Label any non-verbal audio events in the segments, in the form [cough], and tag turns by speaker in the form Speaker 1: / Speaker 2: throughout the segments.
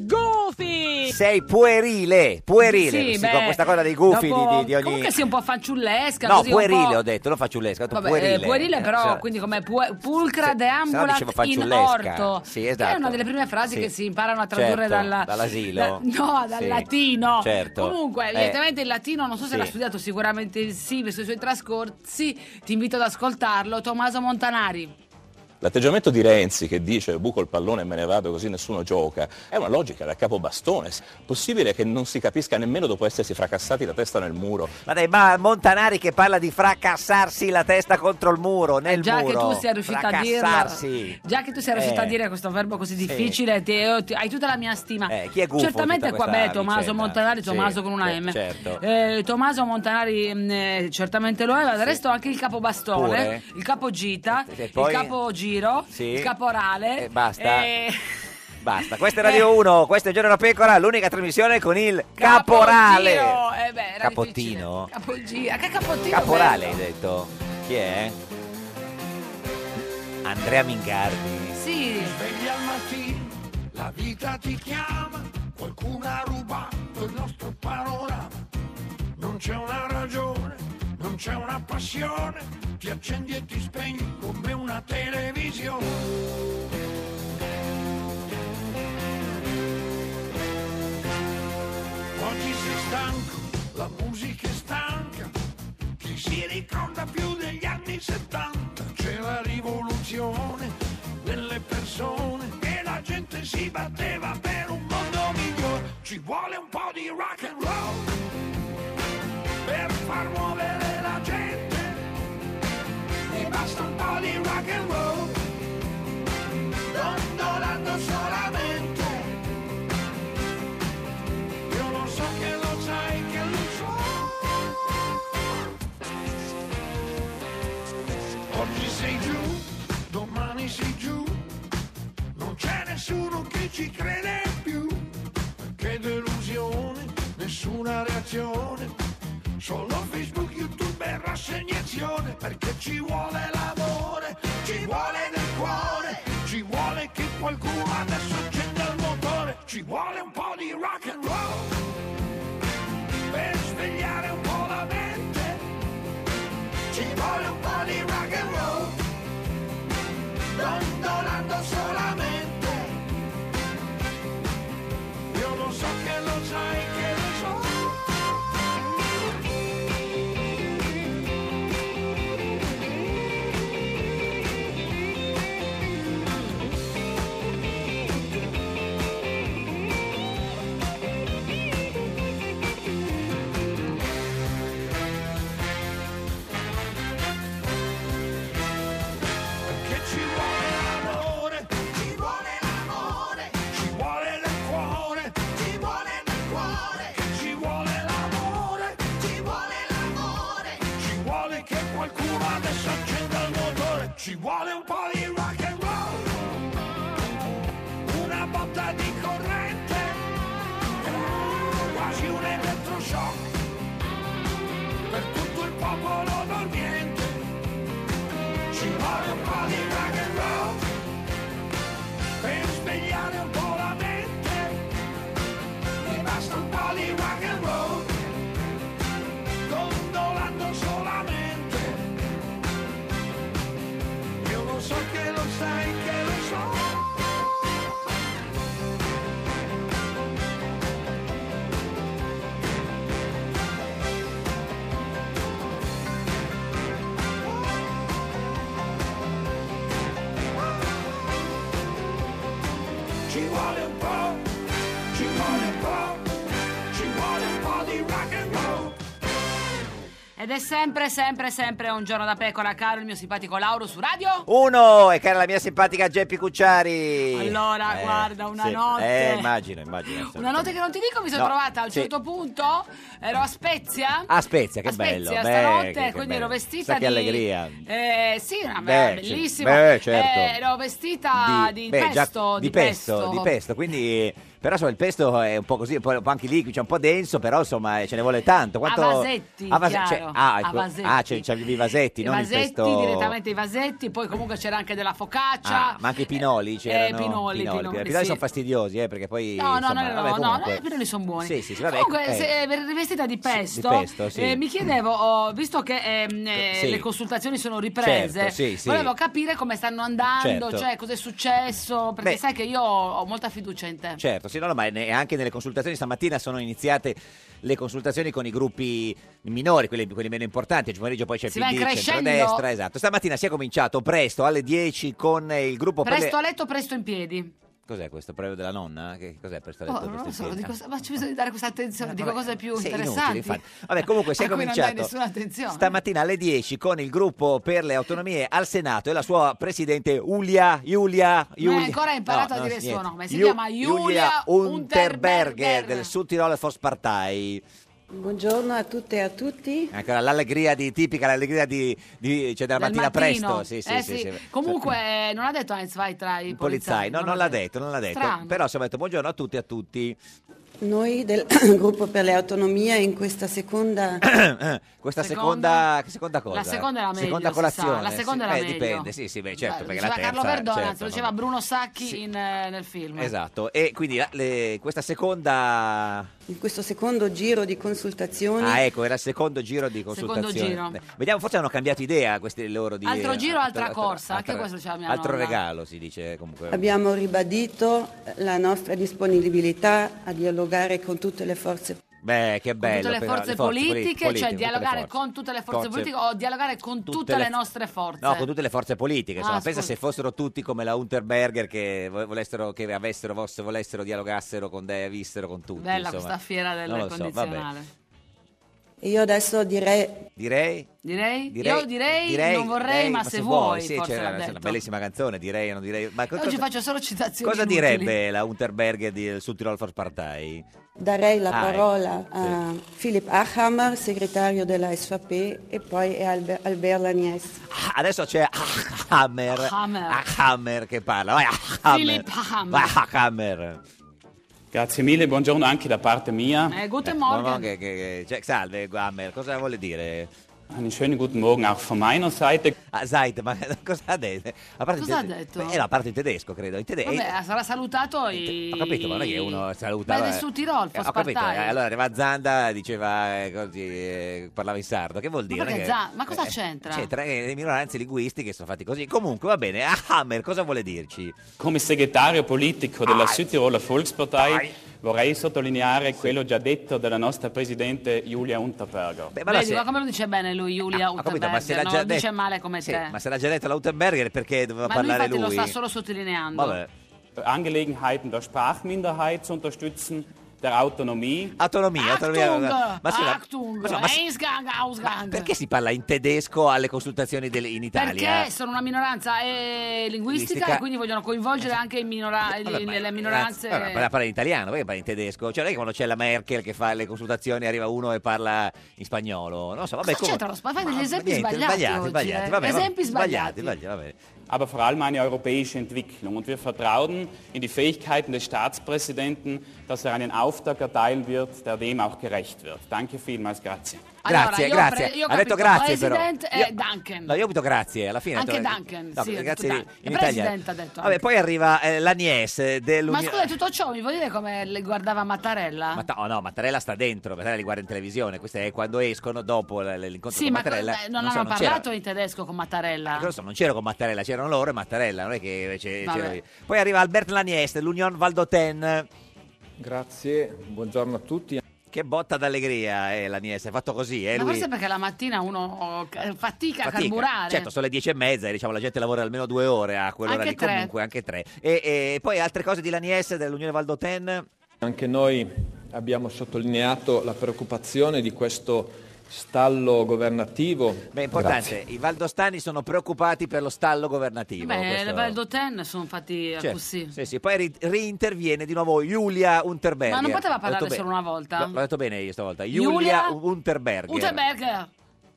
Speaker 1: Goofy!
Speaker 2: Sei puerile, puerile.
Speaker 1: Sì,
Speaker 2: Sì,
Speaker 1: beh,
Speaker 2: con questa cosa dei gufi
Speaker 1: dopo-
Speaker 2: di, di ogni.
Speaker 1: Comunque sia un po' fanciullesca.
Speaker 2: no,
Speaker 1: così un
Speaker 2: puerile
Speaker 1: po'-
Speaker 2: ho detto, non fanciullesca, ho detto
Speaker 1: Vabbè, eh,
Speaker 2: puerile.
Speaker 1: puerile però,
Speaker 2: Cioè,
Speaker 1: quindi come pu- pulcra
Speaker 2: se no dicevo
Speaker 1: deambulat in
Speaker 2: fanciullesca.
Speaker 1: orto.
Speaker 2: Sì,
Speaker 1: Che è
Speaker 2: esatto.
Speaker 1: una delle prime frasi
Speaker 2: Sì.
Speaker 1: che si imparano a tradurre
Speaker 2: Certo,
Speaker 1: dalla-
Speaker 2: dall'asilo.
Speaker 1: da- no, dal
Speaker 2: Sì.
Speaker 1: latino.
Speaker 2: Certo.
Speaker 1: Comunque,
Speaker 2: Eh.
Speaker 1: evidentemente il latino, non so se
Speaker 2: Sì.
Speaker 1: l'ha studiato sicuramente sì, sui suoi trascorsi, ti invito ad ascoltarlo, Tommaso Montanari.
Speaker 3: L'atteggiamento di Renzi che dice buco il pallone e me ne vado così nessuno gioca è una logica da capobastone. Possibile che non si capisca nemmeno dopo essersi fracassati la testa nel muro.
Speaker 2: Ma dai, ma Montanari che parla di fracassarsi la testa contro il muro, nel
Speaker 1: Eh, Già
Speaker 2: muro.
Speaker 1: che tu sia riuscita a dirlo,
Speaker 2: Fracassarsi.
Speaker 1: già che tu sia riuscita
Speaker 2: Eh.
Speaker 1: a dire questo verbo così
Speaker 2: Sì.
Speaker 1: difficile, ti- io ti- hai tutta la mia stima.
Speaker 2: Eh, chi è gufo in
Speaker 1: Certamente
Speaker 2: tutta
Speaker 1: qua,
Speaker 2: questa
Speaker 1: beh, Tommaso
Speaker 2: vicenda?
Speaker 1: Montanari,
Speaker 2: Sì,
Speaker 1: Tommaso con una
Speaker 2: sì,
Speaker 1: M.
Speaker 2: certo.
Speaker 1: Eh, Tommaso Montanari mh, eh, certamente lo è, ma del resto anche il capobastone,
Speaker 2: Pure.
Speaker 1: il capogita,
Speaker 2: E poi?
Speaker 1: il capogiro,
Speaker 2: Sì.
Speaker 1: il caporale.
Speaker 2: Eh, basta.
Speaker 1: eh,
Speaker 2: Basta,
Speaker 1: [laughs]
Speaker 2: questa è Radio 1, questo è Giorno da Pecora, l'unica trasmissione con il caporale.
Speaker 1: capogiro, eh, beh, era
Speaker 2: Capottino?
Speaker 1: difficile. Capogiro, che capottino
Speaker 2: Caporale
Speaker 1: bello.
Speaker 2: hai detto. Chi è? Andrea Mingardi.
Speaker 1: Sì.
Speaker 4: Svegli al mattino, la vita ti chiama, qualcuno ha rubato il nostro panorama. Non c'è una ragione, non c'è una passione, ti accendi e ti spegni come una televisione. Oggi sei stanco, la musica è stanca, chi si ricorda più degli anni 70? C'è la rivoluzione delle persone e la gente si batteva per un mondo migliore. Ci vuole un po' di rock and roll per far muovere la gente. Mi basta un po' di rock and roll, dondolando solamente. Io lo so che lo sai che lo so. Oggi sei giù, domani sei giù, non c'è nessuno che ci crede più. Che delusione, nessuna reazione, solo Facebook, YouTube e rassegnazione, perché ci vuole l'amore, ci vuole nel cuore, ci vuole che qualcuno adesso accenda il motore, ci vuole un po' di rock and roll per svegliare un po' la mente ci vuole un po' di rock and roll dondolando solamente io lo so che lo sai che lo so che ci vuole l'amore ci vuole l'amore ci vuole nel cuore ci vuole nel cuore ci vuole l'amore ci vuole l'amore ci vuole che qualcuno adesso accenda il motore ci vuole un po' di rock and roll una botta di corrente quasi un elettroshock per tutto il popolo dormiente ci vuole un po' di rock and roll per svegliare un po' la mente. Mi basta un po' di rock and roll, dondolando solamente. Io lo so che lo sai, che lo so. Ci vuole un po', ci vuole un po', ci vuole un po' di rock and roll.
Speaker 1: Ed è sempre, sempre, sempre un giorno da pecora, caro il mio simpatico Lauro su radio.
Speaker 2: Uno, e cara la mia simpatica Geppi Cucciari. Eh,
Speaker 1: Allora, guarda, una
Speaker 2: sì.
Speaker 1: notte.
Speaker 2: Eh, immagino, immagino.
Speaker 1: Una notte che non ti dico, mi sono
Speaker 2: No,
Speaker 1: trovata a un
Speaker 2: sì.
Speaker 1: certo punto, ero a Spezia.
Speaker 2: A Spezia, che
Speaker 1: a
Speaker 2: bello.
Speaker 1: Spezia
Speaker 2: beh,
Speaker 1: stanotte,
Speaker 2: che- che
Speaker 1: quindi
Speaker 2: bello.
Speaker 1: ero vestita
Speaker 2: Sa
Speaker 1: di...
Speaker 2: che allegria.
Speaker 1: Eh, sì, una
Speaker 2: Beh,
Speaker 1: beh,
Speaker 2: sì.
Speaker 1: bellissima.
Speaker 2: Beh, certo.
Speaker 1: Eh, ero vestita di,
Speaker 2: beh, già-
Speaker 1: pesto,
Speaker 2: di pesto, di pesto, quindi però insomma il pesto è un po' così, un po', un po' anche liquido, cioè un po' denso, però insomma eh, ce ne vuole tanto. Quanto...
Speaker 1: A vasetti,
Speaker 2: a vas-
Speaker 1: chiaro.
Speaker 2: cioè, ah,
Speaker 1: A
Speaker 2: ecco-
Speaker 1: vasetti.
Speaker 2: ah, c'è, c'è i vasetti,
Speaker 1: I
Speaker 2: non
Speaker 1: vasetti,
Speaker 2: il pesto.
Speaker 1: direttamente i vasetti, poi comunque c'era anche della focaccia.
Speaker 2: Ah, ma anche i pinoli c'erano.
Speaker 1: Eh, pinoli, pinoli,
Speaker 2: pinoli,
Speaker 1: sì.
Speaker 2: sono fastidiosi, eh, perché poi
Speaker 1: No, no,
Speaker 2: insomma,
Speaker 1: no, no,
Speaker 2: vabbè,
Speaker 1: no,
Speaker 2: comunque.
Speaker 1: no, i pinoli sono buoni.
Speaker 2: Sì, sì, sì, vabbè,
Speaker 1: Comunque,
Speaker 2: ecco, eh.
Speaker 1: se, eh, vestita di pesto,
Speaker 2: pesto, sì.
Speaker 1: eh, mi chiedevo, oh, visto che ehm, eh,
Speaker 2: Sì.
Speaker 1: le consultazioni sono riprese,
Speaker 2: Certo, sì, sì.
Speaker 1: volevo capire come stanno andando,
Speaker 2: Certo.
Speaker 1: cioè cosa è successo, perché
Speaker 2: Beh.
Speaker 1: sai che io ho molta fiducia in te.
Speaker 2: Certo, sì, no, no, ma ne- anche nelle consultazioni stamattina sono iniziate le consultazioni con i gruppi minori, quelli, quelli meno importanti. Oggi pomeriggio poi c'è il
Speaker 1: Si va in
Speaker 2: PD,
Speaker 1: crescendo.
Speaker 2: centrodestra, esatto. Stamattina si è cominciato presto alle 10 con eh, il gruppo per le-
Speaker 1: Presto a letto, presto in piedi.
Speaker 2: Cos'è questo? Prelievo della nonna? Che cos'è per stare
Speaker 1: Oh, non lo so, dico, ma ci bisogna dare questa
Speaker 2: Eh,
Speaker 1: attenzione, dico cose più
Speaker 2: inutile,
Speaker 1: interessanti.
Speaker 2: infatti. Vabbè, comunque si è
Speaker 1: [laughs] a cui non dai
Speaker 2: cominciato
Speaker 1: nessuna attenzione.
Speaker 2: stamattina alle 10 con il gruppo per le autonomie al Senato e la sua presidente Ulia, Giulia,
Speaker 1: Non
Speaker 2: Giulia.
Speaker 1: hai ancora imparato
Speaker 2: No,
Speaker 1: a
Speaker 2: no,
Speaker 1: dire il suo
Speaker 2: niente.
Speaker 1: nome. Si
Speaker 2: Ju-
Speaker 1: chiama Julia
Speaker 2: Unterberger
Speaker 1: Unterberger.
Speaker 2: del Südtiroler Volkspartei.
Speaker 5: Buongiorno a tutte e a tutti.
Speaker 2: Ancora Ecco, l'allegria di, tipica, l'allegria di, di- cioè della
Speaker 1: Del
Speaker 2: mattina
Speaker 1: mattino.
Speaker 2: presto. Sì, sì,
Speaker 1: Eh
Speaker 2: sì,
Speaker 1: sì.
Speaker 2: sì.
Speaker 1: Comunque, eh, non ha detto Heinz Weitra i
Speaker 2: Polizzai,
Speaker 1: poliziai.
Speaker 2: no, non l'ha detto, non l'ha detto.
Speaker 1: Strano.
Speaker 2: Però insomma ha detto buongiorno a tutti e a tutti. [clears throat]
Speaker 5: Noi del [clears throat] Gruppo per le Autonomie in questa seconda
Speaker 2: Questa
Speaker 1: Seconda?
Speaker 2: seconda, che seconda cosa?
Speaker 1: La seconda era meglio,
Speaker 2: Seconda
Speaker 1: si
Speaker 2: colazione.
Speaker 1: sa, la seconda
Speaker 2: sì,
Speaker 1: era
Speaker 2: eh,
Speaker 1: meglio.
Speaker 2: dipende, sì, sì, beh, certo,
Speaker 1: Beh,
Speaker 2: perché la
Speaker 1: diceva
Speaker 2: terza
Speaker 1: Carlo Verdona,
Speaker 2: certo,
Speaker 1: te lo
Speaker 2: no.
Speaker 1: diceva Bruno Sacchi in, eh, nel film.
Speaker 2: Esatto, e quindi la- le- questa seconda...
Speaker 5: in questo secondo giro di consultazioni
Speaker 2: Ah, ecco, era il secondo giro di
Speaker 1: Secondo
Speaker 2: consultazione.
Speaker 1: giro.
Speaker 2: Eh, Vediamo, forse hanno cambiato idea questi loro di...
Speaker 1: Altro giro, altra
Speaker 2: altro-
Speaker 1: corsa, anche questo diceva mia
Speaker 2: Altro
Speaker 1: nonna.
Speaker 2: regalo, si dice comunque.
Speaker 5: abbiamo ribadito la nostra disponibilità a dialogare con tutte le forze.
Speaker 2: Beh, che bello.
Speaker 1: tutte le
Speaker 2: però,
Speaker 1: forze,
Speaker 2: polit-
Speaker 1: politiche,
Speaker 2: politiche,
Speaker 1: cioè
Speaker 2: tutte le
Speaker 1: dialogare
Speaker 2: forze.
Speaker 1: con tutte le forze,
Speaker 2: Forze-
Speaker 1: politiche o dialogare con tutte, le,
Speaker 2: le-
Speaker 1: nostre forze.
Speaker 2: No, con tutte le forze politiche. Insomma,
Speaker 1: Ah,
Speaker 2: pensa
Speaker 1: scusa.
Speaker 2: se fossero tutti come la Unterberger che vo- volessero, che avessero, voss- volessero, dialogassero con te, vissero con tutti.
Speaker 1: Bella
Speaker 2: insomma.
Speaker 1: questa fiera del
Speaker 2: Non lo so,
Speaker 1: condizionale.
Speaker 2: vabbè.
Speaker 5: E io adesso direi
Speaker 2: Direi.
Speaker 1: direi? Io direi, non vorrei,
Speaker 2: direi,
Speaker 1: ma, se vuoi,
Speaker 2: sì,
Speaker 1: forse
Speaker 2: c'era
Speaker 1: l'ha
Speaker 2: c'era
Speaker 1: detto.
Speaker 2: una bellissima canzone, direi, non direi. Ma co-
Speaker 1: Oggi
Speaker 2: cosa,
Speaker 1: faccio solo citazioni
Speaker 2: cosa
Speaker 1: inutili.
Speaker 2: direbbe la Unterberger del Südtirol Volkspartei?
Speaker 5: darei la
Speaker 2: Ah, ecco,
Speaker 5: parola a Philipp Achammer, segretario della SVP e poi a Albert, Albert Lagnes.
Speaker 2: Ah, Adesso c'è Ah, Hammer,
Speaker 1: Ah,
Speaker 2: Ah,
Speaker 1: Hammer.
Speaker 2: Hammer che parla, vai Hammer,
Speaker 1: Philip Hammer.
Speaker 2: vai Hammer.
Speaker 6: Grazie mille, buongiorno anche da parte mia.
Speaker 1: Eh, guten
Speaker 2: Eh,
Speaker 1: Morgen.
Speaker 2: no, no, che- che- che- cioè, salve Hammer, cosa vuole dire?
Speaker 6: Einen schönen guten Morgen auch von meiner Seite.
Speaker 2: Ah, Zeit, ma [laughs] cosa ha detto? A parte in
Speaker 1: Cosa ha
Speaker 2: tede-
Speaker 1: detto?
Speaker 2: Beh, era a parte in tedesco, credo. In tede-
Speaker 1: Vabbè, sarà salutato i...
Speaker 2: Ho capito, ma non è che uno saluta.
Speaker 1: Beh, del
Speaker 2: eh,
Speaker 1: Sud Tirol,
Speaker 2: eh, Ho capito,
Speaker 1: Volkspartei.
Speaker 2: eh, allora arriva Zanda, diceva eh, così, eh, parlava in sardo. Che vuol dire?
Speaker 1: perché
Speaker 2: che-
Speaker 1: Zan- ma cosa
Speaker 2: eh,
Speaker 1: c'entra?
Speaker 2: C'entra eh, le minoranze linguistiche che sono fatti così. Comunque va bene, ah, Hammer, cosa vuole dirci? Ah,
Speaker 6: Come segretario politico della Südtiroler Volkspartei
Speaker 2: Dai.
Speaker 6: vorrei sottolineare quello già detto dalla nostra presidente Julia Unterberger.
Speaker 2: Beh, allora
Speaker 1: Vedi,
Speaker 2: se-
Speaker 1: Eh, ma come lo dice bene lui, Giulia
Speaker 2: Ah, ho capito, ma se
Speaker 1: Uttenberger,
Speaker 2: l'ha
Speaker 1: non
Speaker 2: già
Speaker 1: lo dice
Speaker 2: detto-
Speaker 1: male come
Speaker 2: sì,
Speaker 1: te.
Speaker 2: Ma se l'ha già detto la Lautenberger perché doveva
Speaker 1: Ma lui
Speaker 2: parlare
Speaker 1: infatti
Speaker 2: lui?
Speaker 1: lo sta solo sottolineando.
Speaker 2: Vabbè.
Speaker 6: Angelegenheiten der Sprachminderheit zu unterstützen, der Autonomie.
Speaker 2: Autonomia, autonomia.
Speaker 1: Achtung!
Speaker 2: Ma scusa,
Speaker 1: Achtung!
Speaker 2: ma scusa, ma s-
Speaker 1: Eingang,
Speaker 2: ma
Speaker 1: Ausgang!
Speaker 2: perché si parla in tedesco alle consultazioni delle- in Italia?
Speaker 1: Perché sono una minoranza eh, linguistica,
Speaker 2: Linguistica. Eh,
Speaker 1: e quindi vogliono coinvolgere anche i minora-
Speaker 2: Vabbè,
Speaker 1: i-
Speaker 2: ma-
Speaker 1: le
Speaker 2: eh, vabbè, parla,
Speaker 1: minoranze.
Speaker 2: parla in italiano, perché parla in tedesco? Cioè, non è che quando c'è la Merkel che fa le consultazioni arriva uno e parla in spagnolo. Non so, vabbè,
Speaker 1: Cosa c'entra lo spa- fai degli
Speaker 2: Ma-
Speaker 1: esempi
Speaker 2: niente,
Speaker 1: sbagliati oggi,
Speaker 2: sbagliati,
Speaker 1: eh.
Speaker 2: vabbè, vabbè,
Speaker 1: Esempi
Speaker 2: sbagliati.
Speaker 1: sbagliati.
Speaker 2: sbagliati, vabbè.
Speaker 6: aber vor allem eine europäische Entwicklung. Und wir vertrauen in die Fähigkeiten des Staatspräsidenten, dass er einen Auftrag erteilen wird, der dem auch gerecht wird. Danke vielmals, grazie.
Speaker 2: grazie,
Speaker 1: io
Speaker 2: grazie.
Speaker 1: pre- io ho
Speaker 2: ha detto
Speaker 1: capito
Speaker 2: grazie
Speaker 1: President
Speaker 2: però.
Speaker 1: e
Speaker 2: Io-
Speaker 1: Duncan.
Speaker 2: No, io ho detto grazie alla fine. ho
Speaker 1: Anche
Speaker 2: detto-
Speaker 1: Duncan,
Speaker 2: no,
Speaker 1: sì, ho
Speaker 2: grazie
Speaker 1: detto
Speaker 2: in
Speaker 1: Duncan.
Speaker 2: italiano.
Speaker 1: President ha detto
Speaker 2: Vabbè,
Speaker 1: anche.
Speaker 2: poi arriva eh, l'Agnès
Speaker 1: Ma
Speaker 2: dell'Unione...
Speaker 1: scusa, tutto ciò mi vuoi dire come le guardava Mattarella?
Speaker 2: Matta- oh no, Mattarella sta dentro, Mattarella li guarda in televisione, questo è quando escono dopo l- l'incontro
Speaker 1: sì,
Speaker 2: con
Speaker 1: ma
Speaker 2: Mattarella.
Speaker 1: co- eh, non,
Speaker 2: so,
Speaker 1: hanno
Speaker 2: c'era-
Speaker 1: parlato in tedesco con Mattarella.
Speaker 2: Ecco, non so, non c'ero con Mattarella, c'erano loro e Mattarella, non è che c'è-
Speaker 1: Vabbè.
Speaker 2: c'ero io. Poi arriva Albert Lanies dell'Union Valdoten.
Speaker 7: Grazie, buongiorno a tutti.
Speaker 2: Che botta d'allegria, eh, Lanies, è fatto così, eh,
Speaker 1: Ma
Speaker 2: lui. Eh,
Speaker 1: forse perché la mattina uno oh, ca- fatica,
Speaker 2: fatica.
Speaker 1: a carburare.
Speaker 2: Certo, sono le dieci e mezza e diciamo la gente lavora almeno due ore a quell'ora
Speaker 1: Anche
Speaker 2: lì,
Speaker 1: tre.
Speaker 2: comunque anche tre. E, e poi altre cose di Lanies dell'Unione Valdoten.
Speaker 7: Anche noi abbiamo sottolineato la preoccupazione di questo stallo governativo.
Speaker 2: Beh, importante, i valdostani sono preoccupati per lo stallo governativo.
Speaker 1: Beh,
Speaker 2: questo-
Speaker 1: le eh, Valdoten sono fatti
Speaker 2: Certo,
Speaker 1: così.
Speaker 2: sì, sì. Poi ri- riinterviene di nuovo Giulia Unterberger.
Speaker 1: Ma non poteva
Speaker 2: L'ho
Speaker 1: parlare
Speaker 2: detto
Speaker 1: solo
Speaker 2: bene.
Speaker 1: una volta?
Speaker 2: L'ho, l'ho detto bene io stavolta.
Speaker 1: Giulia
Speaker 2: Giulia Unterberger.
Speaker 1: Uteberger.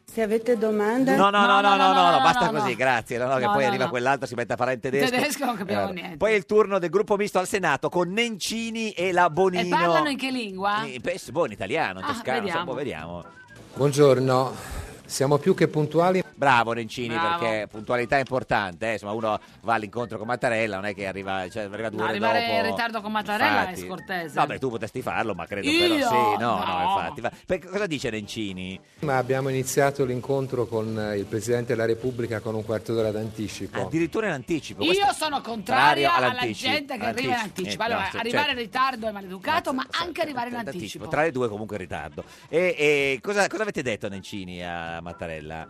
Speaker 5: Se avete domande...
Speaker 2: No, no, no, no, no, no, no,
Speaker 1: no,
Speaker 2: basta
Speaker 1: no,
Speaker 2: così,
Speaker 1: no.
Speaker 2: grazie. No, no, che
Speaker 1: No,
Speaker 2: poi
Speaker 1: no,
Speaker 2: arriva
Speaker 1: no.
Speaker 2: quell'altro, si mette a parlare in
Speaker 1: In
Speaker 2: tedesco.
Speaker 1: tedesco non capiamo
Speaker 2: Allora,
Speaker 1: niente.
Speaker 2: Poi è il turno del gruppo misto al Senato con Nencini e la Bonino.
Speaker 1: E parlano in che lingua?
Speaker 2: Eh, beh, boh, in italiano, in
Speaker 1: Ah,
Speaker 2: toscano, insomma, boh,
Speaker 1: vediamo.
Speaker 2: vediamo.
Speaker 8: Buongiorno, siamo più che puntuali.
Speaker 2: Bravo Nencini
Speaker 1: Bravo.
Speaker 2: perché puntualità è importante, eh, insomma uno va all'incontro con Mattarella, non è che arriva, cioè, arriva due
Speaker 1: No,
Speaker 2: ore
Speaker 1: arrivare
Speaker 2: dopo.
Speaker 1: in ritardo con Mattarella
Speaker 2: Infatti.
Speaker 1: è scortese.
Speaker 2: No, beh, tu potresti farlo, ma credo
Speaker 1: Io?
Speaker 2: però sì, no, no,
Speaker 1: No.
Speaker 2: infatti. Va- perché cosa dice Nencini?
Speaker 8: Ma abbiamo iniziato l'incontro con eh, il Presidente della Repubblica con un quarto d'ora d'anticipo.
Speaker 2: Addirittura in anticipo. questo-
Speaker 1: Io sono contraria alla
Speaker 2: all'anticipo,
Speaker 1: gente che arriva in
Speaker 2: all'anticipo.
Speaker 1: anticipo.
Speaker 2: Eh,
Speaker 1: Allora,
Speaker 2: no, sì,
Speaker 1: arrivare
Speaker 2: certo.
Speaker 1: in ritardo è maleducato, ma anche arrivare in
Speaker 2: D'anticipo.
Speaker 1: anticipo.
Speaker 2: Tra le due comunque in ritardo. E, e cosa, cosa avete detto Nencini a Mattarella?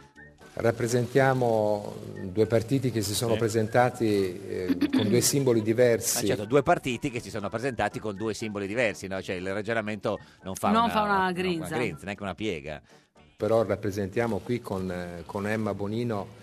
Speaker 8: Rappresentiamo mm, due partiti che si sono
Speaker 2: Sì.
Speaker 8: presentati eh, con due simboli diversi.
Speaker 2: Ma certo, due partiti che si sono presentati con due simboli diversi, no? Cioè il ragionamento non fa
Speaker 1: Non
Speaker 2: una,
Speaker 1: fa una
Speaker 2: no,
Speaker 1: grinza.
Speaker 2: neanche una piega.
Speaker 8: però rappresentiamo qui con, eh, con Emma Bonino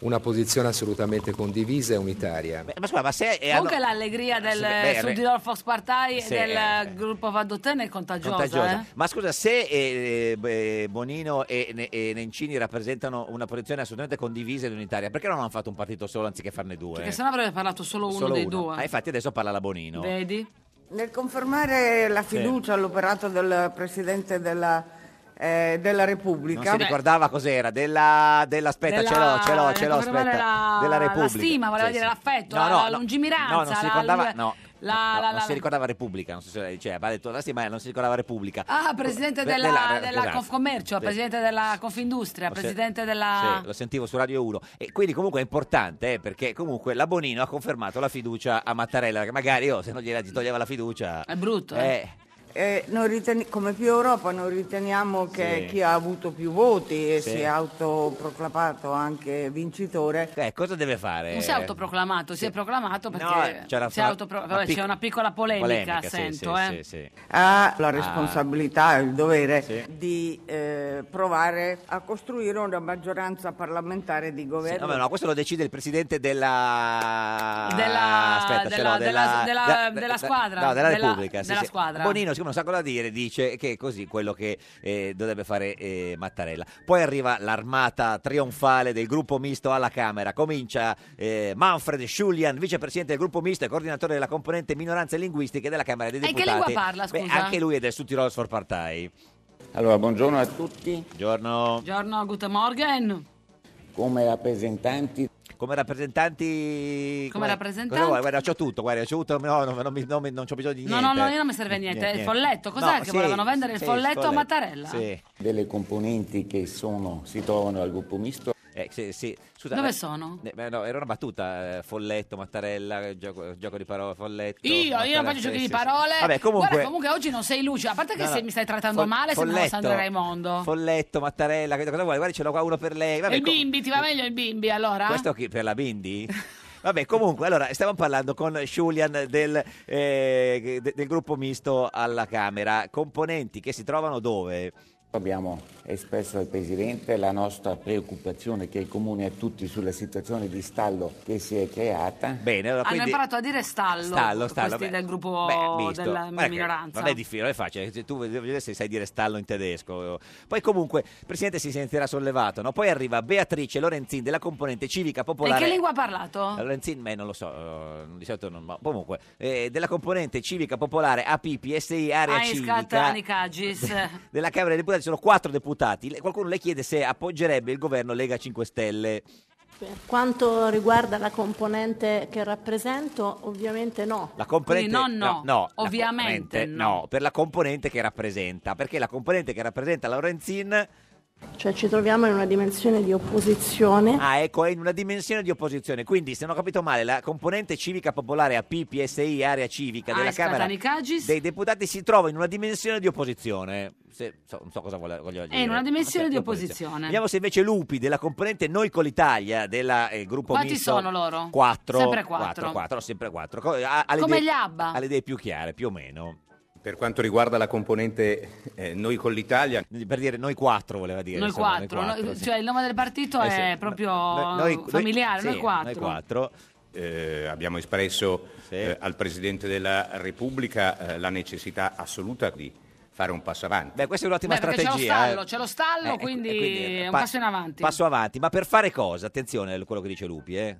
Speaker 8: una posizione assolutamente condivisa e unitaria.
Speaker 2: Beh, ma scusa, ma se eh,
Speaker 1: Comunque
Speaker 2: hanno-
Speaker 1: l'allegria del
Speaker 2: Sì, beh, re-
Speaker 1: Sudilor Fox Partai
Speaker 2: Sì,
Speaker 1: e del
Speaker 2: eh,
Speaker 1: gruppo Vadotene è contagiosa,
Speaker 2: contagiosa.
Speaker 1: eh?
Speaker 2: Ma scusa, se eh, eh, Bonino e, Ne- e Nencini rappresentano una posizione assolutamente condivisa ed unitaria, perché non hanno fatto un partito solo anziché farne due?
Speaker 1: Perché sennò avrebbe parlato solo uno
Speaker 2: Eh. Solo
Speaker 1: dei
Speaker 2: uno. Ah,
Speaker 1: due.
Speaker 2: infatti adesso parla la Bonino.
Speaker 1: Vedi?
Speaker 9: Nel confermare la fiducia all'operato del Presidente della, eh, della
Speaker 2: non
Speaker 9: Repubblica,
Speaker 2: si ricordava cos'era della, della aspetta,
Speaker 1: Della-
Speaker 2: ce l'ho, ce l'ho, ce l'ho,
Speaker 1: come
Speaker 2: aspetta,
Speaker 1: vuole la-
Speaker 2: della
Speaker 1: la
Speaker 2: Repubblica.
Speaker 1: stima, voleva dire l'affetto, la- la lungimiranza,
Speaker 2: No, non si
Speaker 1: la-
Speaker 2: ricordava,
Speaker 1: la-
Speaker 2: no.
Speaker 1: la-
Speaker 2: no,
Speaker 1: la-
Speaker 2: non
Speaker 1: la-
Speaker 2: si ricordava Repubblica, non so se, cioè, aveva detto la stima, non si ricordava Repubblica.
Speaker 1: Ah, presidente
Speaker 2: Beh,
Speaker 1: della,
Speaker 2: della-
Speaker 1: della
Speaker 2: esatto.
Speaker 1: Confcommercio,
Speaker 2: Sì.
Speaker 1: presidente della Confindustria,
Speaker 2: Lo se-
Speaker 1: presidente della...
Speaker 2: Sì, lo sentivo su Radio 1. E quindi comunque è importante, eh, perché comunque la Bonino ha confermato la fiducia a Mattarella, che magari oh, se non gliela gli toglieva la fiducia...
Speaker 1: È brutto, eh.
Speaker 2: Eh,
Speaker 9: eh, noi riteni- come più Europa noi riteniamo
Speaker 2: Sì.
Speaker 9: che chi ha avuto più voti e
Speaker 2: Sì.
Speaker 9: si è autoproclamato anche vincitore,
Speaker 2: eh, cosa deve fare?
Speaker 1: Non si è autoproclamato, si è proclamato perché
Speaker 2: No, c'era
Speaker 1: si è
Speaker 2: una-
Speaker 1: autopro-
Speaker 2: una
Speaker 1: vabbè,
Speaker 2: pic-
Speaker 1: c'è una piccola polemica,
Speaker 2: sì,
Speaker 1: sento.
Speaker 2: sì, sì,
Speaker 1: eh.
Speaker 2: sì.
Speaker 9: ha la responsabilità e il dovere
Speaker 2: Ah. Sì.
Speaker 9: di eh, provare a costruire una maggioranza parlamentare di
Speaker 2: Sì,
Speaker 9: governo.
Speaker 2: no, ma no, questo lo decide il presidente della
Speaker 1: Della-
Speaker 2: aspetta, ce
Speaker 1: della-
Speaker 2: l'ho,
Speaker 1: della- della- della squadra,
Speaker 2: no, della
Speaker 1: della-
Speaker 2: Repubblica. sì,
Speaker 1: della
Speaker 2: sì.
Speaker 1: squadra.
Speaker 2: Bonino, siccome non sa cosa dire, dice che è così quello che eh, dovrebbe fare eh, Mattarella. Poi arriva l'armata trionfale del gruppo misto alla Camera. Comincia eh, Manfred Schulian, vicepresidente del gruppo misto e coordinatore della componente minoranze linguistiche della Camera dei
Speaker 1: E in che
Speaker 2: Deputati.
Speaker 1: lingua parla,
Speaker 2: Beh,
Speaker 1: scusa?
Speaker 2: anche lui è del Sudtirolo Sforpartai.
Speaker 10: Allora, buongiorno a tutti.
Speaker 2: Buongiorno.
Speaker 1: Buongiorno, Guten Morgen.
Speaker 10: Come rappresentanti
Speaker 2: come rappresentanti
Speaker 1: Come rappresentanti?
Speaker 2: cosa vuoi? guarda c'ho tutto guarda c'ho tutto no, no, non, mi- non mi- non c'ho bisogno di
Speaker 1: No,
Speaker 2: niente
Speaker 1: no, no, io non mi serve niente, il folletto, cos'è che
Speaker 2: sì,
Speaker 1: volevano vendere il
Speaker 2: sì,
Speaker 1: folletto a Mattarella?
Speaker 2: sì.
Speaker 10: delle componenti che sono, si trovano al gruppo misto,
Speaker 2: Eh, sì, sì. Scusa,
Speaker 1: Dove
Speaker 2: eh,
Speaker 1: sono?
Speaker 2: eh, beh, no, era una battuta eh, folletto Mattarella gioco, gioco di parole folletto
Speaker 1: Io, io
Speaker 2: Mattarella,
Speaker 1: non faccio
Speaker 2: sì,
Speaker 1: giochi
Speaker 2: sì,
Speaker 1: di
Speaker 2: sì.
Speaker 1: parole.
Speaker 2: vabbè comunque
Speaker 1: Guarda, comunque oggi non sei luce, a parte che
Speaker 2: No, no.
Speaker 1: se mi stai trattando
Speaker 2: Fol-
Speaker 1: male sembravo
Speaker 2: folletto.
Speaker 1: Sandra Raimondo.
Speaker 2: folletto Mattarella che- cosa vuoi guarda ce l'ho qua uno per lei
Speaker 1: E
Speaker 2: vabbè,
Speaker 1: il
Speaker 2: com-
Speaker 1: bimbi, ti va meglio il bimbi allora?
Speaker 2: Questo chi- per la Bindi? Vabbè, comunque, allora, stavamo parlando con Julian del, eh, de- del gruppo misto alla Camera. Componenti che si trovano dove?
Speaker 10: abbiamo espresso al Presidente la nostra preoccupazione che è comune a tutti sulla situazione di stallo che si è creata.
Speaker 2: Bene, allora,
Speaker 11: Ah,
Speaker 1: Hanno
Speaker 2: quindi...
Speaker 1: imparato a dire stallo,
Speaker 2: Stallo, stallo.
Speaker 1: questi
Speaker 2: beh,
Speaker 1: del gruppo
Speaker 2: beh, misto.
Speaker 1: della
Speaker 2: Guarda che
Speaker 1: minoranza.
Speaker 2: Non è difficile, non è facile. Se tu vedi- vedi se sai dire stallo in tedesco. Poi comunque il Presidente si sentirà sollevato. No? Poi arriva Beatrice Lorenzin della componente civica
Speaker 1: e
Speaker 2: popolare.
Speaker 1: che lingua ha parlato?
Speaker 2: Lorenzin, beh, non lo so, eh, di solito non, ma comunque, eh, della componente civica popolare APPSI Area Civica
Speaker 1: Aiscatani Cagis.
Speaker 2: [laughs] della Camera dei Deputati sono quattro deputati. Le- Qualcuno le chiede se appoggerebbe il governo Lega 5 Stelle.
Speaker 12: Per quanto riguarda la componente che rappresento, ovviamente no.
Speaker 2: La componente
Speaker 1: Quindi no, no.
Speaker 2: la
Speaker 1: Ovviamente
Speaker 2: componente
Speaker 1: no.
Speaker 2: per la componente che rappresenta, perché la componente che rappresenta Lorenzin
Speaker 12: Cioè ci troviamo in una dimensione di opposizione.
Speaker 2: ah, ecco, è in una dimensione di opposizione. Quindi, se non ho capito male, la componente civica popolare a PPSI Area Civica della
Speaker 1: Ais
Speaker 2: Camera
Speaker 1: Catani Ah, Cagis.
Speaker 2: dei deputati si trova in una dimensione di opposizione. Se- so- non so cosa vole- voglio dire.
Speaker 1: in una dimensione di opposizione.
Speaker 2: Vediamo se invece Lupi della componente Noi con l'Italia del gruppo
Speaker 1: Quanti
Speaker 2: misto-
Speaker 1: sono loro?
Speaker 2: Quattro.
Speaker 1: Sempre quattro.
Speaker 2: Quattro, quattro, sempre quattro. Co- ha- ha le
Speaker 1: Come
Speaker 2: idee-
Speaker 1: gli Abba.
Speaker 2: Ha le idee più chiare, più o meno.
Speaker 11: Per quanto riguarda la componente eh, noi con l'Italia... Per dire noi quattro voleva dire.
Speaker 1: Noi quattro, no? cioè il nome del partito
Speaker 11: Eh sì,
Speaker 1: è
Speaker 11: no,
Speaker 1: proprio
Speaker 11: noi- noi-
Speaker 1: Oh, familiare,
Speaker 11: sì,
Speaker 1: noi quattro.
Speaker 11: Eh, abbiamo espresso eh, al Presidente della Repubblica eh, la necessità assoluta di fare un passo avanti.
Speaker 2: Beh, questa è un'ottima
Speaker 1: Beh, perché c'è lo
Speaker 2: strategia.
Speaker 1: stallo,
Speaker 2: eh.
Speaker 1: c'è lo stallo,
Speaker 2: Eh, e-
Speaker 1: quindi,
Speaker 2: e quindi,
Speaker 1: è un
Speaker 2: pa-
Speaker 1: passo in avanti.
Speaker 2: Passo avanti, ma per fare cosa? Attenzione a quello che dice Lupi, eh.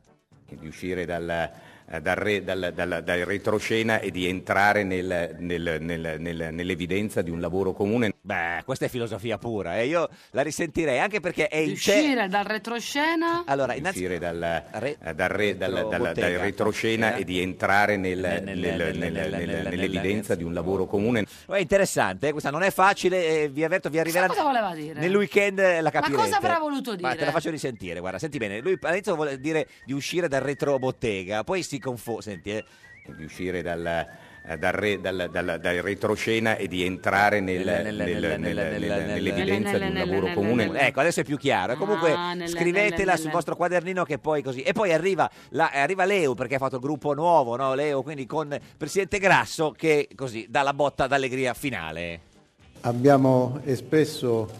Speaker 11: di uscire dal, eh, dal re- dal- dal- dal retroscena e di entrare nel- nel- nel- nel- nell'evidenza di un lavoro comune.
Speaker 2: Beh, questa è filosofia pura e io la risentirei anche perché è in c'è
Speaker 1: Uscire dal retroscena
Speaker 2: Allora,
Speaker 11: uscire dal, eh, dal re- dal-
Speaker 2: dentro
Speaker 11: dal- dal
Speaker 2: bottega.
Speaker 11: retroscena e di entrare eh, nel- nel- nel- nel- nell'evidenza di un lavoro comune.
Speaker 2: È interessante, eh, questa non è facile, eh, vi avverto, vi
Speaker 1: Chissà
Speaker 2: arriverà
Speaker 1: cosa voleva dire?
Speaker 2: nel weekend eh, la
Speaker 1: Ma
Speaker 2: capirete.
Speaker 1: cosa avrà voluto
Speaker 2: Ma te
Speaker 1: dire?
Speaker 2: la faccio risentire, guarda, senti bene, lui all'inizio vuole dire di uscire dal retrobottega, poi si confonde, senti, eh.
Speaker 11: di uscire dal, eh, dal re- dal- dal- dal retroscena e di entrare nel- nel- nel- nel- nell'evidenza di un lavoro comune.
Speaker 2: Ecco, adesso è più chiaro. E Comunque
Speaker 11: Ah, nelle- nelle-
Speaker 2: scrivetela
Speaker 11: nelle-
Speaker 2: sul vostro quadernino che poi così. E poi arriva, la- eh, arriva Leo perché ha fatto il gruppo nuovo, no? Leo, quindi con Presidente Grasso che così dà la botta d'allegria finale.
Speaker 13: Abbiamo espresso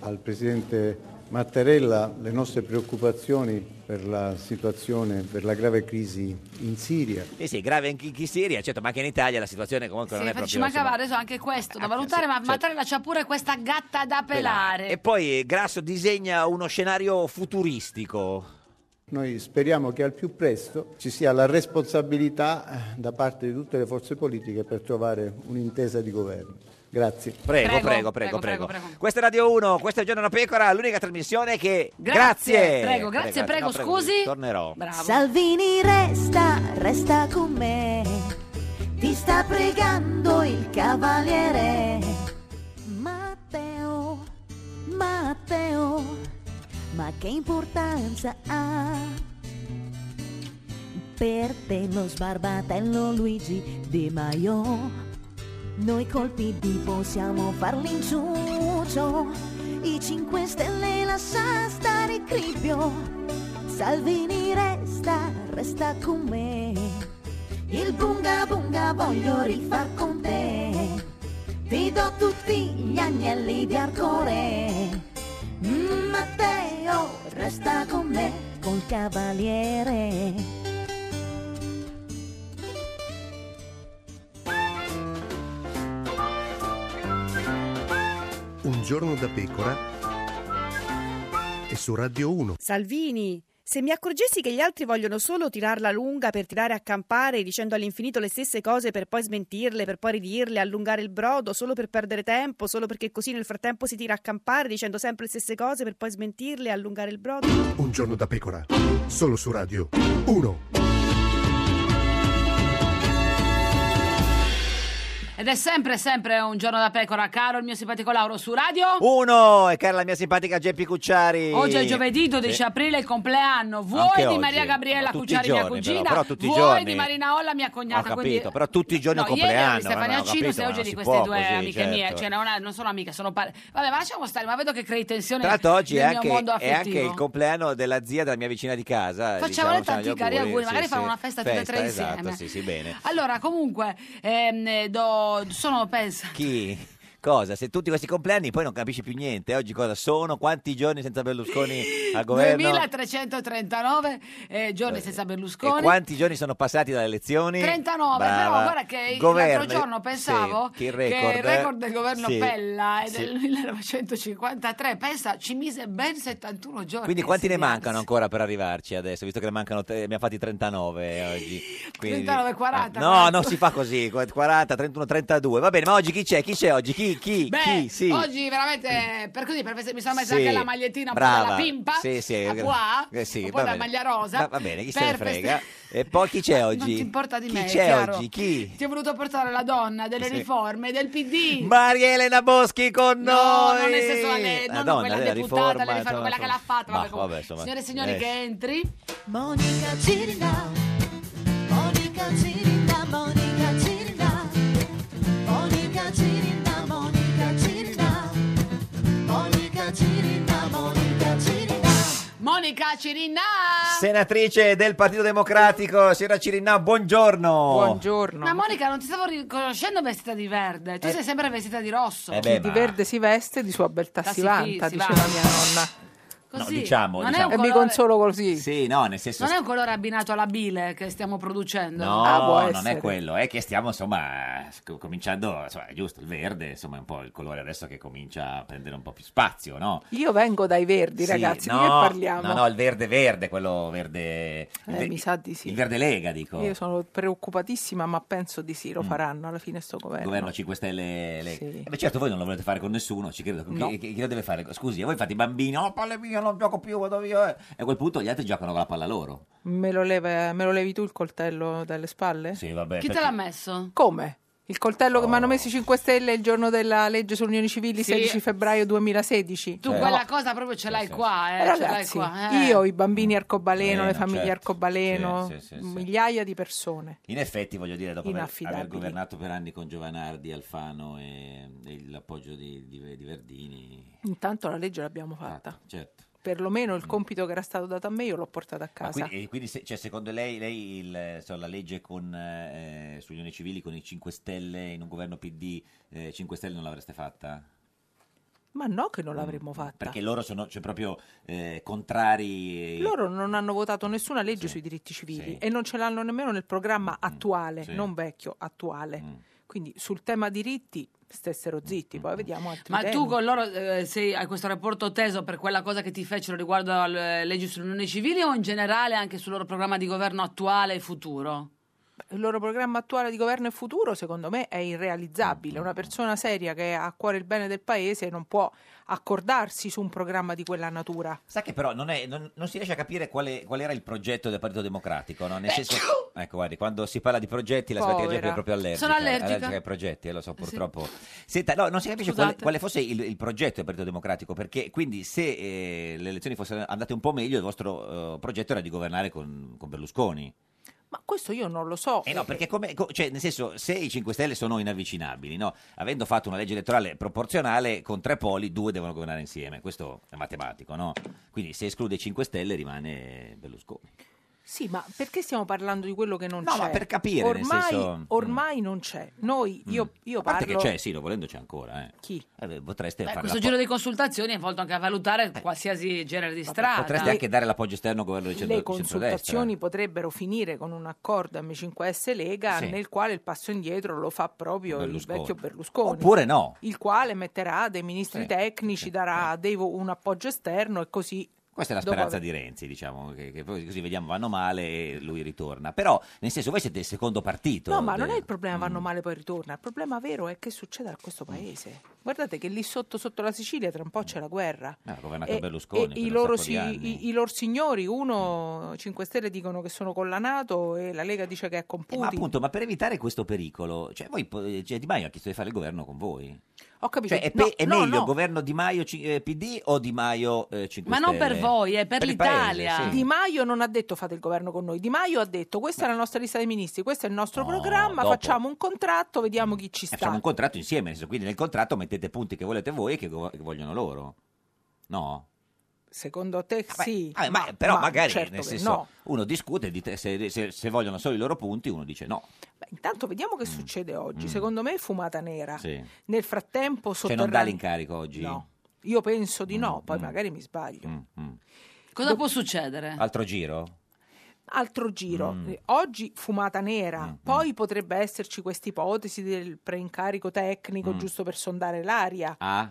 Speaker 13: al Presidente Mattarella le nostre preoccupazioni per la situazione, per la grave crisi in Siria.
Speaker 2: Sì, sì, grave anche in Siria, certo, ma anche in Italia la situazione comunque
Speaker 1: Sì,
Speaker 2: non è
Speaker 1: infatti ci
Speaker 2: proprio...
Speaker 1: mancava
Speaker 2: insomma, eh,
Speaker 1: adesso anche questo da valutare, ma
Speaker 2: certo.
Speaker 1: Mattarella c'ha pure questa gatta da pelare.
Speaker 2: E poi eh, Grasso disegna uno scenario futuristico.
Speaker 13: Noi speriamo che al più presto ci sia la responsabilità eh, da parte di tutte le forze politiche per trovare un'intesa di governo. Grazie.
Speaker 2: Prego, prego, prego, prego. Questa è Radio 1, questa è Giorno una Pecora, l'unica trasmissione che...
Speaker 1: Grazie,
Speaker 2: Grazie!
Speaker 1: prego, grazie, prego, scusi.
Speaker 2: Tornerò.
Speaker 12: Salvini resta, resta con me. Ti sta pregando il cavaliere. Matteo, Matteo, ma che importanza ha? Per te lo sbarbatello Luigi Di Maio. Noi col PD possiamo far l'inciuccio. I 5 Stelle lascia stare il cribbio. Salvini resta, resta con me. Il bunga bunga voglio rifar con te. Ti do tutti gli agnelli di arcore. Mm, Matteo resta con me, col cavaliere.
Speaker 14: Un giorno da pecora e su Radio 1.
Speaker 15: Salvini, se mi accorgessi che gli altri vogliono solo tirarla lunga per tirare a campare dicendo all'infinito le stesse cose per poi smentirle, per poi ridirle, allungare il brodo solo per perdere tempo, solo perché così nel frattempo si tira a campare dicendo sempre le stesse cose per poi smentirle, allungare il brodo.
Speaker 14: Un giorno da pecora, solo su Radio 1.
Speaker 1: Ed è sempre, sempre un giorno da pecora, caro il mio simpatico Lauro su radio.
Speaker 2: Uno, e cara la mia simpatica Geppi Cucciari.
Speaker 1: Oggi è giovedì 12
Speaker 2: Sì.
Speaker 1: aprile, il compleanno.
Speaker 2: eh.
Speaker 1: Vuoi
Speaker 2: Anche
Speaker 1: di
Speaker 2: oggi.
Speaker 1: Maria Gabriella
Speaker 2: No, tutti i
Speaker 1: Cucciari, mia
Speaker 2: giorni, però,
Speaker 1: cugina?
Speaker 2: però tutti i
Speaker 1: vuoi
Speaker 2: giorni.
Speaker 1: di Marina Olla, mia cognata?
Speaker 2: Ho capito,
Speaker 1: quindi-
Speaker 2: però tutti i giorni
Speaker 1: No,
Speaker 2: è un
Speaker 1: ieri ero
Speaker 2: compleanno.
Speaker 1: di Stefania
Speaker 2: ma no, ho
Speaker 1: Cino,
Speaker 2: capito,
Speaker 1: se
Speaker 2: ma
Speaker 1: oggi
Speaker 2: non
Speaker 1: di
Speaker 2: si
Speaker 1: queste
Speaker 2: può
Speaker 1: due
Speaker 2: così,
Speaker 1: amiche
Speaker 2: certo.
Speaker 1: mie, cioè non, non sono amiche, sono pare. Vabbè, ma lasciamo stare, ma vedo che crei tensione
Speaker 2: Tra l'altro oggi è
Speaker 1: nel mio
Speaker 2: anche,
Speaker 1: mondo
Speaker 2: è anche
Speaker 1: affettivo.
Speaker 2: il compleanno della zia della mia vicina di casa. eh,
Speaker 1: Facciamo
Speaker 2: diciamo,
Speaker 1: le tanti
Speaker 2: facciamo gli
Speaker 1: cari auguri, magari
Speaker 2: sì,
Speaker 1: fanno
Speaker 2: sì.
Speaker 1: una festa tutte e tre
Speaker 2: Esatto,
Speaker 1: insieme.
Speaker 2: sì, sì, bene.
Speaker 1: Allora, comunque, ehm, eh, do- sono, pensa,
Speaker 2: Chi? Cosa? Se tutti questi compleanni poi non capisci più niente. Oggi cosa sono? Quanti giorni senza Berlusconi al governo?
Speaker 1: 2339 eh, giorni senza Berlusconi.
Speaker 2: E quanti giorni sono passati dalle elezioni?
Speaker 1: 39, però
Speaker 2: Brava.
Speaker 1: guarda che
Speaker 2: Governo- eh,
Speaker 1: l'altro giorno
Speaker 2: sì,
Speaker 1: pensavo
Speaker 2: che il record, eh,
Speaker 1: che il record del governo
Speaker 2: sì,
Speaker 1: Pella è
Speaker 2: sì.
Speaker 1: del 1953, pensa, ci mise ben 71 giorni.
Speaker 2: Quindi quanti ne
Speaker 1: sì,
Speaker 2: mancano ancora per arrivarci adesso? Visto che ne mancano, tre- abbiamo fatti 39
Speaker 1: [laughs]
Speaker 2: oggi. Quindi- Ah,
Speaker 1: 39, 40,
Speaker 2: No, non si fa così, 40, 31, 32. Va bene, ma oggi chi c'è? Chi c'è oggi? Chi? Chi?
Speaker 1: Beh,
Speaker 2: chi? Sì.
Speaker 1: oggi veramente, per così, per- mi sono messa
Speaker 2: Sì,
Speaker 1: anche la magliettina un po'
Speaker 2: brava.
Speaker 1: della pimpa,
Speaker 2: Sì, sì.
Speaker 1: a qua,
Speaker 2: Eh, sì,
Speaker 1: un po'
Speaker 2: va
Speaker 1: la
Speaker 2: bene.
Speaker 1: maglia rosa.
Speaker 2: Va, va bene, chi se ne
Speaker 1: per
Speaker 2: frega.
Speaker 1: feste-
Speaker 2: [laughs] E poi chi c'è oggi?
Speaker 1: Non ti importa di
Speaker 2: chi
Speaker 1: me, è
Speaker 2: c'è
Speaker 1: chiaro.
Speaker 2: oggi? Chi?
Speaker 1: Ti ho voluto portare la donna delle
Speaker 2: Sì.
Speaker 1: riforme, del PD.
Speaker 2: Maria Elena Boschi con
Speaker 1: No,
Speaker 2: noi.
Speaker 1: non nel senso alle- no, no,
Speaker 2: Madonna,
Speaker 1: quella
Speaker 2: lei la
Speaker 1: deputata,
Speaker 2: riforma,
Speaker 1: le riforme,
Speaker 2: insomma,
Speaker 1: quella che l'ha fatta,
Speaker 2: Ma,
Speaker 1: vabbè, comunque.
Speaker 2: insomma,
Speaker 1: Signore e signori,
Speaker 2: eh,
Speaker 1: che entri.
Speaker 12: Monica Cirinda, Monica Cirinda, Monica Cirinda, Monica Cirinda, Monica Cirinda, Monica Cirinda, Monica Cirinda.
Speaker 1: Monica Cirinna!
Speaker 2: Senatrice del Partito Democratico, signora Cirinna, buongiorno.
Speaker 1: Ma Monica, non ti stavo riconoscendo vestita di verde. Tu
Speaker 2: Eh.
Speaker 1: sei sempre vestita di rosso.
Speaker 2: Eh beh, Chi di ma- verde
Speaker 16: si veste, di sua beltà
Speaker 1: si
Speaker 16: si
Speaker 1: fi-
Speaker 16: vanta,
Speaker 1: Ah, si
Speaker 16: diceva
Speaker 1: vanta.
Speaker 16: mia nonna.
Speaker 2: No,
Speaker 1: Così.
Speaker 2: diciamo,
Speaker 1: non
Speaker 2: diciamo.
Speaker 1: È un
Speaker 16: E mi
Speaker 1: colore...
Speaker 16: consolo così.
Speaker 2: Sì, no, nel senso...
Speaker 1: non è un colore abbinato alla bile che stiamo producendo.
Speaker 2: No,
Speaker 16: Ah,
Speaker 2: non è quello, è che stiamo insomma sc- cominciando, insomma, è giusto, il verde insomma è un po' il colore adesso che comincia a prendere un po' più spazio, no?
Speaker 16: Io vengo dai verdi,
Speaker 2: Sì,
Speaker 16: ragazzi,
Speaker 2: no,
Speaker 16: di che parliamo?
Speaker 2: No, no, il verde verde, quello verde... il
Speaker 16: Eh,
Speaker 2: ve-
Speaker 16: mi sa di sì.
Speaker 2: Il verde lega, dico. Mm.
Speaker 16: Io sono preoccupatissima, ma penso di sì, lo faranno alla fine sto governo.
Speaker 2: Governo 5 Stelle Lega.
Speaker 16: Sì.
Speaker 2: Eh, beh, certo voi non lo volete fare con nessuno, ci credo. Chi-
Speaker 16: No.
Speaker 2: Chi, chi lo deve fare? Scusi, e voi fate i bambini, oh palle mie, non gioco più, vado via. eh. E a quel punto gli altri giocano con la palla loro.
Speaker 16: Me lo, leva- me lo levi tu il coltello dalle spalle?
Speaker 2: Sì, vabbè. Oh.
Speaker 1: Chi te l'ha messo?
Speaker 16: Come? Il coltello che mi hanno messo i 5 Stelle il giorno della legge sulle unioni civili,
Speaker 1: Sì.
Speaker 16: 16 febbraio 2016?
Speaker 2: cioè,
Speaker 1: Tu
Speaker 16: No.
Speaker 2: Eh.
Speaker 1: quella cosa proprio ce l'hai qua, eh.
Speaker 16: Eh,
Speaker 1: ce
Speaker 16: ragazzi,
Speaker 1: l'hai qua. eh.
Speaker 16: io, i bambini arcobaleno,
Speaker 2: Eh,
Speaker 16: le
Speaker 2: no,
Speaker 16: famiglie
Speaker 2: certo.
Speaker 16: arcobaleno,
Speaker 2: Sì, sì, sì, sì.
Speaker 16: migliaia di persone.
Speaker 2: In effetti, voglio dire, dopo aver,
Speaker 16: Inaffidabili.
Speaker 2: aver governato per anni con Giovanardi, Alfano e, e l'appoggio di, di- di Verdini,
Speaker 16: Intanto la legge l'abbiamo fatta.
Speaker 2: certo.
Speaker 16: Perlomeno il compito che era stato dato a me io l'ho portato a
Speaker 2: Ma
Speaker 16: casa.
Speaker 2: quindi, e quindi se- cioè, secondo lei, lei il, eh, so, la legge con, eh, sugli unioni civili con i 5 Stelle in un governo PD eh, 5 Stelle non l'avreste fatta?
Speaker 16: Ma no che non l'avremmo fatta.
Speaker 2: Mm. Perché loro sono cioè, proprio eh, contrari.
Speaker 16: Loro non hanno votato nessuna legge sui diritti civili e non ce l'hanno nemmeno nel programma attuale,
Speaker 2: Mm. sì. Mm.
Speaker 16: non vecchio, attuale. Quindi sul tema diritti stessero zitti, poi vediamo altri
Speaker 1: Ma tu
Speaker 16: temi.
Speaker 1: con loro eh, sei, hai questo rapporto teso per quella cosa che ti fecero riguardo alle leggi sulle unioni civili o in generale anche sul loro programma di governo attuale e futuro?
Speaker 16: Il loro programma attuale di governo e futuro, secondo me, è irrealizzabile.
Speaker 2: Mm.
Speaker 16: Una persona seria che ha a cuore il bene del paese non può accordarsi su un programma di quella natura.
Speaker 2: Sa che però non, è- non- non si riesce a capire quale, qual era il progetto del Partito Democratico, no? Nel senso, ecco, guardi, quando si parla di progetti la signora Tiaggia
Speaker 16: Eh, Povera.
Speaker 2: è proprio allergica.
Speaker 16: Sono allergica.
Speaker 2: ai progetti, eh, lo so purtroppo. Senta, no, non si capisce quale,
Speaker 16: Scusate.
Speaker 2: quale fosse il, il progetto del Partito Democratico, perché quindi se eh, le elezioni fossero andate un po' meglio, il vostro eh, progetto era di governare con, con Berlusconi.
Speaker 16: Ma questo io non lo so.
Speaker 2: Eh no, perché come, co- cioè, nel senso, se i 5 Stelle sono inavvicinabili, no? avendo fatto una legge elettorale proporzionale, con tre poli due devono governare insieme. Questo è matematico, no? Quindi se esclude i 5 Stelle rimane Berlusconi.
Speaker 16: Sì, ma perché stiamo parlando di quello che non
Speaker 2: No,
Speaker 16: c'è?
Speaker 2: ma per capire, nel
Speaker 16: ormai,
Speaker 2: senso- mm.
Speaker 16: ormai non c'è. Noi, io, io
Speaker 2: A parte che
Speaker 16: parlo...
Speaker 2: c'è, sì, lo volendo c'è ancora. Eh.
Speaker 16: Chi?
Speaker 2: Eh, beh, potreste
Speaker 1: Beh,
Speaker 2: fare
Speaker 1: questo
Speaker 2: l'appo-
Speaker 1: giro di consultazioni è volto anche a valutare qualsiasi genere di strada.
Speaker 2: potreste Eh. anche dare l'appoggio esterno al governo di centro-
Speaker 16: le
Speaker 2: di centrodestra. eh.
Speaker 16: consultazioni potrebbero finire con un accordo M5S Lega
Speaker 2: Sì.
Speaker 16: nel quale il passo indietro lo fa proprio
Speaker 2: Berlusconi.
Speaker 16: il vecchio Berlusconi.
Speaker 2: Oppure no.
Speaker 16: Il quale metterà dei ministri
Speaker 2: Sì,
Speaker 16: tecnici, darà dei vo- un appoggio esterno e così.
Speaker 2: Questa è la
Speaker 16: dopo
Speaker 2: speranza
Speaker 16: aver-
Speaker 2: di Renzi, diciamo, che, che poi così vediamo vanno male e lui ritorna. Però, nel senso, voi siete il secondo partito.
Speaker 16: No, ma non
Speaker 2: del-
Speaker 16: è il problema, vanno
Speaker 2: Mm.
Speaker 16: male poi ritorna. Il problema vero è che succede a questo paese. Guardate che lì sotto, sotto la Sicilia, tra un po' c'è la guerra.
Speaker 2: Eh, ha governato
Speaker 16: E-
Speaker 2: Berlusconi
Speaker 16: e
Speaker 2: per
Speaker 16: i,
Speaker 2: un
Speaker 16: loro
Speaker 2: sacco di
Speaker 16: si-
Speaker 2: anni. Mm.
Speaker 16: i- i lor signori, uno 5 Stelle dicono che sono con la Nato e la Lega dice che è con
Speaker 2: Eh, ma
Speaker 16: Putin.
Speaker 2: appunto, ma per evitare questo pericolo, cioè, voi, po- eh, cioè, Di Maio ha chiesto di fare il governo con voi.
Speaker 16: Ho capito.
Speaker 2: Cioè, è,
Speaker 16: No,
Speaker 2: pe- è
Speaker 16: no,
Speaker 2: meglio
Speaker 16: no.
Speaker 2: governo Di Maio ci- eh, PD o Di Maio eh, 5
Speaker 16: Ma
Speaker 2: Stelle?
Speaker 16: non per voi,
Speaker 1: è per
Speaker 2: il paese, sì.
Speaker 16: Di Maio non ha detto fate il governo con noi. Di Maio ha detto questa è la nostra lista dei ministri, questo è il nostro programma,
Speaker 2: dopo. Eh,
Speaker 16: facciamo un contratto, vediamo chi ci sta.
Speaker 2: Facciamo un contratto insieme, nel senso, quindi nel contratto mettete punti che volete voi e che, go- che vogliono loro. No?
Speaker 16: Secondo te sì.
Speaker 2: Eh, ma, però
Speaker 16: ma
Speaker 2: magari
Speaker 16: certo
Speaker 2: nel
Speaker 16: che
Speaker 2: senso,
Speaker 16: no.
Speaker 2: uno discute dite- se, se- se vogliono solo i loro punti, uno dice no.
Speaker 16: Beh, intanto vediamo che succede oggi.
Speaker 2: Mm.
Speaker 16: Secondo me è fumata nera.
Speaker 2: Sì.
Speaker 16: Nel frattempo
Speaker 2: Cioè non dà
Speaker 16: sotterraneo.
Speaker 2: l'incarico oggi.
Speaker 16: No. Io penso
Speaker 2: Mm,
Speaker 16: di no, poi magari mi sbaglio.
Speaker 1: Cosa può succedere?
Speaker 2: Altro giro?
Speaker 16: Altro giro,
Speaker 2: Ah. Mm.
Speaker 16: Eh, oggi fumata nera, poi potrebbe esserci questa ipotesi del preincarico tecnico
Speaker 2: Mm.
Speaker 16: giusto per sondare l'aria.
Speaker 2: Ah,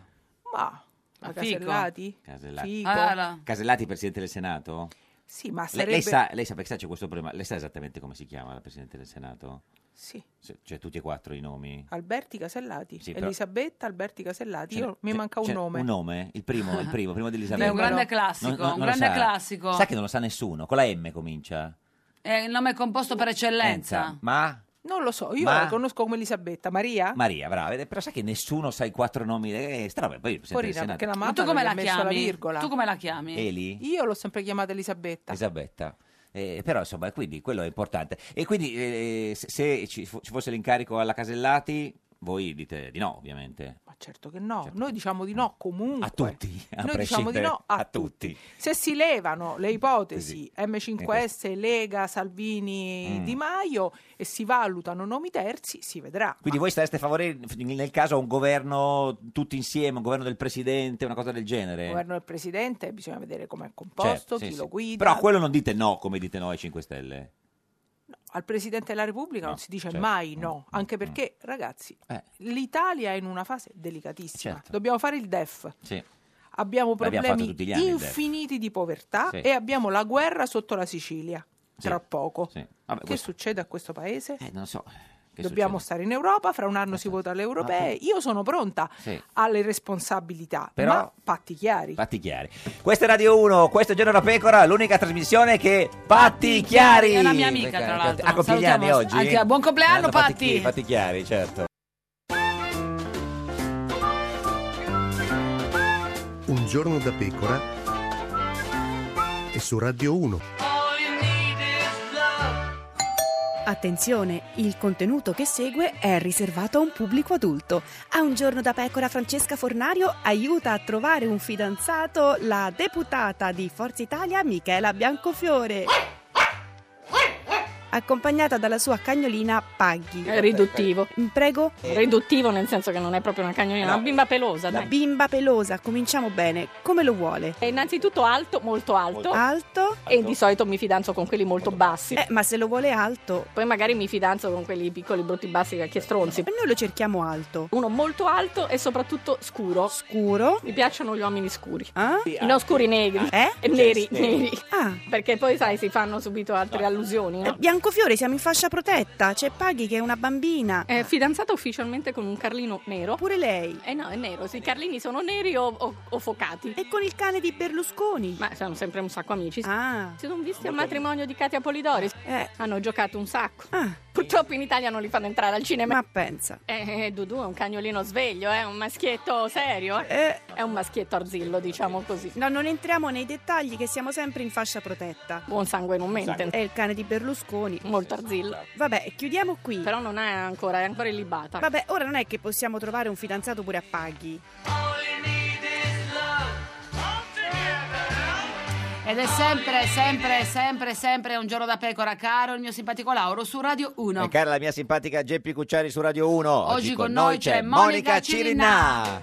Speaker 16: Ma a
Speaker 1: Fico?
Speaker 16: Casellati?
Speaker 2: Casellati.
Speaker 16: Fico?
Speaker 1: Ah,
Speaker 2: Casellati, Presidente del Senato?
Speaker 16: Ah, Sì, ma
Speaker 2: Le-
Speaker 16: sarebbe...
Speaker 2: Lei, sa, lei sa perché c'è questo problema? Lei sa esattamente come si chiama la Presidente del Senato?
Speaker 16: Sì,
Speaker 2: Se- Cioè tutti e quattro i nomi?
Speaker 16: Alberti Casellati.
Speaker 2: Sì, però-
Speaker 16: Elisabetta Alberti Casellati. Io,
Speaker 2: C'è-
Speaker 16: mi
Speaker 2: c'è-
Speaker 16: manca un
Speaker 2: c'è
Speaker 16: nome.
Speaker 2: Cioè, Un nome? Il primo, il primo, prima di Elisabetta.
Speaker 1: È un grande classico,
Speaker 2: Non- non-
Speaker 1: un
Speaker 2: non lo
Speaker 1: grande
Speaker 2: sa.
Speaker 1: classico.
Speaker 2: Sa che non lo sa nessuno, con la M comincia.
Speaker 1: È Eh, il nome composto per eccellenza.
Speaker 2: Ma
Speaker 16: Non lo so, io
Speaker 2: Ma-
Speaker 16: la conosco come Elisabetta. Maria?
Speaker 2: Maria, brava, vede, però sa che nessuno sa i quattro nomi. Eh, strano, poi il Presidente del
Speaker 16: Porina,
Speaker 2: Senato.
Speaker 16: perché la
Speaker 1: Ma tu
Speaker 16: mamma
Speaker 1: come
Speaker 16: non gli
Speaker 1: la
Speaker 16: ha messo la
Speaker 1: chiami?
Speaker 16: virgola.
Speaker 1: Tu come la chiami?
Speaker 2: Eli?
Speaker 16: Io l'ho sempre chiamata Elisabetta.
Speaker 2: Elisabetta. Eh, però insomma, quindi quello è importante. E quindi eh, se- se ci, fu- ci fosse l'incarico alla Casellati, Voi dite di no, ovviamente.
Speaker 16: Ma certo che no, noi diciamo di no comunque.
Speaker 2: A tutti, a
Speaker 16: Noi diciamo di
Speaker 2: prescindere,
Speaker 16: no a
Speaker 2: tutti.
Speaker 16: Se si levano le ipotesi M5S,
Speaker 2: Ecco.
Speaker 16: Lega, Salvini,
Speaker 2: Mm.
Speaker 16: Di Maio e si valutano nomi terzi, si vedrà.
Speaker 2: Quindi voi stareste favorendo nel caso a un governo tutti insieme, un governo del presidente, una cosa del genere?
Speaker 16: Il governo del presidente bisogna vedere com'è composto,
Speaker 2: Eh. Certo, sì,
Speaker 16: chi lo
Speaker 2: sì.
Speaker 16: guida.
Speaker 2: Però a quello non dite no, come dite noi 5 Stelle.
Speaker 16: Al presidente della Repubblica non si dice
Speaker 2: certo.
Speaker 16: mai no, anche perché, ragazzi,
Speaker 2: Eh.
Speaker 16: l'Italia è in una fase delicatissima.
Speaker 2: Certo.
Speaker 16: Dobbiamo fare il DEF.
Speaker 2: Sì.
Speaker 16: Abbiamo
Speaker 2: L'abbiamo
Speaker 16: problemi
Speaker 2: fatto tutti gli anni il DEF.
Speaker 16: infiniti di povertà
Speaker 2: Sì.
Speaker 16: e abbiamo la guerra sotto la Sicilia. Tra poco.
Speaker 2: Sì. Vabbè,
Speaker 16: che
Speaker 2: questo- Eh,
Speaker 16: succede a questo paese?
Speaker 2: non so. che
Speaker 16: Dobbiamo stare in Europa, fra un anno si vota alle europee. Io sono pronta
Speaker 2: succede. Ah, Sì.
Speaker 16: alle responsabilità,
Speaker 2: Però-
Speaker 16: ma patti chiari.
Speaker 2: Patti chiari. Questa è Radio 1, questo è Giorno da Pecora, l'unica trasmissione che Patti chiari.
Speaker 1: È una mia amica, tra l'altro.
Speaker 2: Ah, compie gli anni
Speaker 1: Salutiamo-
Speaker 2: oggi.
Speaker 1: Ah, buon compleanno,
Speaker 2: Grande Patti
Speaker 1: Patti.
Speaker 2: Chi- Patti chiari, certo.
Speaker 14: Un giorno da pecora e su Radio 1.
Speaker 15: Attenzione, il contenuto che segue è riservato a un pubblico adulto. A un giorno da pecora Francesca Fornario aiuta a trovare un fidanzato la deputata di Forza Italia Michela Biancofiore. Accompagnata dalla sua cagnolina Paghi. Mm,
Speaker 17: È Eh, riduttivo.
Speaker 15: Prego?
Speaker 17: Riduttivo nel senso che non è proprio una cagnolina, è una bimba pelosa.
Speaker 15: La
Speaker 17: Dai.
Speaker 15: bimba pelosa, cominciamo bene, come lo vuole?
Speaker 17: È innanzitutto alto, molto alto.
Speaker 15: Alto.
Speaker 17: E di solito mi fidanzo con quelli molto bassi.
Speaker 15: Eh, ma se lo vuole alto.
Speaker 17: Poi magari mi fidanzo con quelli piccoli, brutti, bassi, che stronzi.
Speaker 15: Noi lo cerchiamo alto.
Speaker 17: Uno molto alto e soprattutto scuro.
Speaker 15: Scuro.
Speaker 17: Mi piacciono gli uomini scuri.
Speaker 15: Ah?
Speaker 17: No, scuri negri.
Speaker 15: Eh?
Speaker 17: E neri,
Speaker 15: Sì.
Speaker 17: neri.
Speaker 15: Ah.
Speaker 17: Perché poi, sai, si fanno subito altre
Speaker 15: Eh,
Speaker 17: allusioni, no?
Speaker 15: Biancofiore, siamo in fascia protetta, c'è Paghi che è una bambina.
Speaker 17: È fidanzata ufficialmente con un Carlino nero.
Speaker 15: Pure lei.
Speaker 17: Eh no, è nero. I Carlini sono neri o, o- o focati.
Speaker 15: E con il cane di Berlusconi.
Speaker 17: Ma sono sempre un sacco amici.
Speaker 15: Ah. Eh.
Speaker 17: Si sono visti al matrimonio di Katia Polidori. Hanno giocato un sacco.
Speaker 15: Ah.
Speaker 17: Purtroppo in Italia non li fanno entrare al cinema.
Speaker 15: Ma pensa.
Speaker 17: Eh, eh, Dudu è un cagnolino sveglio, è un maschietto serio. eh. È un maschietto arzillo, diciamo così.
Speaker 15: No, non entriamo nei dettagli che siamo sempre in fascia protetta.
Speaker 17: Buon sangue non mente.
Speaker 15: È il cane di Berlusconi.
Speaker 17: Molto arzillo.
Speaker 15: Vabbè, chiudiamo qui.
Speaker 17: Però non è ancora, è ancora illibata.
Speaker 15: Vabbè, ora non è che possiamo trovare un fidanzato pure a Paghi.
Speaker 1: Ed è sempre, sempre, sempre, sempre un giorno da pecora, caro il mio simpatico Lauro su Radio 1.
Speaker 2: E cara la mia simpatica Geppi Cucciari su Radio 1.
Speaker 1: Oggi con noi c'è Monica Cirinà.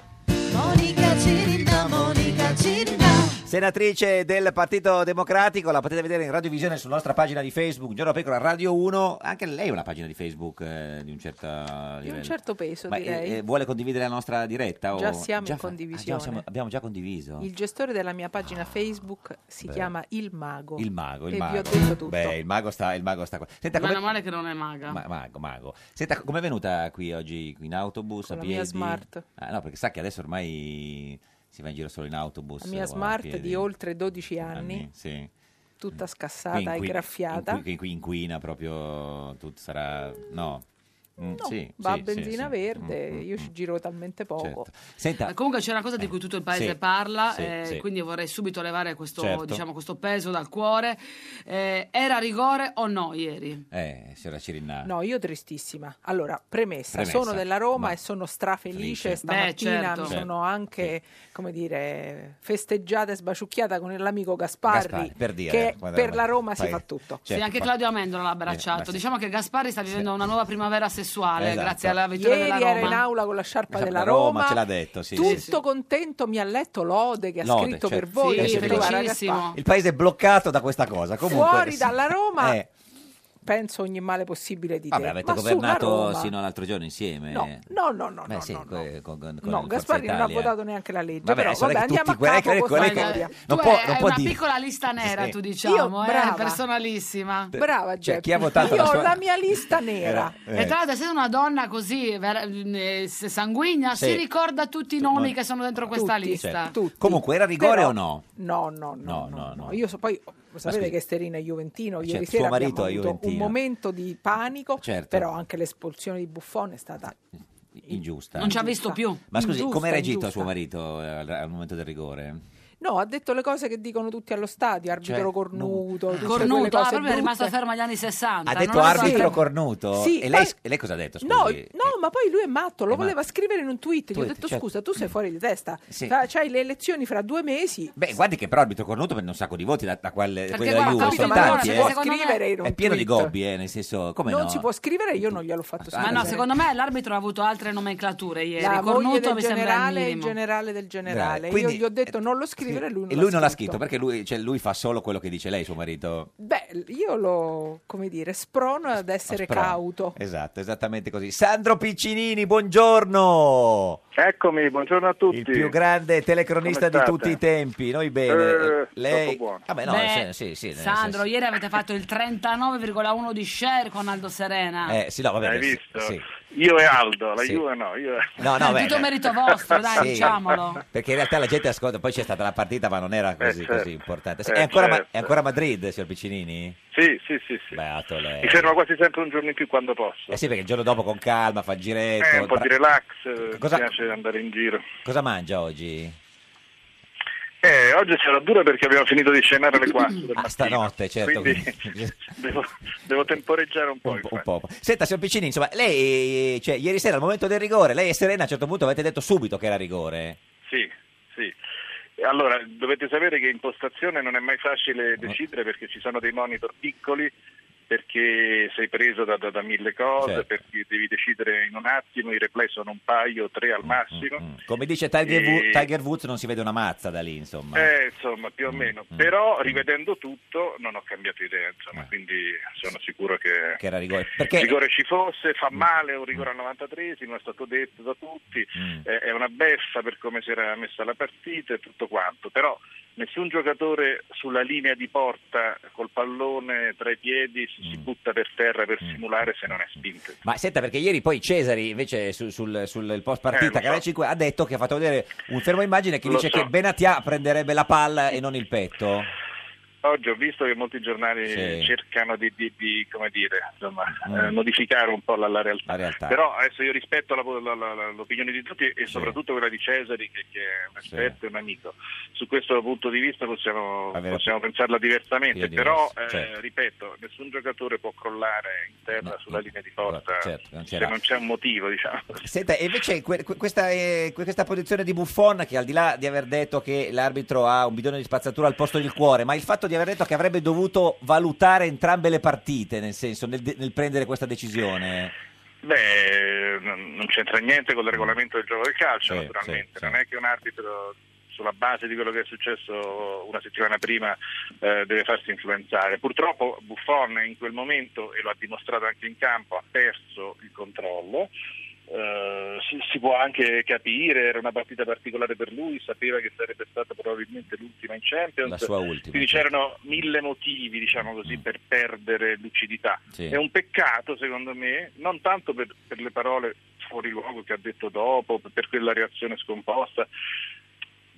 Speaker 12: Monica Cirinna, Monica Cirinna.
Speaker 2: Senatrice del Partito Democratico, la potete vedere in radiovisione sulla nostra pagina di Facebook, Giorno da Pecora Radio 1. Anche lei ha una pagina di Facebook eh, di un certo livello.
Speaker 16: Di un certo peso,
Speaker 2: Ma eh,
Speaker 16: direi.
Speaker 2: eh, vuole condividere la nostra diretta? o-
Speaker 16: Già siamo in
Speaker 2: fa- ah,
Speaker 16: condivisione.
Speaker 2: siamo- abbiamo già condiviso.
Speaker 16: Il gestore della mia pagina Facebook si
Speaker 2: Ah, Beh.
Speaker 16: chiama Il Mago.
Speaker 2: Il mago, il
Speaker 16: e
Speaker 2: mago.
Speaker 16: vi ho detto tutto.
Speaker 2: Beh, il mago sta, il mago sta qua. Senta,
Speaker 1: Meno
Speaker 2: come...
Speaker 1: male che non è maga.
Speaker 2: ma- mago, mago. Senta, com'è venuta qui oggi in autobus?
Speaker 16: Con
Speaker 2: a
Speaker 16: la mia
Speaker 2: piedi?
Speaker 16: Smart.
Speaker 2: Ah, no, perché sa che adesso ormai si va in giro solo in autobus.
Speaker 16: La mia
Speaker 2: o a
Speaker 16: smart
Speaker 2: piedi.
Speaker 16: di oltre 12 anni,
Speaker 2: Sì.
Speaker 16: tutta scassata
Speaker 2: Qui
Speaker 16: e
Speaker 2: inqui-
Speaker 16: graffiata.
Speaker 2: inqui- inqui- inquina proprio, tutto sarà... No. Mm,
Speaker 16: No,
Speaker 2: sì,
Speaker 16: va a
Speaker 2: sì,
Speaker 16: benzina
Speaker 2: sì, sì.
Speaker 16: verde,
Speaker 2: Mm, mm,
Speaker 16: io ci giro talmente poco.
Speaker 2: certo. Senta,
Speaker 1: Eh, Comunque c'è una cosa di cui tutto il paese
Speaker 2: sì,
Speaker 1: parla,
Speaker 2: sì,
Speaker 1: eh,
Speaker 2: sì.
Speaker 1: quindi vorrei subito levare questo,
Speaker 2: Certo.
Speaker 1: diciamo, questo peso dal cuore. Eh, era rigore o no ieri?
Speaker 2: eh, signora Cirinna.
Speaker 16: No, io tristissima. Allora, premessa,
Speaker 2: Premessa,
Speaker 16: sono della Roma
Speaker 2: ma-
Speaker 16: e sono strafelice.
Speaker 2: Felice.
Speaker 16: Stamattina
Speaker 1: Beh, certo.
Speaker 16: mi
Speaker 1: Certo.
Speaker 16: sono anche, come dire, festeggiata e sbaciucchiata con l'amico Gasparri,
Speaker 2: Gasparri, per dire,
Speaker 16: che
Speaker 2: guarda,
Speaker 16: per
Speaker 2: ma-
Speaker 16: la Roma si
Speaker 2: fai-
Speaker 16: fa tutto.
Speaker 1: sì, anche Claudio Amendola l'ha abbracciato.
Speaker 2: Eh, ma Certo, sì.
Speaker 1: Diciamo che Gasparri sta vivendo una nuova primavera sessuale
Speaker 2: Esatto.
Speaker 1: grazie alla vittoria
Speaker 16: Ieri
Speaker 1: della
Speaker 16: era
Speaker 1: Roma.
Speaker 16: in aula con la sciarpa
Speaker 2: La
Speaker 16: della
Speaker 2: Roma,
Speaker 16: Roma,
Speaker 2: ce l'ha detto, sì,
Speaker 16: tutto
Speaker 2: sì, sì.
Speaker 16: contento, mi ha letto l'ode che ha
Speaker 2: Lode,
Speaker 16: scritto
Speaker 2: certo.
Speaker 16: per voi.
Speaker 2: Sì,
Speaker 16: ha detto, "Guarda,
Speaker 1: felicissimo.
Speaker 16: Gasparri,
Speaker 2: Il paese è bloccato da questa cosa. Comunque,
Speaker 16: Fuori dalla
Speaker 2: [laughs]
Speaker 16: Roma,
Speaker 2: Eh,
Speaker 16: penso ogni male possibile di te.
Speaker 2: vabbè, avete
Speaker 16: ma sulla
Speaker 2: governato
Speaker 16: Roma-
Speaker 2: sino all'altro giorno insieme.
Speaker 16: No, no, no, no,
Speaker 2: Beh,
Speaker 16: no,
Speaker 2: sì,
Speaker 16: no,
Speaker 2: co- con- con- con
Speaker 16: No,
Speaker 2: Forza
Speaker 16: Gasparri non ha
Speaker 2: Italia.
Speaker 16: votato neanche la legge.
Speaker 2: Vabbè,
Speaker 16: però
Speaker 2: adesso non è
Speaker 16: vabbè,
Speaker 2: che
Speaker 16: andiamo
Speaker 2: tutti-
Speaker 16: a
Speaker 2: quelle-
Speaker 16: capo
Speaker 2: quelle- quelle
Speaker 16: con sta
Speaker 2: che-
Speaker 16: storia.
Speaker 2: non
Speaker 1: tu
Speaker 2: può-
Speaker 1: è,
Speaker 2: non
Speaker 1: è
Speaker 2: può
Speaker 1: una
Speaker 2: dire.
Speaker 1: piccola lista nera,
Speaker 2: Sì.
Speaker 1: tu diciamo,
Speaker 16: Io,
Speaker 1: eh,
Speaker 16: brava.
Speaker 1: personalissima.
Speaker 16: Brava,
Speaker 2: Cioè,
Speaker 16: Geppi.
Speaker 2: chi ha votato
Speaker 16: Io
Speaker 2: la
Speaker 16: ho
Speaker 2: sua-
Speaker 16: la mia lista nera.
Speaker 2: Era- eh.
Speaker 1: E tra l'altro, essendo una donna così vera- eh, se- sanguigna,
Speaker 2: Sì.
Speaker 1: si ricorda tutti i nomi che sono dentro questa
Speaker 16: Tutti,
Speaker 1: lista.
Speaker 2: Certo. Comunque, era rigore
Speaker 16: Però-
Speaker 2: o no?
Speaker 16: No, no, no.
Speaker 2: No, no, no.
Speaker 16: No, Io so, poi sapete
Speaker 2: scusi.
Speaker 16: che Sterina è Juventino,
Speaker 2: Certo,
Speaker 16: ieri
Speaker 2: suo
Speaker 16: sera
Speaker 2: marito
Speaker 16: abbiamo
Speaker 2: è
Speaker 16: avuto un
Speaker 2: juventino.
Speaker 16: momento di panico,
Speaker 2: Certo.
Speaker 16: però anche l'espulsione di Buffon è stata
Speaker 2: Ingiusta.
Speaker 1: Non ci ha visto più.
Speaker 2: Ma scusi,
Speaker 16: Ingiusta,
Speaker 2: come ha reagito
Speaker 16: ingiusta.
Speaker 2: suo marito eh, al, al momento del rigore?
Speaker 16: No, ha detto le cose che dicono tutti allo stadio, arbitro
Speaker 2: Cioè,
Speaker 16: cornuto. tutte quelle
Speaker 1: Cornuto, ah,
Speaker 16: cose
Speaker 1: proprio è rimasto
Speaker 16: brutte.
Speaker 1: fermo agli anni 60.
Speaker 2: Ha
Speaker 1: non
Speaker 2: detto
Speaker 1: lo so.
Speaker 2: arbitro cornuto?
Speaker 16: Sì,
Speaker 2: e, lei,
Speaker 16: poi-
Speaker 2: e lei cosa ha detto? Scusi? eh,
Speaker 16: No, no, ma poi lui è matto, lo
Speaker 2: matto.
Speaker 16: voleva scrivere in un tweet. Gli ho
Speaker 2: Tweet,
Speaker 16: detto:
Speaker 2: certo.
Speaker 16: Scusa, tu sei fuori di testa.
Speaker 2: Sì.
Speaker 16: Fa- C'hai le elezioni fra due mesi.
Speaker 2: Beh, guardi che però arbitro cornuto prende un sacco di voti da, da quelle,
Speaker 16: Perché
Speaker 2: quelli
Speaker 16: guarda,
Speaker 2: della Juve,
Speaker 16: capito,
Speaker 2: sono
Speaker 16: ma allora
Speaker 2: tanti,
Speaker 16: si può
Speaker 2: eh.
Speaker 16: scrivere in un
Speaker 2: È pieno di
Speaker 16: tweet.
Speaker 2: gobbi, eh, nel senso, come
Speaker 16: non
Speaker 2: no?
Speaker 16: si può scrivere, io non gliel'ho fatto
Speaker 2: Ah,
Speaker 16: scrivere.
Speaker 1: Ma no, secondo me l'arbitro ha avuto altre nomenclature ieri.
Speaker 16: La moglie
Speaker 1: Cornuto
Speaker 16: del
Speaker 1: mi sembra il
Speaker 16: generale, il
Speaker 1: minimo.
Speaker 16: generale del generale.
Speaker 2: Quindi- eh,
Speaker 16: io gli ho detto non lo scrivere, lui non
Speaker 2: E lui non l'ha scritto, perché lui, cioè, lui fa solo quello che dice lei, suo marito.
Speaker 16: Beh, io lo, come dire, sprono ad essere
Speaker 2: Però-
Speaker 16: cauto.
Speaker 2: Esatto, esattamente così. Sandro Piccinini, buongiorno!
Speaker 18: Eccomi, buongiorno a tutti.
Speaker 2: Il più grande telecronista
Speaker 18: Come
Speaker 2: di
Speaker 18: state?
Speaker 2: tutti i tempi, noi bene.
Speaker 18: Eh,
Speaker 2: lei...
Speaker 18: troppo buono.
Speaker 2: Vabbè, no,
Speaker 1: Beh,
Speaker 2: nel sen- sì, sì, nel
Speaker 1: Sandro, ieri avete fatto il 39,1 di share con Aldo Serena.
Speaker 2: senso- Eh, sì, no, vabbè,
Speaker 18: Hai
Speaker 2: sì,
Speaker 18: visto?
Speaker 2: sì.
Speaker 18: Io e Aldo, la
Speaker 2: Sì.
Speaker 18: Juve no. Io...
Speaker 2: No, no, beh,
Speaker 1: Tutto merito vostro, dai,
Speaker 2: eh, Sì.
Speaker 1: diciamolo.
Speaker 2: Perché in realtà la gente ascolta, poi c'è stata la partita, ma non era così,
Speaker 18: certo.
Speaker 2: così importante. Sì,
Speaker 18: Eh,
Speaker 2: è, ancora Ma-
Speaker 18: certo.
Speaker 2: è ancora a Madrid, signor Piccinini?
Speaker 18: Sì, sì, sì. sì.
Speaker 2: Beato lei.
Speaker 18: Mi fermo quasi sempre un giorno in più quando posso.
Speaker 2: Eh sì, perché il giorno dopo con calma fa il giretto.
Speaker 18: Eh, un po'
Speaker 2: bra-
Speaker 18: di relax, eh,
Speaker 2: Cosa-
Speaker 18: mi piace andare in giro.
Speaker 2: Cosa mangia oggi?
Speaker 18: Eh, oggi c'era dura perché abbiamo finito di cenare alle 4 del
Speaker 2: Ah,
Speaker 18: mattino.
Speaker 2: stanotte, certo.
Speaker 18: Quindi
Speaker 2: quindi-
Speaker 18: devo, devo temporeggiare un po'.
Speaker 2: [laughs] un, po', un po'. Senta, signor Piccini, insomma, lei, cioè, ieri sera al momento del rigore, lei e Serena a un certo punto avete detto subito che era rigore.
Speaker 18: Sì, sì. E Allora, dovete sapere che in postazione non è mai facile decidere perché ci sono dei monitor piccoli, perché sei preso da, da- da mille cose,
Speaker 2: Certo.
Speaker 18: perché devi decidere in un attimo, i replay sono un paio, tre al massimo.
Speaker 2: Come dice Tiger, Wo-
Speaker 18: E-
Speaker 2: Tiger Woods, non si vede una mazza da lì, insomma.
Speaker 18: Eh, insomma, più o meno. Però rivedendo tutto non ho cambiato idea, insomma, quindi sono sicuro che...
Speaker 2: Che era rigore.
Speaker 18: il
Speaker 2: Perché
Speaker 18: rigore ci fosse, fa male un rigore al 93esimo, è stato detto da tutti,
Speaker 2: Mm.
Speaker 18: eh, è una beffa per come si era messa la partita e tutto quanto, però nessun giocatore sulla linea di porta col pallone tra i piedi si,
Speaker 2: Mm.
Speaker 18: si butta per terra per simulare se non è spinto.
Speaker 2: Ma senta, perché ieri poi Cesari, invece su- sul, sul post
Speaker 18: Eh,
Speaker 2: partita,
Speaker 18: lo so.
Speaker 2: Canale 5, ha detto che ha fatto vedere un fermo immagine che
Speaker 18: Lo
Speaker 2: dice
Speaker 18: so.
Speaker 2: che Benatia prenderebbe la palla e non il petto.
Speaker 18: Oggi ho visto che molti giornali
Speaker 2: Sì.
Speaker 18: cercano di, di- di, come dire, insomma,
Speaker 2: Mm.
Speaker 18: eh, modificare un po' la, la realtà.
Speaker 2: La realtà.
Speaker 18: Però adesso io rispetto la- la- la- l'opinione di tutti e soprattutto quella di Cesari che, che è un
Speaker 2: Sì.
Speaker 18: esperto e un amico. Su questo punto di vista possiamo,
Speaker 2: Avere-
Speaker 18: possiamo pensarla diversamente,
Speaker 2: Sì,
Speaker 18: però
Speaker 2: diverso,
Speaker 18: eh,
Speaker 2: certo.
Speaker 18: ripeto, nessun giocatore può crollare in terra sulla linea di porta
Speaker 2: certo, non
Speaker 18: se
Speaker 2: c'era.
Speaker 18: non c'è un motivo, diciamo.
Speaker 2: Senta, e invece que- que- questa, eh, que- questa posizione di Buffon, che al di là di aver detto che l'arbitro ha un bidone di spazzatura al posto del cuore, ma il fatto di aver detto che avrebbe dovuto valutare entrambe le partite, nel senso, nel, de- nel prendere questa decisione.
Speaker 18: Beh, non non c'entra niente con il regolamento del gioco del calcio,
Speaker 2: Sì,
Speaker 18: naturalmente.
Speaker 2: sì,
Speaker 18: non è che un arbitro, sulla base di quello che è successo una settimana prima, eh, deve farsi influenzare. Purtroppo Buffon in quel momento, e lo ha dimostrato anche in campo, ha perso il controllo. Eh, si, si può anche capire, era una partita particolare per lui, sapeva che sarebbe stata probabilmente l'ultima in Champions,
Speaker 2: La sua ultima,
Speaker 18: quindi
Speaker 2: sì.
Speaker 18: c'erano mille motivi diciamo così, per perdere lucidità.
Speaker 2: Mm. Sì.
Speaker 18: È un peccato secondo me, non tanto per, per le parole fuori luogo che ha detto dopo, per quella reazione scomposta,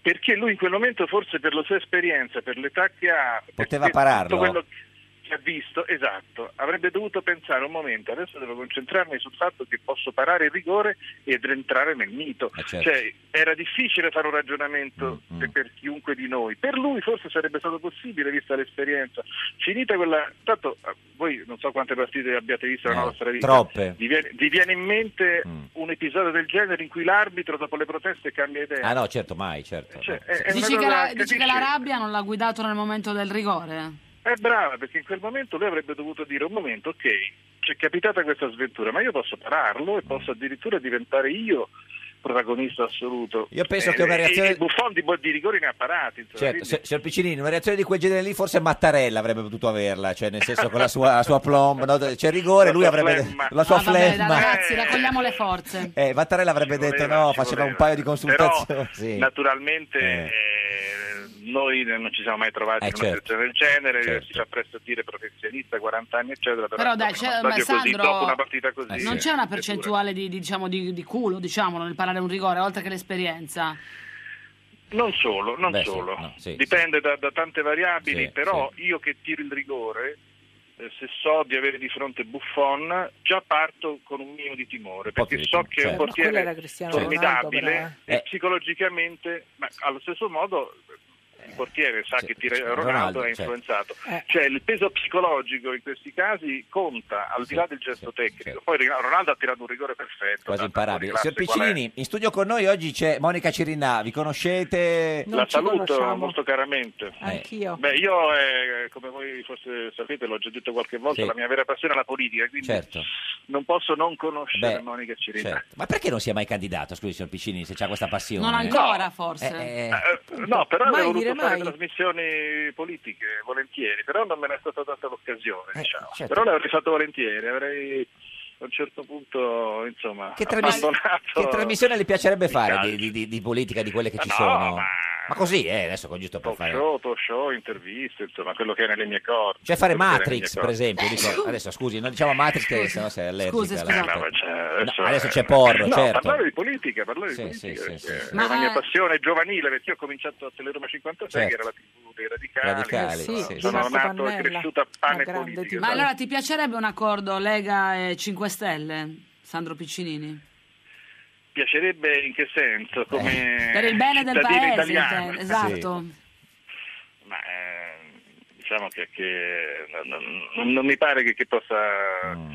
Speaker 18: perché lui in quel momento forse per la sua esperienza, per l'età che ha, per
Speaker 2: Poteva
Speaker 18: tutto
Speaker 2: pararlo.
Speaker 18: quello che ha visto, esatto, avrebbe dovuto pensare un momento, adesso devo concentrarmi sul fatto che posso parare il rigore ed entrare nel mito.
Speaker 2: Eh, certo.
Speaker 18: Cioè, era difficile fare un ragionamento
Speaker 2: Mm.
Speaker 18: per- per chiunque di noi, per lui forse sarebbe stato possibile vista l'esperienza. Finita quella, tanto eh, voi non so quante partite abbiate visto nella
Speaker 2: No,
Speaker 18: vostra vita,
Speaker 2: troppe. Mm.
Speaker 18: Vi viene, vi viene in mente un episodio del genere in cui l'arbitro dopo le proteste cambia idea?
Speaker 2: Ah no, certo, mai, certo.
Speaker 18: Cioè, è- è una
Speaker 1: Dici che,
Speaker 18: cosa-
Speaker 1: la, dici che la
Speaker 18: capisci?
Speaker 1: rabbia non l'ha guidato nel momento del rigore?
Speaker 18: È brava perché in quel momento lui avrebbe dovuto dire un momento, ok, c'è capitata questa sventura, ma io posso pararlo e
Speaker 2: Mm.
Speaker 18: posso addirittura diventare io protagonista assoluto.
Speaker 2: Io penso che una
Speaker 18: e-
Speaker 2: reazione-
Speaker 18: e Buffon di, bo- di rigori ne ha parati.
Speaker 2: Certo,
Speaker 18: insomma, cioè, quindi-
Speaker 2: se- signor Piccinini, una reazione di quel genere lì forse Mattarella avrebbe potuto averla, cioè nel senso con la sua, la sua plomb, no? c'è rigore,
Speaker 18: La
Speaker 2: lui
Speaker 18: sua
Speaker 2: avrebbe
Speaker 18: flemma.
Speaker 2: la sua
Speaker 1: Ah, vabbè,
Speaker 2: flemma.
Speaker 1: dai, ragazzi, raccogliamo le forze.
Speaker 2: Eh, Mattarella avrebbe
Speaker 18: Ci
Speaker 2: detto
Speaker 18: voleva,
Speaker 2: no,
Speaker 18: ci
Speaker 2: faceva un
Speaker 18: voleva.
Speaker 2: paio di
Speaker 18: Però,
Speaker 2: consultazioni. [laughs] Sì.
Speaker 18: naturalmente
Speaker 2: Eh.
Speaker 18: eh, noi non ci siamo mai trovati
Speaker 2: Eh,
Speaker 18: in una
Speaker 2: certo.
Speaker 18: situazione del genere,
Speaker 2: Certo.
Speaker 18: si fa presto a dire professionista, 40 anni eccetera, però,
Speaker 1: Però dai,
Speaker 18: insomma,
Speaker 1: c'è,
Speaker 18: in uno
Speaker 1: ma
Speaker 18: stadio così,
Speaker 1: Sandro,
Speaker 18: dopo una partita così...
Speaker 2: Eh,
Speaker 18: eh,
Speaker 1: non c'è una percentuale di, di, diciamo, di, di culo diciamolo, nel parare un rigore, oltre che l'esperienza.
Speaker 18: Non solo, non
Speaker 1: Beh, sì,
Speaker 18: solo.
Speaker 1: no, sì,
Speaker 18: Dipende Da, da tante variabili,
Speaker 1: Sì,
Speaker 18: però io che tiro il rigore, eh, se so di avere di fronte Buffon, già parto con un minimo di timore,
Speaker 2: po'
Speaker 18: perché
Speaker 2: di-
Speaker 18: so che è
Speaker 2: certo.
Speaker 18: un
Speaker 2: Ma
Speaker 18: portiere eh,
Speaker 16: quello era Cristiano Ronaldo,
Speaker 18: formidabile
Speaker 16: però,
Speaker 18: e psicologicamente, ma allo stesso modo eh, il portiere sa che tira Ronaldo,
Speaker 2: Ronaldo,
Speaker 18: è
Speaker 2: certo.
Speaker 18: influenzato. Cioè il peso psicologico in questi casi conta, al di là del gesto tecnico. Poi Ronaldo ha tirato un rigore perfetto.
Speaker 2: Quasi
Speaker 18: tanto fuori
Speaker 2: imparabile. Signor
Speaker 18: classe qual è.
Speaker 2: Piccinini, in studio con noi oggi c'è Monica Cirinà, vi conoscete?
Speaker 18: la saluto molto
Speaker 2: Eh.
Speaker 18: caramente.
Speaker 16: Anch'io.
Speaker 18: Beh, io, eh, come voi forse sapete, l'ho già detto qualche volta,
Speaker 2: Sì.
Speaker 18: la mia vera passione è la politica, quindi
Speaker 2: Certo.
Speaker 18: non posso non conoscere
Speaker 2: Beh,
Speaker 18: Monica Cirinà.
Speaker 2: certo. Ma perché non si è mai candidato, scusi signor Piccinini, se c'ha questa passione?
Speaker 1: Non ancora, forse.
Speaker 18: Eh, no, però
Speaker 1: Mai
Speaker 18: avevo voluto
Speaker 1: dire
Speaker 18: fare
Speaker 1: mai.
Speaker 18: trasmissioni politiche, volentieri, però non me ne è stata data l'occasione, diciamo.
Speaker 2: certo.
Speaker 18: Però le avrei fatto volentieri, avrei a un certo punto, insomma,
Speaker 2: Che, trasmis-
Speaker 18: abbandonato...
Speaker 2: che trasmissione le piacerebbe fare di, di- di- di politica, di quelle che ci
Speaker 18: Ma no,
Speaker 2: sono?
Speaker 18: ma-
Speaker 2: Ma così, eh, adesso con giusto per
Speaker 18: Talk
Speaker 2: fare...
Speaker 18: show, talk show, interviste, insomma, quello che è nelle mie corde.
Speaker 2: Cioè fare
Speaker 18: quello che è nelle
Speaker 2: Matrix,
Speaker 18: mie
Speaker 2: per
Speaker 18: corde.
Speaker 2: esempio.
Speaker 18: [laughs]
Speaker 2: dico- adesso scusi, non diciamo Matrix che sennò sei allergica.
Speaker 18: Scusi,
Speaker 2: alla-
Speaker 18: scusate. No, ma c'è-
Speaker 2: No,
Speaker 18: adesso-
Speaker 2: adesso c'è porro,
Speaker 18: No,
Speaker 2: certo.
Speaker 18: parlare di politica, parlare di
Speaker 2: Sì,
Speaker 18: politica.
Speaker 2: sì, sì,
Speaker 18: perché
Speaker 2: sì, sì.
Speaker 18: è
Speaker 2: Ma-
Speaker 18: la mia passione giovanile, perché io ho cominciato a Teleroma 56, che
Speaker 2: Certo.
Speaker 18: era la TV dei radicali.
Speaker 2: Radicali, Eh sì, sì,
Speaker 18: sono
Speaker 2: sì.
Speaker 18: nato e
Speaker 2: Pannella,
Speaker 18: cresciuto a pane politico.
Speaker 1: Ma allora ti piacerebbe un accordo Lega e 5 Stelle, Sandro Piccinini?
Speaker 18: Piacerebbe in che
Speaker 2: Eh.
Speaker 18: senso? Come
Speaker 1: Per il bene del
Speaker 18: cittadino
Speaker 1: paese,
Speaker 18: italiano?
Speaker 1: intendo, esatto.
Speaker 18: Ma ehm, diciamo che, che non- non, non mi pare che, che possa...
Speaker 2: Mm.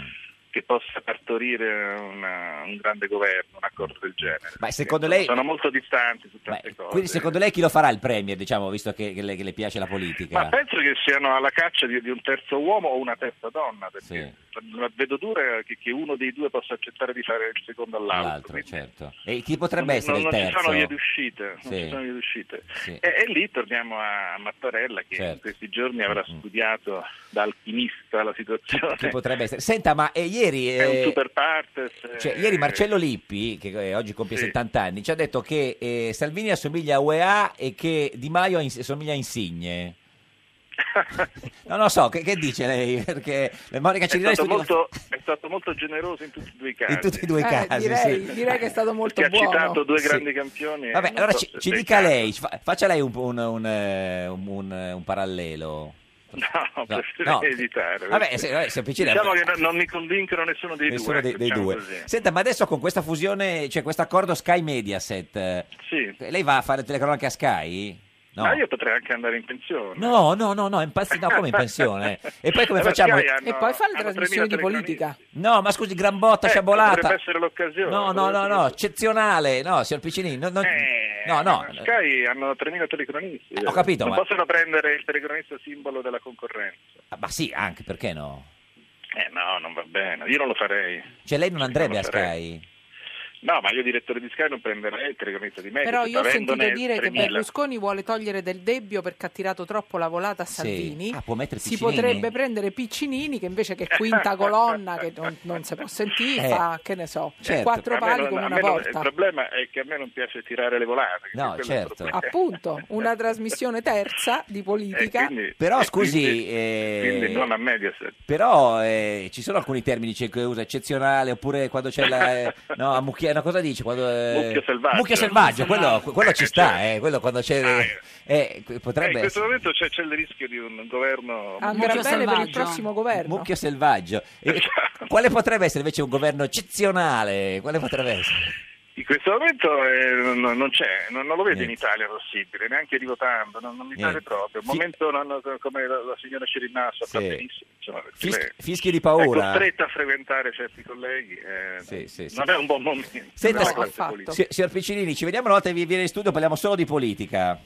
Speaker 18: che possa partorire una- un grande governo, un accordo del genere.
Speaker 2: Ma secondo
Speaker 18: Perché
Speaker 2: lei-
Speaker 18: sono molto distanti su tante cose.
Speaker 2: Quindi secondo lei chi lo farà il premier, diciamo, visto che, che le, che le piace la politica?
Speaker 18: Ma penso che siano alla caccia di, di un terzo uomo o una terza donna, perché la vedo dura che, che uno dei due possa accettare di fare il secondo all'altro.
Speaker 2: L'altro, certo. E chi potrebbe
Speaker 18: non,
Speaker 2: essere
Speaker 18: non-
Speaker 2: il
Speaker 18: non
Speaker 2: terzo?
Speaker 18: ci sono vie d'uscita. non
Speaker 2: Sì.
Speaker 18: ci sono vie Eh, d'uscita.
Speaker 2: Sì.
Speaker 18: E, e lì torniamo a Mattarella che
Speaker 2: Certo.
Speaker 18: in questi giorni avrà studiato da alchimista la situazione.
Speaker 2: Chi potrebbe essere? Senta, ma eh, ieri...
Speaker 18: eh, [laughs] È un
Speaker 2: eh,
Speaker 18: super partes.
Speaker 2: Cioè,
Speaker 18: eh,
Speaker 2: ieri Marcello Lippi, che eh, oggi compie
Speaker 18: Sì.
Speaker 2: 70 anni, ci ha detto che eh, Salvini assomiglia a UEA e che Di Maio ins- assomiglia a
Speaker 18: [laughs]
Speaker 2: Insigne. non lo so, che, che dice lei? [laughs] Perché Monica
Speaker 18: È
Speaker 2: Cirinelli
Speaker 18: stato,
Speaker 2: studia-
Speaker 18: molto, è stato molto generoso in tutti e due i casi.
Speaker 2: In tutti e due i Eh, casi, direi- sì. direi che è stato molto
Speaker 18: Perché
Speaker 2: buono.
Speaker 18: ha citato due
Speaker 2: Sì.
Speaker 18: grandi campioni. e
Speaker 2: Vabbè,
Speaker 18: Eh, non
Speaker 2: allora
Speaker 18: so
Speaker 2: ci,
Speaker 18: se
Speaker 2: ci
Speaker 18: sei
Speaker 2: dica
Speaker 18: caso.
Speaker 2: lei, ci fa- faccia lei un, un- un, eh, un- un- un parallelo.
Speaker 18: No, preferirei
Speaker 2: no.
Speaker 18: evitare.
Speaker 2: Vabbè, se- vabbè, se avvicina-
Speaker 18: diciamo che no- non mi convincono nessuno dei
Speaker 2: Nessuno
Speaker 18: due.
Speaker 2: dei,
Speaker 18: ecco,
Speaker 2: dei
Speaker 18: diciamo
Speaker 2: due.
Speaker 18: così.
Speaker 2: Senta, ma adesso con questa fusione, cioè questo accordo Sky Mediaset, eh,
Speaker 18: Sì.
Speaker 2: lei va a fare telecronache a Sky? No.
Speaker 18: Ma io potrei anche andare in pensione.
Speaker 2: No, no, no, no, in pens- no, come in
Speaker 18: [laughs]
Speaker 2: pensione? E poi come
Speaker 18: Allora,
Speaker 2: facciamo?
Speaker 18: Sky hanno-
Speaker 16: E poi fa le
Speaker 18: hanno
Speaker 16: trasmissioni di
Speaker 18: 3.000
Speaker 16: politica.
Speaker 2: No, ma scusi, Grambotta,
Speaker 18: Eh, Potrebbe
Speaker 2: Sciabolata.
Speaker 18: essere l'occasione.
Speaker 2: No, no, no, no, eccezionale. No, signor Piccinini, no, no,
Speaker 18: Eh.
Speaker 2: no, no. Eh,
Speaker 18: Sky hanno 3.000 telecronisti.
Speaker 2: ho capito,
Speaker 18: Non
Speaker 2: ma-
Speaker 18: possono prendere il telecronista simbolo della concorrenza.
Speaker 2: Ma sì, anche perché no?
Speaker 18: Eh no, non va bene. Io non lo farei.
Speaker 2: Cioè lei non andrebbe a
Speaker 18: Non lo farei.
Speaker 2: Sky?
Speaker 18: No, ma io direttore di Sky non prenderei il telecronista di me.
Speaker 16: Però io ho sentito
Speaker 18: avendone
Speaker 16: dire che
Speaker 18: 3.000.
Speaker 16: Berlusconi vuole togliere del debbio perché ha tirato troppo la volata a Salvini.
Speaker 2: Ah, può mettere
Speaker 16: Si
Speaker 2: Piccinini?
Speaker 16: potrebbe prendere Piccinini che invece che è quinta colonna che non, non si può sentire,
Speaker 2: Eh.
Speaker 16: fa che ne so,
Speaker 2: Certo.
Speaker 16: Cioè, quattro
Speaker 18: A me
Speaker 16: pali
Speaker 18: non-
Speaker 16: come
Speaker 18: a
Speaker 16: una
Speaker 18: me non-
Speaker 16: porta.
Speaker 18: Il problema è che a me non piace tirare le volate.
Speaker 2: No,
Speaker 18: quello è il
Speaker 2: certo.
Speaker 18: problema.
Speaker 16: Appunto, una trasmissione terza di politica.
Speaker 18: Quindi-
Speaker 2: Però
Speaker 18: e
Speaker 2: scusi,
Speaker 18: quindi-
Speaker 2: eh,
Speaker 18: quindi non a Mediaset.
Speaker 2: Però eh, ci sono alcuni termini cioè, che usa eccezionale oppure quando c'è la eh, no, a mucchia- no, cosa dice quando eh,
Speaker 18: Mucchio selvaggio.
Speaker 2: Mucchio selvaggio, quello,
Speaker 18: Selvaggio.
Speaker 2: quello ci
Speaker 18: Eh,
Speaker 2: sta,
Speaker 18: certo.
Speaker 2: eh, quello quando c'è eh,
Speaker 18: Eh, in
Speaker 2: potrebbe
Speaker 18: questo
Speaker 2: essere
Speaker 18: momento c'è, c'è il rischio di un governo
Speaker 16: Andrà
Speaker 2: Mucchio
Speaker 16: bene per il
Speaker 2: selvaggio.
Speaker 16: prossimo governo.
Speaker 2: Mucchio selvaggio. E
Speaker 18: Esatto.
Speaker 2: quale potrebbe essere invece un governo eccezionale? Quale potrebbe essere?
Speaker 18: In questo momento eh, non, non c'è, non, non lo vedo in
Speaker 2: Niente.
Speaker 18: Italia possibile, neanche rivotando, non, non mi pare
Speaker 2: Niente.
Speaker 18: proprio. Al
Speaker 2: Fi-
Speaker 18: momento non- non- come la, la signora Cirinna sa
Speaker 2: Sì.
Speaker 18: benissimo, insomma, perché
Speaker 2: Fischi-
Speaker 18: lei
Speaker 2: fischi di
Speaker 18: è
Speaker 2: paura.
Speaker 18: costretta a frequentare certi colleghi, eh,
Speaker 2: sì, sì.
Speaker 18: non è un buon momento.
Speaker 2: Senta,
Speaker 18: per la
Speaker 2: si-
Speaker 18: classe
Speaker 2: si-
Speaker 18: politica.
Speaker 2: signor Piccinini, ci vediamo una volta che vi- viene in studio, parliamo solo di politica.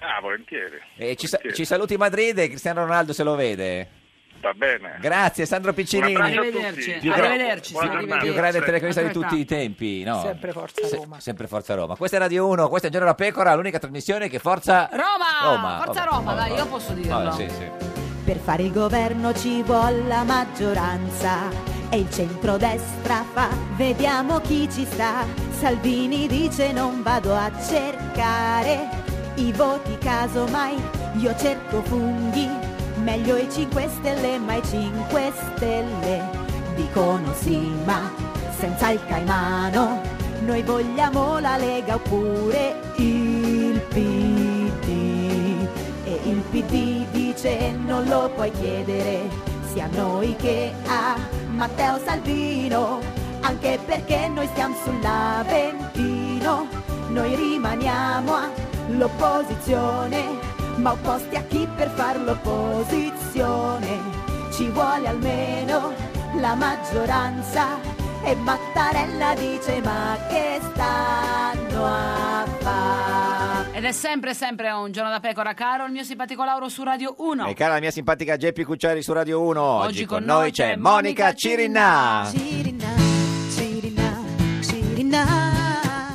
Speaker 18: Ah, volentieri,
Speaker 2: Eh, ci, sa-
Speaker 18: Volentieri.
Speaker 2: ci saluti Madrid e Cristiano Ronaldo se lo vede.
Speaker 18: va bene.
Speaker 2: Grazie Sandro Piccinini.
Speaker 18: Un abbraccio a tutti. Arrivederci.
Speaker 2: Più, gra-
Speaker 18: Arrivederci, Buona sì. giornata.
Speaker 2: più grande telecronista di
Speaker 18: Aspetta.
Speaker 2: tutti i tempi. no?
Speaker 16: Sempre Forza
Speaker 2: Se-
Speaker 16: Roma.
Speaker 2: sempre Forza Roma. Questa è Radio 1, questa è Giorno la Pecora, l'unica trasmissione che Forza
Speaker 1: Roma! Forza
Speaker 2: vabbè,
Speaker 1: Roma,
Speaker 2: vabbè,
Speaker 1: dai, io posso
Speaker 2: vabbè,
Speaker 1: dirlo.
Speaker 2: sì, sì.
Speaker 12: Per fare il governo ci vuole la maggioranza e il centrodestra fa, vediamo chi ci sta. Salvini dice non vado a cercare i voti casomai, io cerco funghi, meglio i 5 stelle, ma i 5 stelle dicono sì, ma senza il caimano, noi vogliamo la Lega oppure il PD e il PD dice non lo puoi chiedere sia a noi che a Matteo Salvino anche perché noi stiamo sull'Aventino noi rimaniamo all'opposizione ma opposti a chi per far l'opposizione. Ci vuole almeno la maggioranza e Mattarella dice ma che stanno a fare?
Speaker 1: Ed è sempre, sempre un giorno da pecora, caro il mio simpatico Lauro su Radio 1.
Speaker 2: E Eh, cara la mia simpatica Geppi Cucciari su Radio 1. Oggi, con noi c'è Monica Cirinà.
Speaker 12: Cirinà, Cirinà, Cirinà.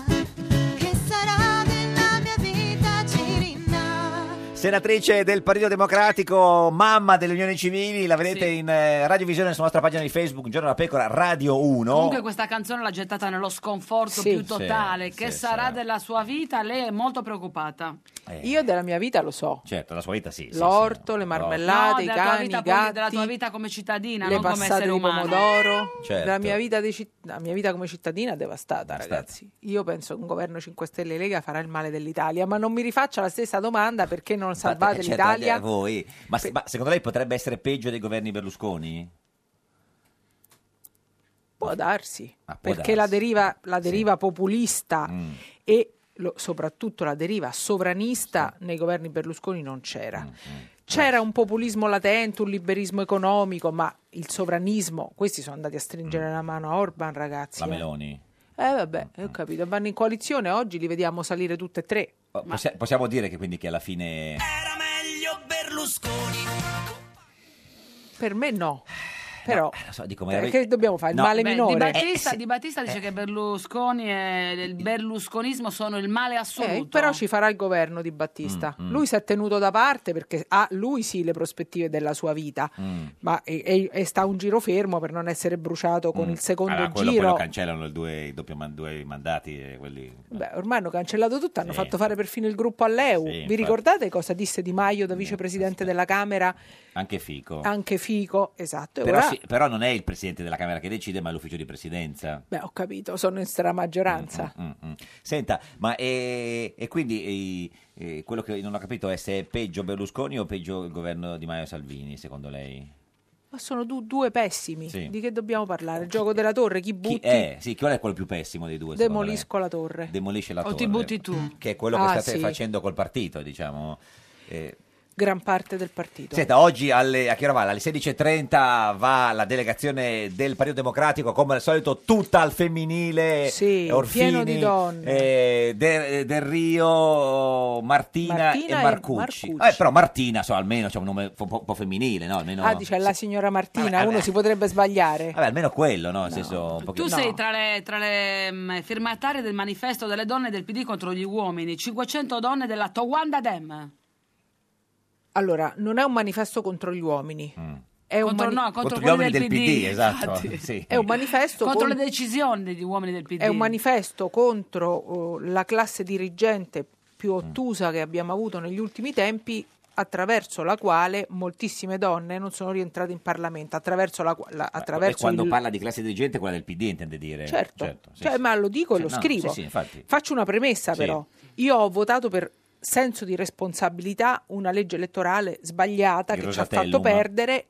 Speaker 12: Che sarà della mia vita, Cirinà?
Speaker 2: Senatrice del Partito Democratico, mamma delle unioni civili, la vedete in eh, radiovisione sulla nostra pagina di Facebook, Un Giorno da Pecora, Radio 1.
Speaker 1: Comunque questa canzone l'ha gettata nello sconforto
Speaker 2: Sì.
Speaker 1: più totale.
Speaker 2: Sì,
Speaker 1: che
Speaker 2: sì,
Speaker 1: sarà della sua vita? Lei è molto preoccupata.
Speaker 16: Io della mia vita lo so.
Speaker 2: Eh. Certo, la sua vita sì. sì,
Speaker 16: L'orto, le
Speaker 1: No,
Speaker 16: marmellate, i
Speaker 1: della tua
Speaker 16: cani,
Speaker 1: vita
Speaker 16: i
Speaker 1: poi, della tua
Speaker 16: gatti,
Speaker 1: vita come cittadina,
Speaker 16: le
Speaker 1: non come
Speaker 16: passate
Speaker 1: essere
Speaker 16: di
Speaker 1: umano.
Speaker 16: pomodoro.
Speaker 2: Certo.
Speaker 16: La, mia vita di citt- la mia vita come cittadina è devastata, ragazzi. Io penso che un governo 5 Stelle e Lega farà il male dell'Italia, ma non mi rifaccia la stessa domanda perché non salvate
Speaker 2: Certo,
Speaker 16: l'Italia.
Speaker 2: a voi. Ma, se- ma secondo lei potrebbe essere peggio dei governi Berlusconi?
Speaker 16: Può darsi,
Speaker 2: Ah, può
Speaker 16: perché la
Speaker 2: darsi. Mm.
Speaker 16: deriva, la deriva populista e lo- soprattutto la deriva sovranista nei governi Berlusconi non
Speaker 2: Mm,
Speaker 16: c'era. C'era un populismo latente, un liberismo economico, ma il sovranismo, questi sono andati a stringere la mano a Orban, ragazzi.
Speaker 2: La
Speaker 16: eh.
Speaker 2: Meloni?
Speaker 16: Eh vabbè, ho capito, vanno in coalizione, oggi li vediamo salire tutte e tre.
Speaker 2: Oh, possi- possiamo dire che quindi che alla fine...
Speaker 16: Per me no. Però
Speaker 2: Eh, lo so, dico, ma-
Speaker 16: cioè, che dobbiamo fare? Il
Speaker 2: No,
Speaker 16: male
Speaker 2: beh,
Speaker 16: minore.
Speaker 1: Di Battista,
Speaker 2: Eh,
Speaker 1: Di Battista dice
Speaker 16: eh.
Speaker 1: che Berlusconi e il berlusconismo sono il male assoluto.
Speaker 16: Eh, però ci farà il governo di Battista.
Speaker 2: Mm,
Speaker 16: Lui si è tenuto da parte perché ha lui sì le prospettive della sua vita,
Speaker 2: Mm.
Speaker 16: ma e, e- e sta un giro fermo per non essere bruciato con il secondo
Speaker 2: Mm. Allora, quello,
Speaker 16: giro.
Speaker 2: quello cancellano il due, i doppi man- due mandati e quelli...
Speaker 16: Beh, ormai hanno cancellato tutto, hanno
Speaker 2: Sì.
Speaker 16: fatto fare perfino il gruppo all'EU. Vi
Speaker 2: infatti.
Speaker 16: ricordate cosa disse Di Maio da vicepresidente della Camera?
Speaker 2: Anche Fico.
Speaker 16: Anche Fico, esatto. e
Speaker 2: Però,
Speaker 16: ora-
Speaker 2: sì- però non è il presidente della Camera che decide, ma è l'ufficio di presidenza.
Speaker 16: Beh, ho capito, sono in stramaggioranza.
Speaker 2: Mm, mm. Senta, ma eh, e quindi eh, eh, quello che non ho capito è se è peggio Berlusconi o peggio il governo di Maio Salvini, secondo lei?
Speaker 16: Ma sono du- due pessimi.
Speaker 2: Sì.
Speaker 16: Di che dobbiamo parlare? Il gioco della torre, chi
Speaker 2: Chi
Speaker 16: butti?
Speaker 2: è? Sì, qual è quello più pessimo dei due? secondo lei?
Speaker 16: Demolisco la torre.
Speaker 2: Demolisce la
Speaker 16: O
Speaker 2: torre.
Speaker 16: ti butti tu.
Speaker 2: Che è quello che
Speaker 16: Ah,
Speaker 2: state
Speaker 16: sì.
Speaker 2: facendo col partito, diciamo. Eh,
Speaker 16: Gran parte del partito.
Speaker 2: Senta, oggi alle, a che ora va? Alle 16.30 va la delegazione del Partito Democratico, come al solito, tutta al femminile.
Speaker 16: Sì,
Speaker 2: Orfini,
Speaker 16: pieno di donne.
Speaker 2: eh, De- Del Rio, Martina,
Speaker 16: Martina
Speaker 2: e
Speaker 16: e
Speaker 2: Marcucci.
Speaker 16: Marcucci.
Speaker 2: Eh, però Martina, so, almeno c'è un nome un po', un po' femminile, oh, no? Almeno,
Speaker 16: Ah, dice la signora Martina,
Speaker 2: Vabbè,
Speaker 16: uno
Speaker 2: vabbè.
Speaker 16: si potrebbe sbagliare.
Speaker 2: Vabbè, almeno quello, no? Nel senso, un
Speaker 1: Tu
Speaker 2: pochino-
Speaker 1: sei tra le, tra le, mm, firmatarie del manifesto delle donne del PD contro gli uomini, 500 donne della Towanda Dem.
Speaker 16: Allora, non è un manifesto contro gli uomini. È un
Speaker 1: Contro-
Speaker 16: mani-
Speaker 1: no,
Speaker 2: Mm.
Speaker 1: contro
Speaker 2: Contro gli uomini del PD, esatto.
Speaker 1: infatti.
Speaker 2: sì.
Speaker 16: È un manifesto
Speaker 1: contro
Speaker 16: con-
Speaker 1: le decisioni degli uomini del PD.
Speaker 16: È un manifesto contro oh, la classe dirigente più ottusa che abbiamo avuto negli ultimi tempi, attraverso la quale moltissime donne non sono rientrate in Parlamento, attraverso la, qua- la-
Speaker 2: E
Speaker 16: attraverso
Speaker 2: quando
Speaker 16: il-
Speaker 2: parla di classe dirigente, quella del PD intende dire.
Speaker 16: Certo,
Speaker 2: sì,
Speaker 16: cioè,
Speaker 2: sì.
Speaker 16: ma lo dico e
Speaker 2: Cioè,
Speaker 16: lo
Speaker 2: no,
Speaker 16: scrivo.
Speaker 2: sì, sì, infatti.
Speaker 16: Faccio una premessa
Speaker 2: Sì.
Speaker 16: però. Io ho votato per senso di responsabilità una legge elettorale sbagliata
Speaker 2: Il
Speaker 16: che ci ha
Speaker 2: Rosatellum.
Speaker 16: fatto perdere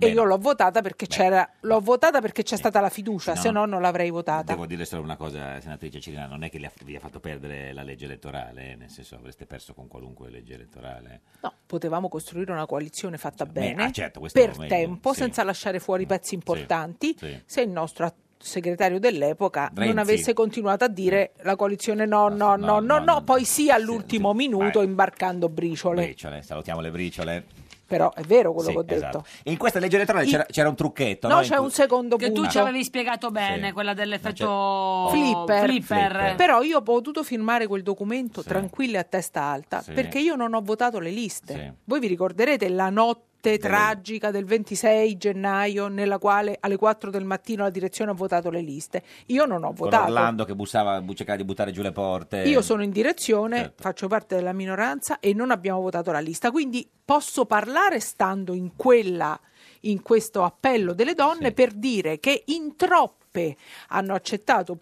Speaker 2: Beh,
Speaker 16: e io l'ho votata perché c'era l'ho votata perché c'è stata la fiducia,
Speaker 2: Sì, no,
Speaker 16: se no
Speaker 2: no.
Speaker 16: non l'avrei votata.
Speaker 2: Devo dire solo una cosa, senatrice Cirina, non è che le ha- vi ha fatto perdere la legge elettorale, eh, nel senso avreste perso con qualunque legge elettorale.
Speaker 16: No, potevamo costruire una coalizione fatta
Speaker 2: beh,
Speaker 16: bene
Speaker 2: ah, certo, questo
Speaker 16: per
Speaker 2: è meglio,
Speaker 16: tempo,
Speaker 2: sì. Mm.
Speaker 16: senza lasciare fuori pezzi importanti,
Speaker 2: sì.
Speaker 16: se il nostro att- segretario dell'epoca non
Speaker 2: Renzi. Mm. Ah,
Speaker 16: avesse continuato a dire la coalizione no, no, no, no, no, poi sì all'ultimo minuto imbarcando briciole.
Speaker 2: Briciole, salutiamo le briciole.
Speaker 16: Però è vero quello
Speaker 2: Sì,
Speaker 16: che ho detto.
Speaker 2: esatto. E in questa legge elettorale c'era, c'era un trucchetto, no?
Speaker 16: No,
Speaker 2: In
Speaker 16: c'è
Speaker 2: cui-
Speaker 16: un secondo
Speaker 1: che
Speaker 16: punto.
Speaker 1: tu ci avevi spiegato bene,
Speaker 2: Sì.
Speaker 1: quella dell'effetto
Speaker 16: Flipper.
Speaker 1: flipper.
Speaker 16: Però io ho potuto firmare quel documento tranquilla e a testa alta
Speaker 1: Sì.
Speaker 16: perché io non ho votato le liste.
Speaker 1: Sì.
Speaker 16: Voi vi ricorderete la notte tragica del 26 gennaio nella quale alle 4 del mattino la direzione ha votato le liste. Io non ho
Speaker 2: Con
Speaker 16: votato.
Speaker 2: Orlando che bussava, bu- cercava di buttare giù le porte.
Speaker 16: Io sono in direzione,
Speaker 2: certo.
Speaker 16: faccio parte della minoranza e non abbiamo votato la lista, quindi posso parlare stando in quella in questo appello delle donne per dire che in troppi coppe hanno accettato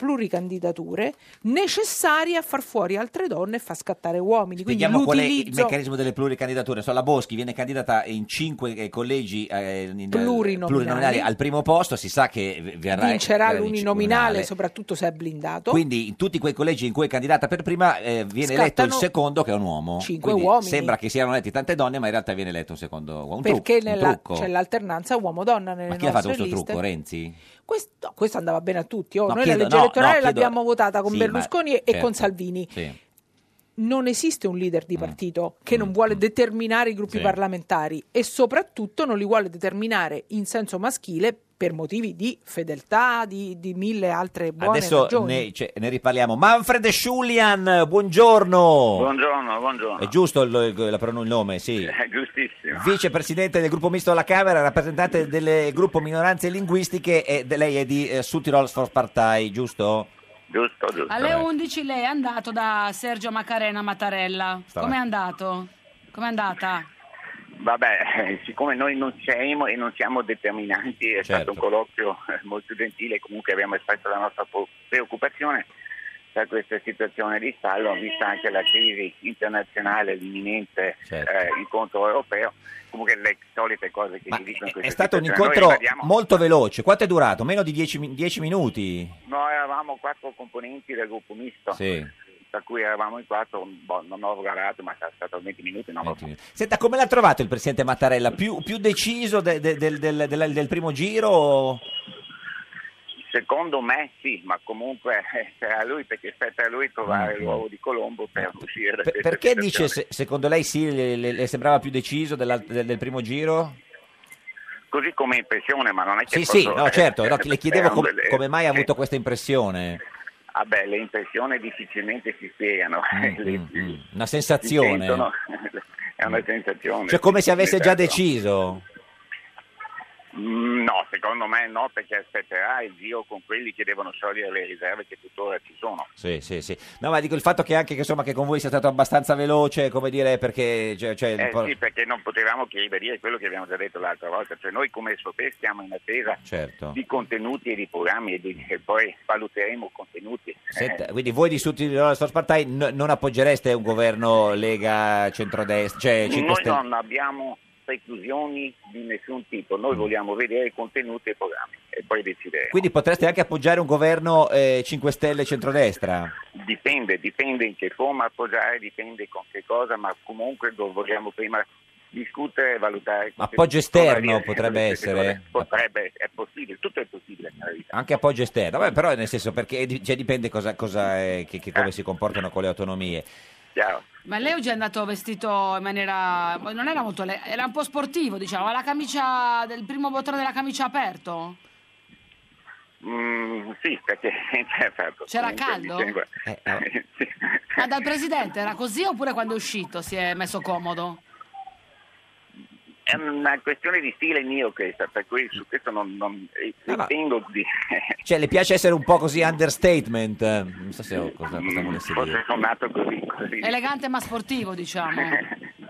Speaker 16: pluricandidature necessarie a far fuori altre donne e far scattare uomini. Quindi
Speaker 2: Vediamo qual è il
Speaker 16: l'utilizzo
Speaker 2: meccanismo delle pluricandidature. So, la Boschi viene candidata in cinque eh, collegi eh, in-
Speaker 16: Plurinominali.
Speaker 2: plurinominali al primo posto, si sa che v- verrà
Speaker 16: vincerà
Speaker 2: verrà vinc-
Speaker 16: l'uninominale, soprattutto se è blindato.
Speaker 2: Quindi in tutti quei collegi in cui è candidata per prima eh, viene eletto il
Speaker 16: Scattano
Speaker 2: secondo che è un uomo.
Speaker 16: cinque
Speaker 2: Quindi
Speaker 16: uomini.
Speaker 2: Sembra che siano eletti tante donne, ma in realtà viene eletto un secondo uomo. Un
Speaker 16: perché
Speaker 2: trucco, un
Speaker 16: nella-
Speaker 2: trucco.
Speaker 16: c'è l'alternanza uomo-donna nelle
Speaker 2: Ma chi ha fatto
Speaker 16: nostre
Speaker 2: questo
Speaker 16: liste.
Speaker 2: trucco, Renzi?
Speaker 16: Questo, questo andava bene a tutti. oh.
Speaker 2: No,
Speaker 16: Noi
Speaker 2: chiedo-
Speaker 16: la legge
Speaker 2: no,
Speaker 16: elettorale
Speaker 2: no, chiedo-
Speaker 16: l'abbiamo votata con
Speaker 2: Sì, ma-
Speaker 16: Berlusconi e- e
Speaker 2: certo.
Speaker 16: con Salvini.
Speaker 2: Sì. Mm.
Speaker 16: non esiste un leader di partito che non vuole determinare i gruppi
Speaker 2: Sì.
Speaker 16: parlamentari e soprattutto non li vuole determinare in senso maschile per motivi di fedeltà, di, di mille altre buone
Speaker 2: Adesso
Speaker 16: ragioni.
Speaker 2: ne, cioè, ne riparliamo. Manfred Schulian, buongiorno.
Speaker 11: Oh.
Speaker 19: Buongiorno, buongiorno.
Speaker 2: È giusto il, il- la pronuncia, il nome, sì.
Speaker 19: È Eh, giustissimo.
Speaker 2: Vicepresidente del gruppo misto alla Camera, rappresentante del gruppo minoranze linguistiche e de- lei è di eh, Südtirol Volkspartei, giusto?
Speaker 19: Giusto, giusto.
Speaker 1: Alle 11 lei è andato da Sergio Macarena a Mattarella.
Speaker 19: Stava-
Speaker 1: Com'è andato? Com'è andata?
Speaker 19: Vabbè, [laughs] siccome noi non siamo e non siamo determinanti, è stato un
Speaker 2: Certo.
Speaker 19: colloquio eh, molto gentile, comunque abbiamo espresso la nostra po- preoccupazione per questa situazione di stallo, vista anche la crisi internazionale, l'imminente
Speaker 2: Certo.
Speaker 19: eh, incontro europeo, comunque le solite cose che si dicono in questa
Speaker 2: È stato un
Speaker 19: situazione. Noi
Speaker 2: incontro
Speaker 19: ribadiamo-
Speaker 2: molto veloce. Quanto è durato? Meno di 10 minuti?
Speaker 19: Noi eravamo quattro componenti del gruppo misto,
Speaker 2: Sì.
Speaker 19: tra cui eravamo in quattro, boh, non ho guardato, ma è stato 20 minuti, non ho
Speaker 2: Senta, come l'ha trovato il presidente Mattarella? Più, più deciso de- de- del, del- del- del primo giro? o-
Speaker 19: Secondo me sì, ma comunque [laughs] eh, sarà lui perché spetta a lui trovare l'uovo di Colombo per uscire da questa
Speaker 2: Perché dice,
Speaker 19: situazione.
Speaker 2: se- secondo lei, sì, le, le- le sembrava più deciso della- del, del primo giro?
Speaker 19: Così come impressione, ma non è che
Speaker 2: Sì, sì,
Speaker 19: posso-
Speaker 2: no, certo.
Speaker 19: [laughs]
Speaker 2: no, le chiedevo
Speaker 19: eh,
Speaker 2: com-
Speaker 19: le-
Speaker 2: come mai ha avuto questa impressione.
Speaker 19: Vabbè, le impressioni difficilmente si spiegano, [laughs] Le-
Speaker 2: Una
Speaker 19: si
Speaker 2: Mm, sensazione.
Speaker 19: sentono- [laughs] è una sensazione.
Speaker 2: Cioè, come se avesse
Speaker 19: Nel
Speaker 2: già
Speaker 19: senso-
Speaker 2: deciso.
Speaker 19: Mm, No, secondo me no, perché aspetterà il giro con quelli che devono sciogliere le riserve che tuttora ci sono.
Speaker 2: Sì, sì, sì. No, ma dico il fatto che anche che, insomma, che con voi sia stato abbastanza veloce, come dire, perché. Cioè, cioè, un
Speaker 19: Eh
Speaker 2: po'-
Speaker 19: sì, perché non potevamo che ribadire quello che abbiamo già detto l'altra volta, cioè noi come SOPE stiamo in attesa
Speaker 2: Certo.
Speaker 19: di contenuti e di programmi e, di- e poi valuteremo contenuti.
Speaker 2: Senta,
Speaker 19: Eh,
Speaker 2: quindi voi di tutti la Source Party n- non appoggereste un governo Lega centrodestra, cioè 5
Speaker 19: Eh, noi
Speaker 2: Stelle?
Speaker 19: non abbiamo preclusioni di nessun tipo, noi vogliamo vedere i contenuti e i programmi e poi decidere.
Speaker 2: Mm. Quindi potreste anche appoggiare un governo eh, 5 Stelle centrodestra?
Speaker 19: Dipende, dipende in che forma appoggiare, dipende con che cosa, ma comunque lo vogliamo prima discutere e valutare.
Speaker 2: Appoggio esterno
Speaker 19: Cosa
Speaker 2: potrebbe
Speaker 19: dire,
Speaker 2: essere?
Speaker 19: Potrebbe, è possibile, tutto è possibile nella vita.
Speaker 2: Anche appoggio esterno, Vabbè, però nel senso perché di- cioè, dipende cosa, cosa, eh, che- che- come si comportano con le autonomie.
Speaker 1: Ma lei oggi è andato vestito in maniera. non era molto. le- era un po' sportivo, diciamo. Aveva la camicia. del primo bottone della camicia aperto.
Speaker 19: Mm, sì, perché [laughs] certo,
Speaker 1: C'era
Speaker 19: comunque mi
Speaker 1: caldo?
Speaker 19: sembra-
Speaker 2: Eh,
Speaker 19: [laughs] Sì.
Speaker 1: Ma dal presidente era così oppure quando è uscito si è messo comodo?
Speaker 19: È una questione di stile mio questa, per cui su questo non, non
Speaker 2: Ah,
Speaker 19: ritengo di... [laughs]
Speaker 2: Cioè, le piace essere un po' così understatement? eh, Non so se ho cosa, cosa volessi
Speaker 19: Forse
Speaker 2: dire.
Speaker 19: sono nato così, così.
Speaker 1: Elegante ma sportivo, diciamo.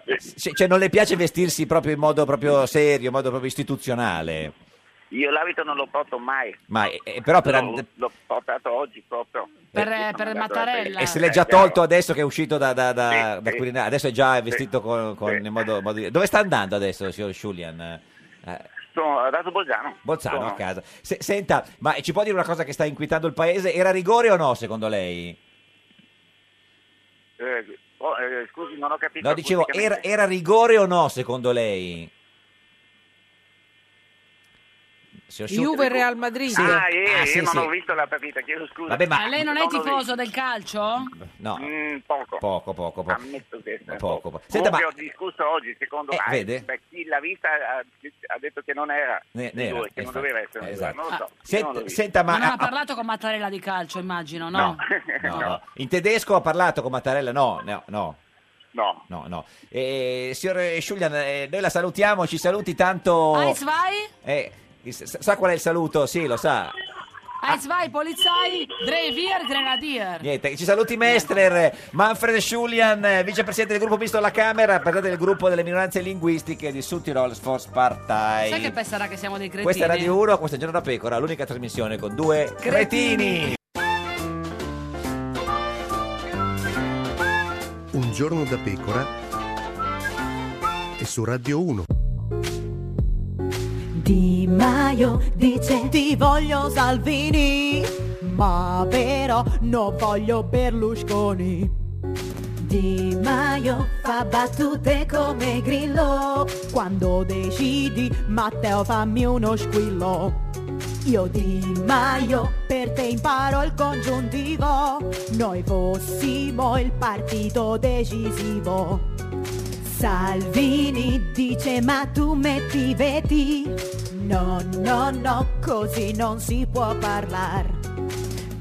Speaker 2: Cioè, cioè, non le piace vestirsi proprio in modo proprio serio, in modo proprio istituzionale.
Speaker 19: Io l'abito non lo porto mai.
Speaker 2: Ma, eh, però per,
Speaker 19: L'ho- L'ho portato oggi proprio.
Speaker 1: Per- eh,
Speaker 19: Sono
Speaker 1: per
Speaker 19: andato
Speaker 1: Mattarella.
Speaker 19: da-
Speaker 2: E se l'è già
Speaker 19: Eh, chiaro.
Speaker 2: tolto adesso che è uscito da, da, da- da Quirinale, adesso è già vestito con, con- in modo, modo di- Dove sta andando adesso, signor Schulian? Eh,
Speaker 19: Sono andato a Bolzano.
Speaker 2: Bolzano
Speaker 19: Sono-
Speaker 2: a casa. Se- senta, ma ci può dire una cosa che sta inquietando il paese? Era rigore o no, secondo lei?
Speaker 19: eh, oh, eh, scusi, non ho capito.
Speaker 2: No, dicevo, era,
Speaker 19: acusticamente.
Speaker 2: era rigore o no, secondo lei? Signor Schu-
Speaker 16: Juve Real Madrid.
Speaker 2: Sì.
Speaker 19: Ah, eh,
Speaker 2: Ah,
Speaker 19: io
Speaker 2: sì,
Speaker 19: non
Speaker 2: sì.
Speaker 19: ho visto la partita, chiedo scusa.
Speaker 2: Vabbè, ma-
Speaker 1: Ma lei non è
Speaker 19: ho visto.
Speaker 1: tifoso del calcio?
Speaker 2: No,
Speaker 19: Mm, poco.
Speaker 2: poco, poco, poco.
Speaker 19: Ammetto che
Speaker 2: Ma poco, poco. Senta,
Speaker 19: Senta,
Speaker 2: ma-
Speaker 19: ho discusso oggi, secondo
Speaker 2: Eh,
Speaker 19: me,
Speaker 2: vede?
Speaker 19: beh, chi l'ha vista ha, ha detto che non era,
Speaker 2: Ne-
Speaker 19: rigore,
Speaker 2: nera,
Speaker 19: che non
Speaker 2: esatto,
Speaker 19: doveva essere, un rigore,
Speaker 2: esatto.
Speaker 19: non lo so.
Speaker 2: Senta-
Speaker 19: io non l'ho visto.
Speaker 2: senta, ma
Speaker 1: Ma non
Speaker 2: ha-
Speaker 1: ha
Speaker 19: [laughs]
Speaker 1: parlato con Mattarella di calcio, immagino, no?
Speaker 2: No. No, no. In tedesco ha parlato con Mattarella? No, no, no.
Speaker 19: No.
Speaker 2: No, no. Eh, signor Schulian, eh, noi la salutiamo, ci saluti tanto...
Speaker 1: Eis vai?
Speaker 2: Eh, s- sa qual è il saluto? Sì, lo sa.
Speaker 1: Eins, zwei, Polizei, drei, vier, Grenadier.
Speaker 2: Niente, ci saluti Mestrer, Manfred Schulian, eh, vicepresidente del gruppo misto alla Camera, presidente del gruppo delle minoranze linguistiche di Südtirol Sportspartei.
Speaker 1: Sai che penserà che siamo dei cretini?
Speaker 2: Questa è Radio 1, questo è Giorno da Pecora, l'unica trasmissione con due cretini.
Speaker 14: Un giorno da pecora e su Radio 1.
Speaker 12: Di Maio dice ti voglio Salvini, ma però non voglio Berlusconi. Di Maio fa battute come grillo, quando decidi Matteo fammi uno squillo. Io Di Maio per te imparo il congiuntivo, noi fossimo il partito decisivo. Salvini dice ma tu metti veti No, no, no, così non si può parlare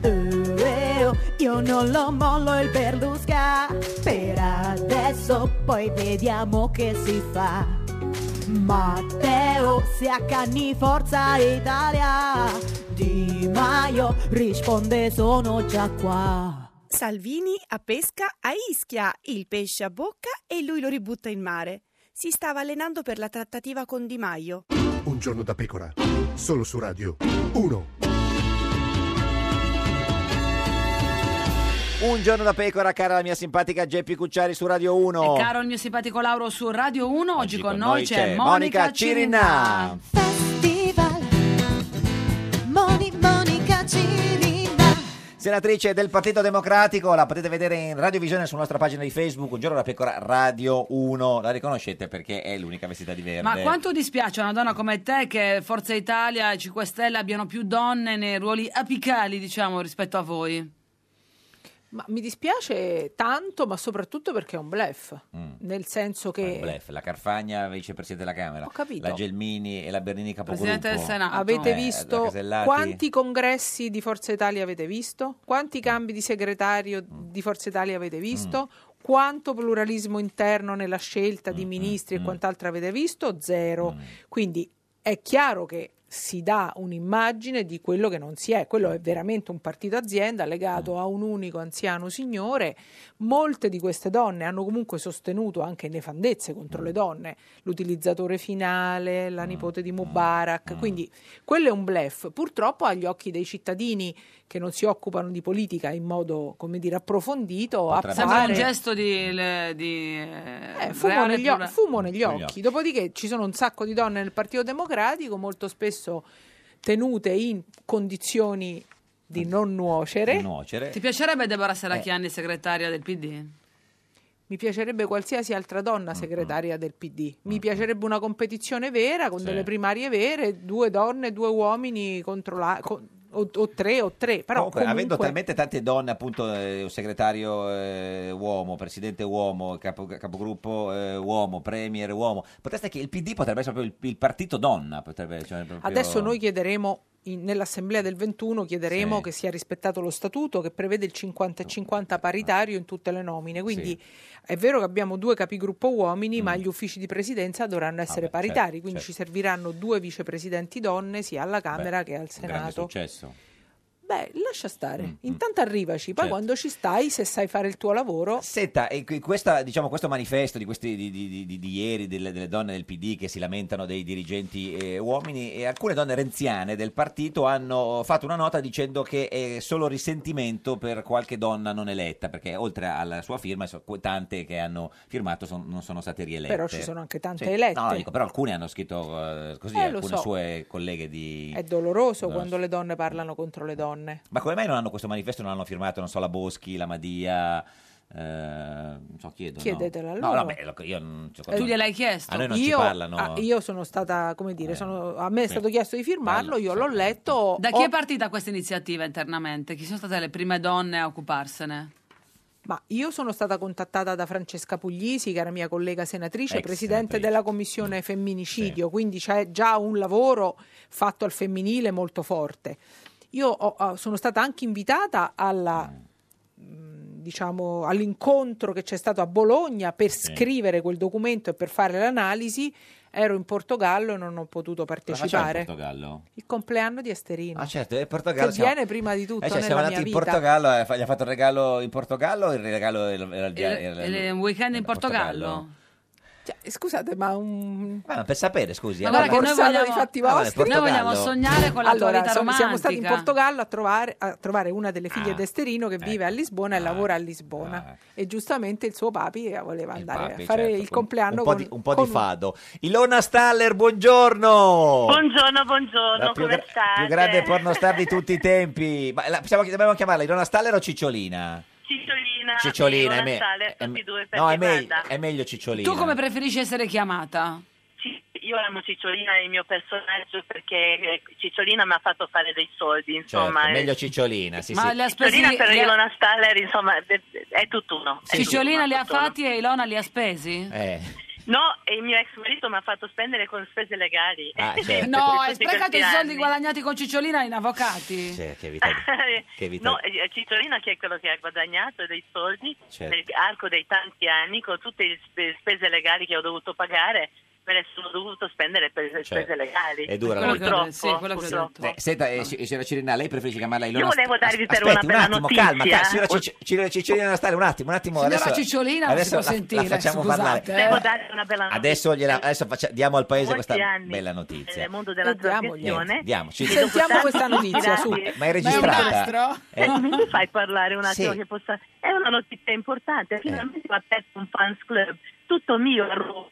Speaker 12: oh, Io non lo mollo il Berlusca Per adesso poi vediamo che si fa Matteo si accanni Forza Italia Di Maio risponde sono già qua
Speaker 15: Salvini a pesca a Ischia, il pesce a bocca e lui lo ributta in mare. Si stava allenando per la trattativa con Di Maio.
Speaker 14: Un giorno da pecora, solo su Radio 1.
Speaker 2: Un giorno da pecora, cara la mia simpatica Geppi Cucciari su Radio 1.
Speaker 1: E caro il mio simpatico Lauro su Radio 1, oggi, con, noi c'è Monica Cirinà.
Speaker 12: Festival Moni, Monica Cirina
Speaker 2: Senatrice del Partito Democratico, la potete vedere in radiovisione sulla nostra pagina di Facebook, un giorno da pecora Radio 1, la riconoscete perché è l'unica vestita di verde.
Speaker 1: Ma quanto dispiace a una donna come te che Forza Italia e 5 Stelle abbiano più donne nei ruoli apicali, diciamo, rispetto a voi?
Speaker 16: Ma mi dispiace tanto, ma soprattutto perché è un bluff.
Speaker 2: Mm.
Speaker 16: Nel senso
Speaker 2: Il
Speaker 1: Eh.
Speaker 16: che
Speaker 2: Blef, la Carfagna, vicepresidente della Camera,
Speaker 16: Ho capito.
Speaker 2: la Gelmini e la Bernini capogruppo.
Speaker 1: Presidente del Senato.
Speaker 2: Eh,
Speaker 16: Avete
Speaker 2: la
Speaker 16: visto
Speaker 2: Casellati.
Speaker 16: quanti congressi di Forza Italia avete visto? Quanti cambi di segretario di Forza Italia avete visto? Quanto pluralismo interno nella scelta di ministri e quant'altro avete visto? Zero. Quindi è chiaro che si dà un'immagine di quello che non si è. Quello è veramente un partito azienda legato a un unico anziano signore. Molte di queste donne hanno comunque sostenuto anche nefandezze contro le donne, l'utilizzatore finale, la nipote di Mubarak. Quindi quello è un blef. Purtroppo agli occhi dei cittadini che non si occupano di politica in modo, come dire, approfondito, appare...
Speaker 1: Sembra un gesto di... le- di, eh,
Speaker 16: Eh, fumo,
Speaker 1: reale
Speaker 16: negli, o-
Speaker 1: plura-
Speaker 16: fumo negli occhi. Dopodiché ci sono un sacco di donne nel Partito Democratico, molto spesso tenute in condizioni di non nuocere. Eh.
Speaker 2: nuocere.
Speaker 1: Ti piacerebbe Deborah
Speaker 16: Seracchiani
Speaker 1: Serracchiani, segretaria del PD?
Speaker 16: Mi piacerebbe qualsiasi altra donna segretaria del PD. Mi piacerebbe una competizione vera, con
Speaker 1: Sì.
Speaker 16: delle primarie vere, due donne, due uomini contro la... con- o, o tre o tre, però
Speaker 2: Comunque, avendo
Speaker 16: comunque-
Speaker 2: talmente tante donne, appunto, eh, un segretario eh, uomo, presidente uomo, capo- capogruppo eh, uomo, premier uomo, potreste che il PD potrebbe essere proprio il, il partito donna. Potrebbe, cioè, proprio-
Speaker 16: Adesso noi chiederemo, in- nell'assemblea del 21, chiederemo
Speaker 2: Sì.
Speaker 16: che sia rispettato lo statuto che prevede il 50 e 50 paritario in tutte le nomine. Quindi è vero che abbiamo due capigruppo uomini, ma gli uffici di presidenza dovranno essere
Speaker 2: Mm. beh, certo,
Speaker 16: paritari, quindi
Speaker 2: certo.
Speaker 16: ci serviranno due vicepresidenti donne sia alla Camera
Speaker 2: Beh,
Speaker 16: che al
Speaker 2: Un grande
Speaker 16: Senato.
Speaker 2: successo.
Speaker 16: Beh, lascia stare. Intanto arrivaci, poi
Speaker 2: Mm, Certo.
Speaker 16: quando ci stai, se sai fare il tuo lavoro,
Speaker 2: Senta, e qui- questa, diciamo, questo manifesto di, questi, di, di- di- di- di ieri delle, delle donne del PD che si lamentano dei dirigenti eh, uomini e alcune donne renziane del partito hanno fatto una nota dicendo che è solo risentimento per qualche donna non eletta, perché oltre alla sua firma so- tante che hanno firmato son- non sono state rielette.
Speaker 16: però ci sono anche tante
Speaker 2: Sì,
Speaker 16: elette.
Speaker 2: No, dico, però alcune hanno scritto eh, così,
Speaker 16: Eh, lo
Speaker 2: alcune
Speaker 16: so.
Speaker 2: sue colleghe di...
Speaker 16: È doloroso
Speaker 2: No,
Speaker 16: quando le donne parlano contro le donne.
Speaker 2: Ma come mai non hanno questo manifesto, non hanno firmato, non so, la Boschi, la Madia... eh, non so, chiedo, no?
Speaker 16: Chiedetelo a
Speaker 2: No,
Speaker 16: loro.
Speaker 2: no, beh, lo- io non- cioè,
Speaker 16: Eh,
Speaker 2: quando-
Speaker 1: chiesto?
Speaker 2: A noi non ci
Speaker 16: Io-
Speaker 2: parlano. Eh.
Speaker 16: ah, io sono stata, come dire, sono- a me è
Speaker 2: Sì.
Speaker 16: stato chiesto di firmarlo, io l'ho letto.
Speaker 1: Da chi è
Speaker 16: ho-
Speaker 1: partita questa iniziativa internamente? Chi sono state le prime donne a occuparsene?
Speaker 16: Ma io sono stata contattata da Francesca Puglisi, che era mia collega senatrice,
Speaker 1: Ex
Speaker 16: presidente
Speaker 1: senatrice.
Speaker 16: della commissione femminicidio, quindi c'è già un lavoro fatto al femminile molto forte. Io ho- ho- sono stata anche invitata alla,
Speaker 2: Mm.
Speaker 16: mh, diciamo, all'incontro che c'è stato a Bologna per scrivere quel documento e per fare l'analisi. ero in Portogallo e non ho potuto
Speaker 2: Cosa facciamo in
Speaker 16: partecipare.
Speaker 2: Portogallo?
Speaker 16: Il compleanno di Asterino.
Speaker 2: Ah certo, e in Portogallo
Speaker 16: Che
Speaker 2: siamo-
Speaker 16: viene prima di tutto
Speaker 2: Eh, cioè,
Speaker 16: nella
Speaker 2: siamo
Speaker 16: mia
Speaker 2: andati in
Speaker 16: vita.
Speaker 2: Portogallo, eh, fa- gli ha fatto il regalo in Portogallo o il regalo era- era il
Speaker 1: Il,
Speaker 2: era-
Speaker 1: il weekend
Speaker 2: Eh,
Speaker 1: in Portogallo?
Speaker 16: Cioè, scusate, ma un...
Speaker 2: Ah, per sapere, scusi.
Speaker 16: Ma
Speaker 2: eh,
Speaker 16: guarda che
Speaker 2: allora-
Speaker 16: noi vogliamo,
Speaker 1: vogliamo-
Speaker 16: i fatti
Speaker 2: Ah, vabbè,
Speaker 16: vostri.
Speaker 2: Noi vogliamo Portogallo. sognare
Speaker 1: con la tua
Speaker 16: allora,
Speaker 1: vita
Speaker 16: sono- Siamo stati in
Speaker 1: romantica.
Speaker 16: Portogallo a trovare, a trovare una delle figlie
Speaker 2: Ah,
Speaker 16: d'Esterino che vive a Lisbona e lavora a Lisbona. E giustamente il suo papi eh, voleva andare
Speaker 2: ecco. Papi,
Speaker 16: a fare
Speaker 2: certo,
Speaker 16: il compleanno
Speaker 2: un po'
Speaker 16: con...
Speaker 2: di, un po' di fado. Ilona Staller, buongiorno.
Speaker 20: Buongiorno, buongiorno,
Speaker 2: La più,
Speaker 20: come
Speaker 2: gra-
Speaker 20: state?
Speaker 2: più grande pornostar di tutti
Speaker 20: [laughs]
Speaker 2: i tempi. Ma la, possiamo, dobbiamo chiamarla Ilona Staller o Cicciolina?
Speaker 20: Ah, Cicciolina,
Speaker 2: Cicciolina,
Speaker 20: e
Speaker 2: è me-
Speaker 20: Natale,
Speaker 2: è me-
Speaker 20: tutti e due, perché
Speaker 2: No, è, me-
Speaker 20: guarda,
Speaker 2: è meglio Cicciolina.
Speaker 1: Tu come preferisci essere chiamata?
Speaker 20: io amo Cicciolina, è il mio personaggio, perché eh, Cicciolina mi ha fatto fare dei soldi,
Speaker 2: Certo,
Speaker 20: insomma. eh.
Speaker 2: è meglio Cicciolina, sì,
Speaker 1: Ma
Speaker 2: sì.
Speaker 1: le ha spesi-
Speaker 20: Cicciolina per
Speaker 1: le ha-
Speaker 20: Ilona Staller, insomma, è- è tutt'uno. è
Speaker 1: Cicciolina
Speaker 20: tutt'uno,
Speaker 1: li ha
Speaker 20: tutt'uno.
Speaker 1: fatti e Ilona li ha spesi?
Speaker 2: Eh.
Speaker 20: No, e il mio ex marito mi ha fatto spendere con spese legali. [laughs]
Speaker 1: [laughs]
Speaker 2: Ah, certo.
Speaker 1: No,
Speaker 20: Tutti
Speaker 1: hai sprecato
Speaker 20: questi
Speaker 1: i soldi
Speaker 20: anni.
Speaker 1: guadagnati con Cicciolina in avvocati?
Speaker 2: Sì, che vita, che vita
Speaker 20: No, [laughs] eh, Cicciolina che è quello che ha guadagnato dei soldi
Speaker 2: Certo.
Speaker 20: nell'arco dei tanti anni con tutte le spe- spese legali che ho dovuto pagare me le sono dovuto spendere per le spese
Speaker 2: Certo.
Speaker 20: legali.
Speaker 2: è dura la
Speaker 20: Purtroppo,
Speaker 2: vita.
Speaker 20: Eh, purtroppo.
Speaker 2: Eh, senta, eh, ci- signora Cirina, lei preferisce chiamarla Ilona
Speaker 20: Io volevo
Speaker 2: Sta-
Speaker 20: darvi
Speaker 2: as-
Speaker 20: per
Speaker 2: aspetta,
Speaker 20: una bella
Speaker 2: un attimo,
Speaker 20: notizia.
Speaker 2: calma, calma. Signora Cic- Cic- Cicciolina Staller, un attimo, un attimo.
Speaker 1: Signora
Speaker 2: adesso,
Speaker 1: Cicciolina, non si
Speaker 2: adesso
Speaker 1: può
Speaker 2: la, la
Speaker 1: sentire,
Speaker 2: facciamo
Speaker 1: scusate,
Speaker 2: parlare.
Speaker 1: eh.
Speaker 20: Devo darvi una bella notizia.
Speaker 2: Adesso, gliela- adesso faccia- diamo al paese questa
Speaker 20: Molti anni Eh,
Speaker 2: bella notizia.
Speaker 20: nel mondo della trasmissione.
Speaker 2: Niente, diamoci.
Speaker 20: Devo
Speaker 16: Sentiamo
Speaker 20: darvi
Speaker 16: questa
Speaker 20: tutti
Speaker 16: notizia,
Speaker 20: i
Speaker 16: su.
Speaker 20: dati.
Speaker 2: Ma è registrata. Eh,
Speaker 20: Eh, [laughs] mi fai parlare un attimo
Speaker 2: Sì. Eh.
Speaker 20: che possa... È una notizia importante, finalmente ho aperto un fans club, tutto mio a Roma,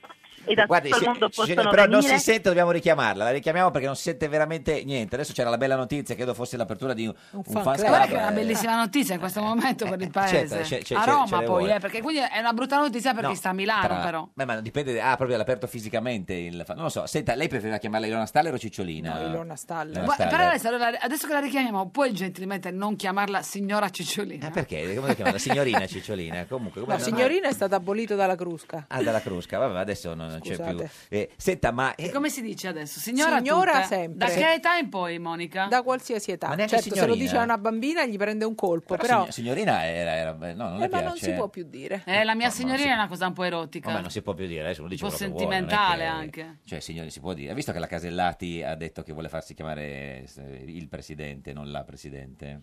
Speaker 20: e da
Speaker 2: Guardi,
Speaker 20: tutto il
Speaker 2: si-
Speaker 20: mondo
Speaker 2: si-
Speaker 20: possono
Speaker 2: però non
Speaker 20: venire...
Speaker 2: si sente, dobbiamo richiamarla. La richiamiamo perché non si sente veramente niente. Adesso c'era la bella notizia, credo fosse l'apertura di un, un
Speaker 1: Fan
Speaker 2: fans
Speaker 1: club. Guarda
Speaker 2: club.
Speaker 1: che è una
Speaker 2: eh,
Speaker 1: bellissima notizia in questo momento per il
Speaker 2: certo,
Speaker 1: paese.
Speaker 2: ce- ce-
Speaker 1: a
Speaker 2: ce- ce
Speaker 1: Roma
Speaker 2: le
Speaker 1: poi,
Speaker 2: vuole.
Speaker 1: eh, perché quindi è una brutta notizia per
Speaker 2: Eh, no,
Speaker 1: chi sta a Milano
Speaker 2: tra-
Speaker 1: però.
Speaker 2: Beh, ma dipende, ah, proprio all'aperto fisicamente. il fa- non lo so. Senta, lei preferiva chiamarla Ilona Staller o Cicciolina?
Speaker 16: Ilona Staller.
Speaker 2: Ilona
Speaker 1: Gua-
Speaker 2: Staller.
Speaker 1: però adesso, allora, adesso che la richiamiamo, puoi gentilmente non chiamarla signora Cicciolina?
Speaker 2: Perché? Come la chiamano? Signorina
Speaker 1: [laughs]
Speaker 2: Cicciolina? Comunque, come
Speaker 16: No, signorina è stata abolito dalla Crusca.
Speaker 2: Ah, dalla Crusca, vabbè, adesso non, non c'è
Speaker 16: Scusate.
Speaker 2: più. Eh, senta, ma. eh,
Speaker 1: E come si dice adesso? Signora,
Speaker 16: Signora
Speaker 1: tutta?
Speaker 16: sempre.
Speaker 1: Da che età in poi, Monica?
Speaker 16: Da qualsiasi età.
Speaker 2: Ma neanche
Speaker 16: certo, se lo
Speaker 2: signorina. eh.
Speaker 16: dice a una bambina gli prende un colpo,
Speaker 2: però
Speaker 16: però...
Speaker 2: sign- signorina era. era- no, non le
Speaker 16: Eh, ma non
Speaker 2: piace.
Speaker 16: si può più dire.
Speaker 1: Eh, la mia signorina è una cosa un po' erotica.
Speaker 2: Vabbè, non si può più dire, adesso lo
Speaker 1: un
Speaker 2: dice
Speaker 1: po'
Speaker 2: quello che vuole, non è
Speaker 1: sentimentale
Speaker 2: che-
Speaker 1: anche.
Speaker 2: Cioè, signori, si può dire. Ha visto che la Casellati ha detto che vuole farsi chiamare eh, il presidente, non la presidente?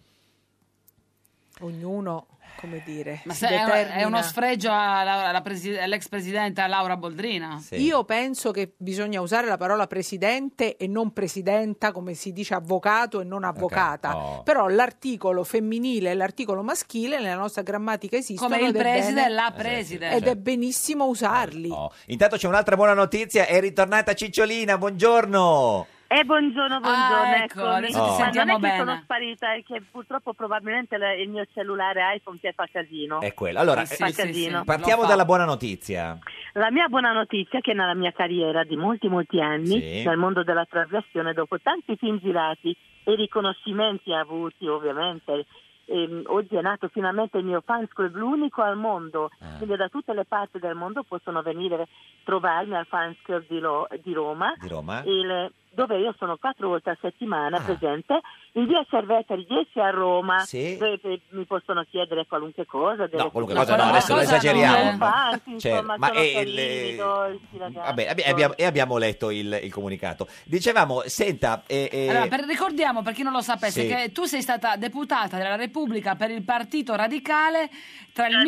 Speaker 16: Ognuno, come dire,
Speaker 1: Ma
Speaker 16: si
Speaker 1: se è, una- è
Speaker 16: determina.
Speaker 1: uno sfregio alla- alla presi- all'ex presidenta Laura Boldrina.
Speaker 16: Io penso che bisogna usare la parola presidente e non presidenta, come si dice avvocato e non avvocata.
Speaker 1: oh.
Speaker 16: Però l'articolo femminile e l'articolo maschile nella nostra grammatica esistono.
Speaker 1: Come il
Speaker 16: ed è
Speaker 1: preside
Speaker 16: bene-
Speaker 1: e
Speaker 2: Eh
Speaker 1: la preside.
Speaker 16: Ed è benissimo usarli.
Speaker 2: Oh, Intanto c'è un'altra buona notizia, è ritornata Cicciolina, buongiorno!
Speaker 20: Eh, buongiorno, buongiorno.
Speaker 1: Ah, ecco,
Speaker 20: eccomi.
Speaker 1: adesso
Speaker 2: ti
Speaker 20: Ma
Speaker 1: sentiamo
Speaker 20: non è che
Speaker 1: bene.
Speaker 20: sono sparita, è che purtroppo probabilmente la- il mio cellulare iPhone che fa casino.
Speaker 2: È quello. Allora,
Speaker 20: Fa casino.
Speaker 2: partiamo
Speaker 20: Lo fa.
Speaker 2: dalla buona notizia.
Speaker 20: La mia buona notizia è che nella mia carriera di molti molti anni
Speaker 2: Sì.
Speaker 20: nel mondo della trasgressione, dopo tanti film girati e riconoscimenti avuti ovviamente, ehm, oggi è nato finalmente il mio fans club, l'unico al mondo,
Speaker 2: Ah.
Speaker 20: quindi da tutte le parti del mondo possono venire a trovarmi al fans club di, Lo- di Roma,
Speaker 2: Di Roma. Ah.
Speaker 20: il- dove io sono quattro volte a settimana presente, in via Cervetari 10 a Roma,
Speaker 2: Sì.
Speaker 20: dove dove mi possono chiedere qualunque cosa. delle-
Speaker 2: No, qualunque cosa no, adesso Eh. lo esageriamo.
Speaker 20: Infatti,
Speaker 2: Cioè,
Speaker 20: insomma,
Speaker 2: ma
Speaker 20: sono
Speaker 2: è il-
Speaker 20: carini, dolci, ragazzi.
Speaker 2: Vabbè, abbi- abbiamo- e abbiamo letto il, il comunicato. Dicevamo, senta, eh, eh,
Speaker 1: Allora, per- ricordiamo per chi non lo sapesse
Speaker 2: Sì.
Speaker 1: che tu sei stata deputata della Repubblica per il Partito Radicale tra il
Speaker 20: Dal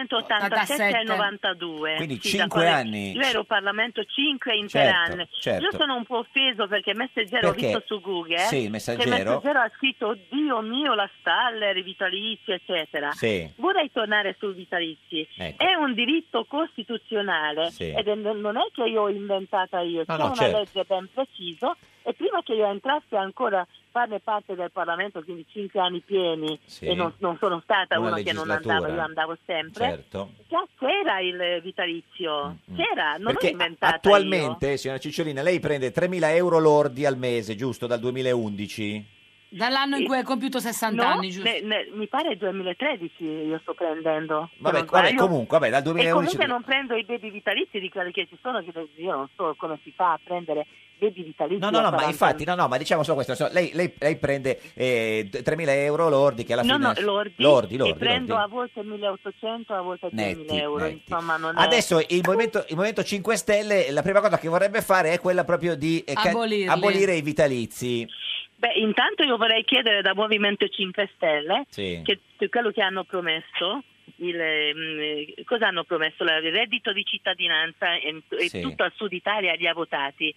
Speaker 1: 1987
Speaker 20: 1987 al 92.
Speaker 2: Quindi
Speaker 20: Sì,
Speaker 2: cinque
Speaker 20: da quale-
Speaker 2: anni.
Speaker 20: Io ero Parlamento 5 interi
Speaker 2: Certo,
Speaker 20: anni.
Speaker 2: certo.
Speaker 20: Io sono un po' offeso perché Messaggero
Speaker 2: Perché?
Speaker 20: ho visto su Google
Speaker 2: Sì,
Speaker 20: eh,
Speaker 2: il Messaggero.
Speaker 20: che Messaggero ha scritto Dio mio la Staller, i vitalizi eccetera.
Speaker 2: Sì.
Speaker 20: Vorrei tornare sui vitalizi.
Speaker 2: Ecco.
Speaker 20: È un diritto costituzionale
Speaker 2: Sì.
Speaker 20: ed è- non è che io ho inventata io,
Speaker 2: No,
Speaker 20: c'è
Speaker 2: no,
Speaker 20: una
Speaker 2: certo.
Speaker 20: legge ben precisa e prima che io entrassi ancora a farne parte del Parlamento, quindi cinque anni pieni
Speaker 2: Sì.
Speaker 20: e non, non sono stata
Speaker 2: Una
Speaker 20: uno che non
Speaker 2: legislatura.
Speaker 20: andava, io andavo sempre.
Speaker 2: certo. Mm,
Speaker 20: Già c'era il vitalizio, c'era, non l'ho
Speaker 2: Perché
Speaker 20: inventata
Speaker 2: attualmente, signora Cicciolina, lei prende 3.000 euro lordi al mese, giusto, dal 2011?
Speaker 1: dall'anno in cui hai compiuto 60
Speaker 20: No,
Speaker 1: anni, giusto?
Speaker 20: ne- ne- mi pare 2013 io sto prendendo. se
Speaker 2: Vabbè,
Speaker 20: non
Speaker 2: vabbè,
Speaker 20: sbaglio.
Speaker 2: comunque, vabbè, dal
Speaker 20: E
Speaker 2: 2011...
Speaker 20: comunque non prendo i baby vitalizi di quelli che ci sono, che io non so come si fa a prendere vedi vitalizio.
Speaker 2: No, no,
Speaker 20: a
Speaker 2: no, ma
Speaker 20: 40
Speaker 2: infatti, no, no, ma diciamo solo questo. insomma, lei, lei, lei prende eh, 3.000 euro lordi che alla
Speaker 20: No,
Speaker 2: fine...
Speaker 20: no, lordi,
Speaker 2: Lordi,
Speaker 20: e
Speaker 2: lordi,
Speaker 20: prendo
Speaker 2: lordi.
Speaker 20: a volte 1800, a volte 3000
Speaker 2: Netti,
Speaker 20: euro,
Speaker 2: netti.
Speaker 20: insomma non è...
Speaker 2: Adesso il movimento, il Movimento 5 Stelle, la prima cosa che vorrebbe fare è quella proprio di eh, ca-
Speaker 20: Abolirli.
Speaker 2: abolire i vitalizi.
Speaker 20: Beh, intanto io vorrei chiedere da Movimento 5 Stelle
Speaker 2: Sì.
Speaker 20: che che quello che hanno promesso, il, ehm, cosa hanno promesso? La- Il reddito di cittadinanza e, e
Speaker 21: Sì.
Speaker 20: tutto al sud Italia li ha votati.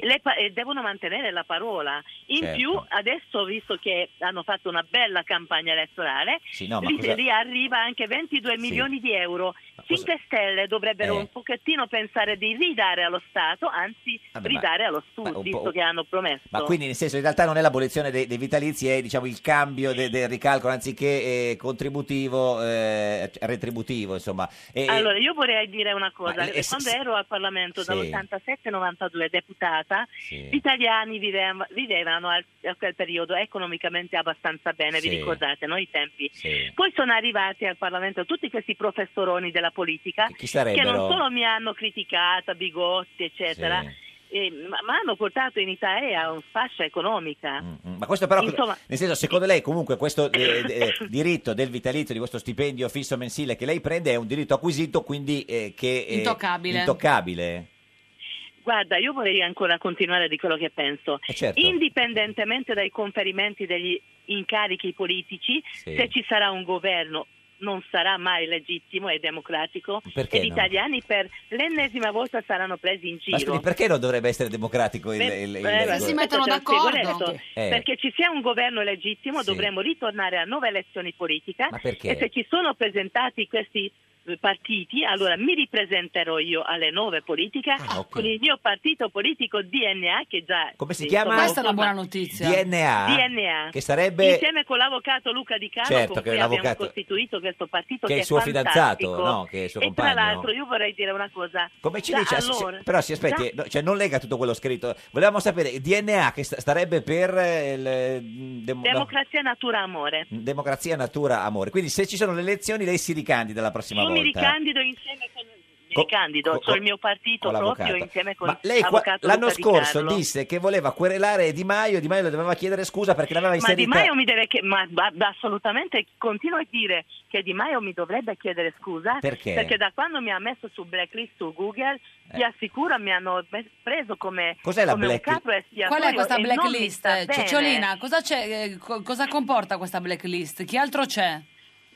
Speaker 20: Le pa- eh, devono mantenere la parola. In
Speaker 2: Certo.
Speaker 20: più, adesso, visto che hanno fatto una bella campagna elettorale,
Speaker 2: Sì, no, ma
Speaker 20: lì,
Speaker 2: cosa-
Speaker 20: lì arriva anche 22 milioni di euro. 5 Stelle dovrebbero
Speaker 2: Eh.
Speaker 20: un pochettino pensare di ridare allo Stato, anzi
Speaker 2: Vabbè, ma-
Speaker 20: ridare allo
Speaker 2: ma
Speaker 20: Sud,
Speaker 2: un po'-
Speaker 20: visto che hanno promesso.
Speaker 2: Ma quindi, nel senso, in realtà non è l'abolizione dei, dei vitalizi, è diciamo il cambio de- del ricalcolo anziché eh, contributivo, eh, retributivo, insomma. E-
Speaker 20: Allora, io vorrei dire una
Speaker 2: eh, Ma eh,
Speaker 20: cosa.
Speaker 2: le- se-
Speaker 20: Quando ero al Parlamento
Speaker 2: Sì.
Speaker 20: dall'87-92 deputata,
Speaker 2: Sì.
Speaker 20: gli italiani vivev- vivevano al- a quel periodo economicamente abbastanza bene,
Speaker 22: Sì.
Speaker 20: vi ricordate, no? I tempi.
Speaker 22: Sì.
Speaker 20: Poi sono arrivati al Parlamento tutti questi professoroni della politica
Speaker 22: chi
Speaker 20: che
Speaker 22: sarebbero?
Speaker 20: non solo mi hanno criticata, bigotti, eccetera, eh, ma, ma hanno portato in Italia a un fascia economica.
Speaker 2: mm, Ma questo però,
Speaker 20: Insomma-
Speaker 2: nel senso, secondo lei comunque questo
Speaker 20: [coughs]
Speaker 2: eh, eh, diritto del vitalizio, di questo stipendio fisso mensile che lei prende è un diritto acquisito, quindi eh, che... è
Speaker 20: Intoccabile.
Speaker 2: Intoccabile.
Speaker 20: Guarda, io vorrei ancora continuare di quello che penso.
Speaker 2: Eh, certo.
Speaker 20: Indipendentemente dai conferimenti degli incarichi politici,
Speaker 22: Sì.
Speaker 20: se ci sarà un governo non sarà mai legittimo e democratico
Speaker 2: Perché
Speaker 20: e gli
Speaker 2: no?
Speaker 20: italiani per l'ennesima volta saranno presi in
Speaker 2: Ma
Speaker 20: giro.
Speaker 2: scusi, perché non dovrebbe essere democratico il...
Speaker 20: Beh,
Speaker 2: il- il-
Speaker 20: beh,
Speaker 2: il-
Speaker 20: aspetta, te lo spiego adesso.
Speaker 2: Eh.
Speaker 20: Perché ci sia un governo legittimo dovremmo ritornare a nuove elezioni politiche
Speaker 2: Ma perché?
Speaker 20: e se ci sono presentati questi eh, partiti, allora mi ripresenterò io alle nuove politiche con il mio partito politico DNA che già
Speaker 2: Ah, Come si
Speaker 20: eh,
Speaker 2: chiama?
Speaker 20: insomma,
Speaker 2: Questa è una
Speaker 20: forma-
Speaker 2: buona notizia. DNA?
Speaker 20: DNA.
Speaker 2: Che sarebbe-
Speaker 20: insieme con l'avvocato Luca Di Caro
Speaker 2: Certo,
Speaker 20: con
Speaker 2: che
Speaker 20: cui
Speaker 2: è
Speaker 20: abbiamo
Speaker 2: l'avvocato-
Speaker 20: costituito questo partito
Speaker 2: che
Speaker 20: che,
Speaker 2: è il
Speaker 20: è
Speaker 2: suo
Speaker 20: fantastico.
Speaker 2: fidanzato, no? Che è il suo
Speaker 20: e tra
Speaker 2: compagno.
Speaker 20: l'altro io vorrei dire una cosa.
Speaker 2: Come ci
Speaker 20: Già
Speaker 2: dice?
Speaker 20: allora-
Speaker 2: se- però si aspetti,
Speaker 20: già-
Speaker 2: no, cioè non lega tutto quello scritto. Volevamo sapere, il DNA che sta- starebbe per eh, il, eh, dem- no,
Speaker 20: Democrazia, natura, amore.
Speaker 2: democrazia, natura, amore. Quindi se ci sono le elezioni lei si ricandida la prossima
Speaker 20: Io
Speaker 2: volta.
Speaker 20: mi ricandido insieme con mi
Speaker 2: Co-
Speaker 20: ricandido,
Speaker 2: co-
Speaker 20: ho il mio partito
Speaker 2: con
Speaker 20: proprio
Speaker 2: l'avvocato.
Speaker 20: insieme con
Speaker 2: Ma lei qua-
Speaker 20: avvocato
Speaker 2: l'anno
Speaker 20: Luca Di
Speaker 2: scorso
Speaker 20: Carlo.
Speaker 2: disse che voleva querelare Di Maio, Di Maio le doveva chiedere scusa perché l'aveva
Speaker 20: ma Di
Speaker 2: inserita...
Speaker 20: Maio mi deve che- ma, ma- ma assolutamente continuo a dire che Di Maio mi dovrebbe chiedere scusa
Speaker 2: Perché? Eh.
Speaker 20: da quando mi ha messo su blacklist su Google ti assicuro mi hanno me- preso come,
Speaker 2: Cos'è la
Speaker 20: come un
Speaker 2: blacklist?
Speaker 20: capro espiatorio
Speaker 1: Qual è questa
Speaker 20: e non mi
Speaker 1: blacklist?
Speaker 20: sta bene.
Speaker 1: Cicciolina, cosa, c'è, eh, co- cosa comporta questa blacklist? Chi altro c'è?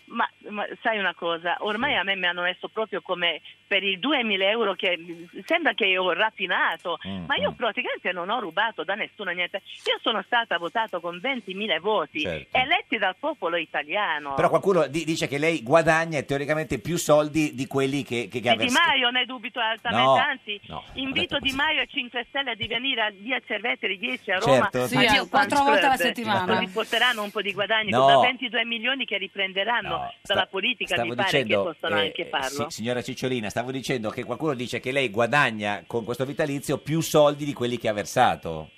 Speaker 20: Ma, ma sai una cosa, ormai a me mi hanno messo proprio come per i 2000 euro che sembra che io ho rapinato,
Speaker 22: Mm,
Speaker 20: ma io
Speaker 22: mm.
Speaker 20: praticamente non ho rubato da nessuno niente. Io sono stata votata con 20.000 voti,
Speaker 2: Certo.
Speaker 20: eletti dal popolo italiano.
Speaker 2: Però qualcuno di- dice che lei guadagna teoricamente più soldi di quelli che, che, che
Speaker 20: Di
Speaker 2: avresti-
Speaker 20: Maio ne dubito altamente,
Speaker 2: No,
Speaker 20: anzi
Speaker 2: no,
Speaker 20: invito Di Maio e 5 Stelle a venire a via Cerveteri 10 a Roma
Speaker 2: Certo, Sì, sì.
Speaker 20: Dio,
Speaker 1: quattro
Speaker 20: fan
Speaker 1: volte alla
Speaker 20: club.
Speaker 1: settimana.
Speaker 20: riporteranno un po' di guadagni
Speaker 2: No.
Speaker 20: da 22 milioni che riprenderanno dalla politica
Speaker 2: Stavo
Speaker 20: mi pare
Speaker 2: dicendo,
Speaker 20: che possono
Speaker 2: eh,
Speaker 20: anche farlo
Speaker 2: sì, signora Cicciolina, stavo dicendo che qualcuno dice che lei guadagna con questo vitalizio più soldi di quelli che ha versato.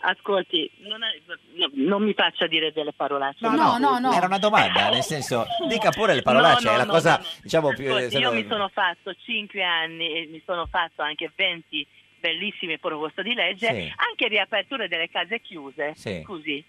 Speaker 20: Ascolti, non, è- no, non mi faccia dire delle parolacce.
Speaker 2: Era una domanda, nel senso, dica pure le parolacce,
Speaker 20: Eh, oh. No, no,
Speaker 2: è la
Speaker 20: no,
Speaker 2: cosa,
Speaker 20: no, no.
Speaker 2: diciamo, più...
Speaker 20: Ascolti,
Speaker 2: eh,
Speaker 20: Ecco, io
Speaker 2: se-
Speaker 20: mi sono fatto 5 anni e mi sono fatto anche 20 bellissime proposte di legge,
Speaker 2: Sì.
Speaker 20: anche riaperture delle case chiuse,
Speaker 2: Sì.
Speaker 20: scusi,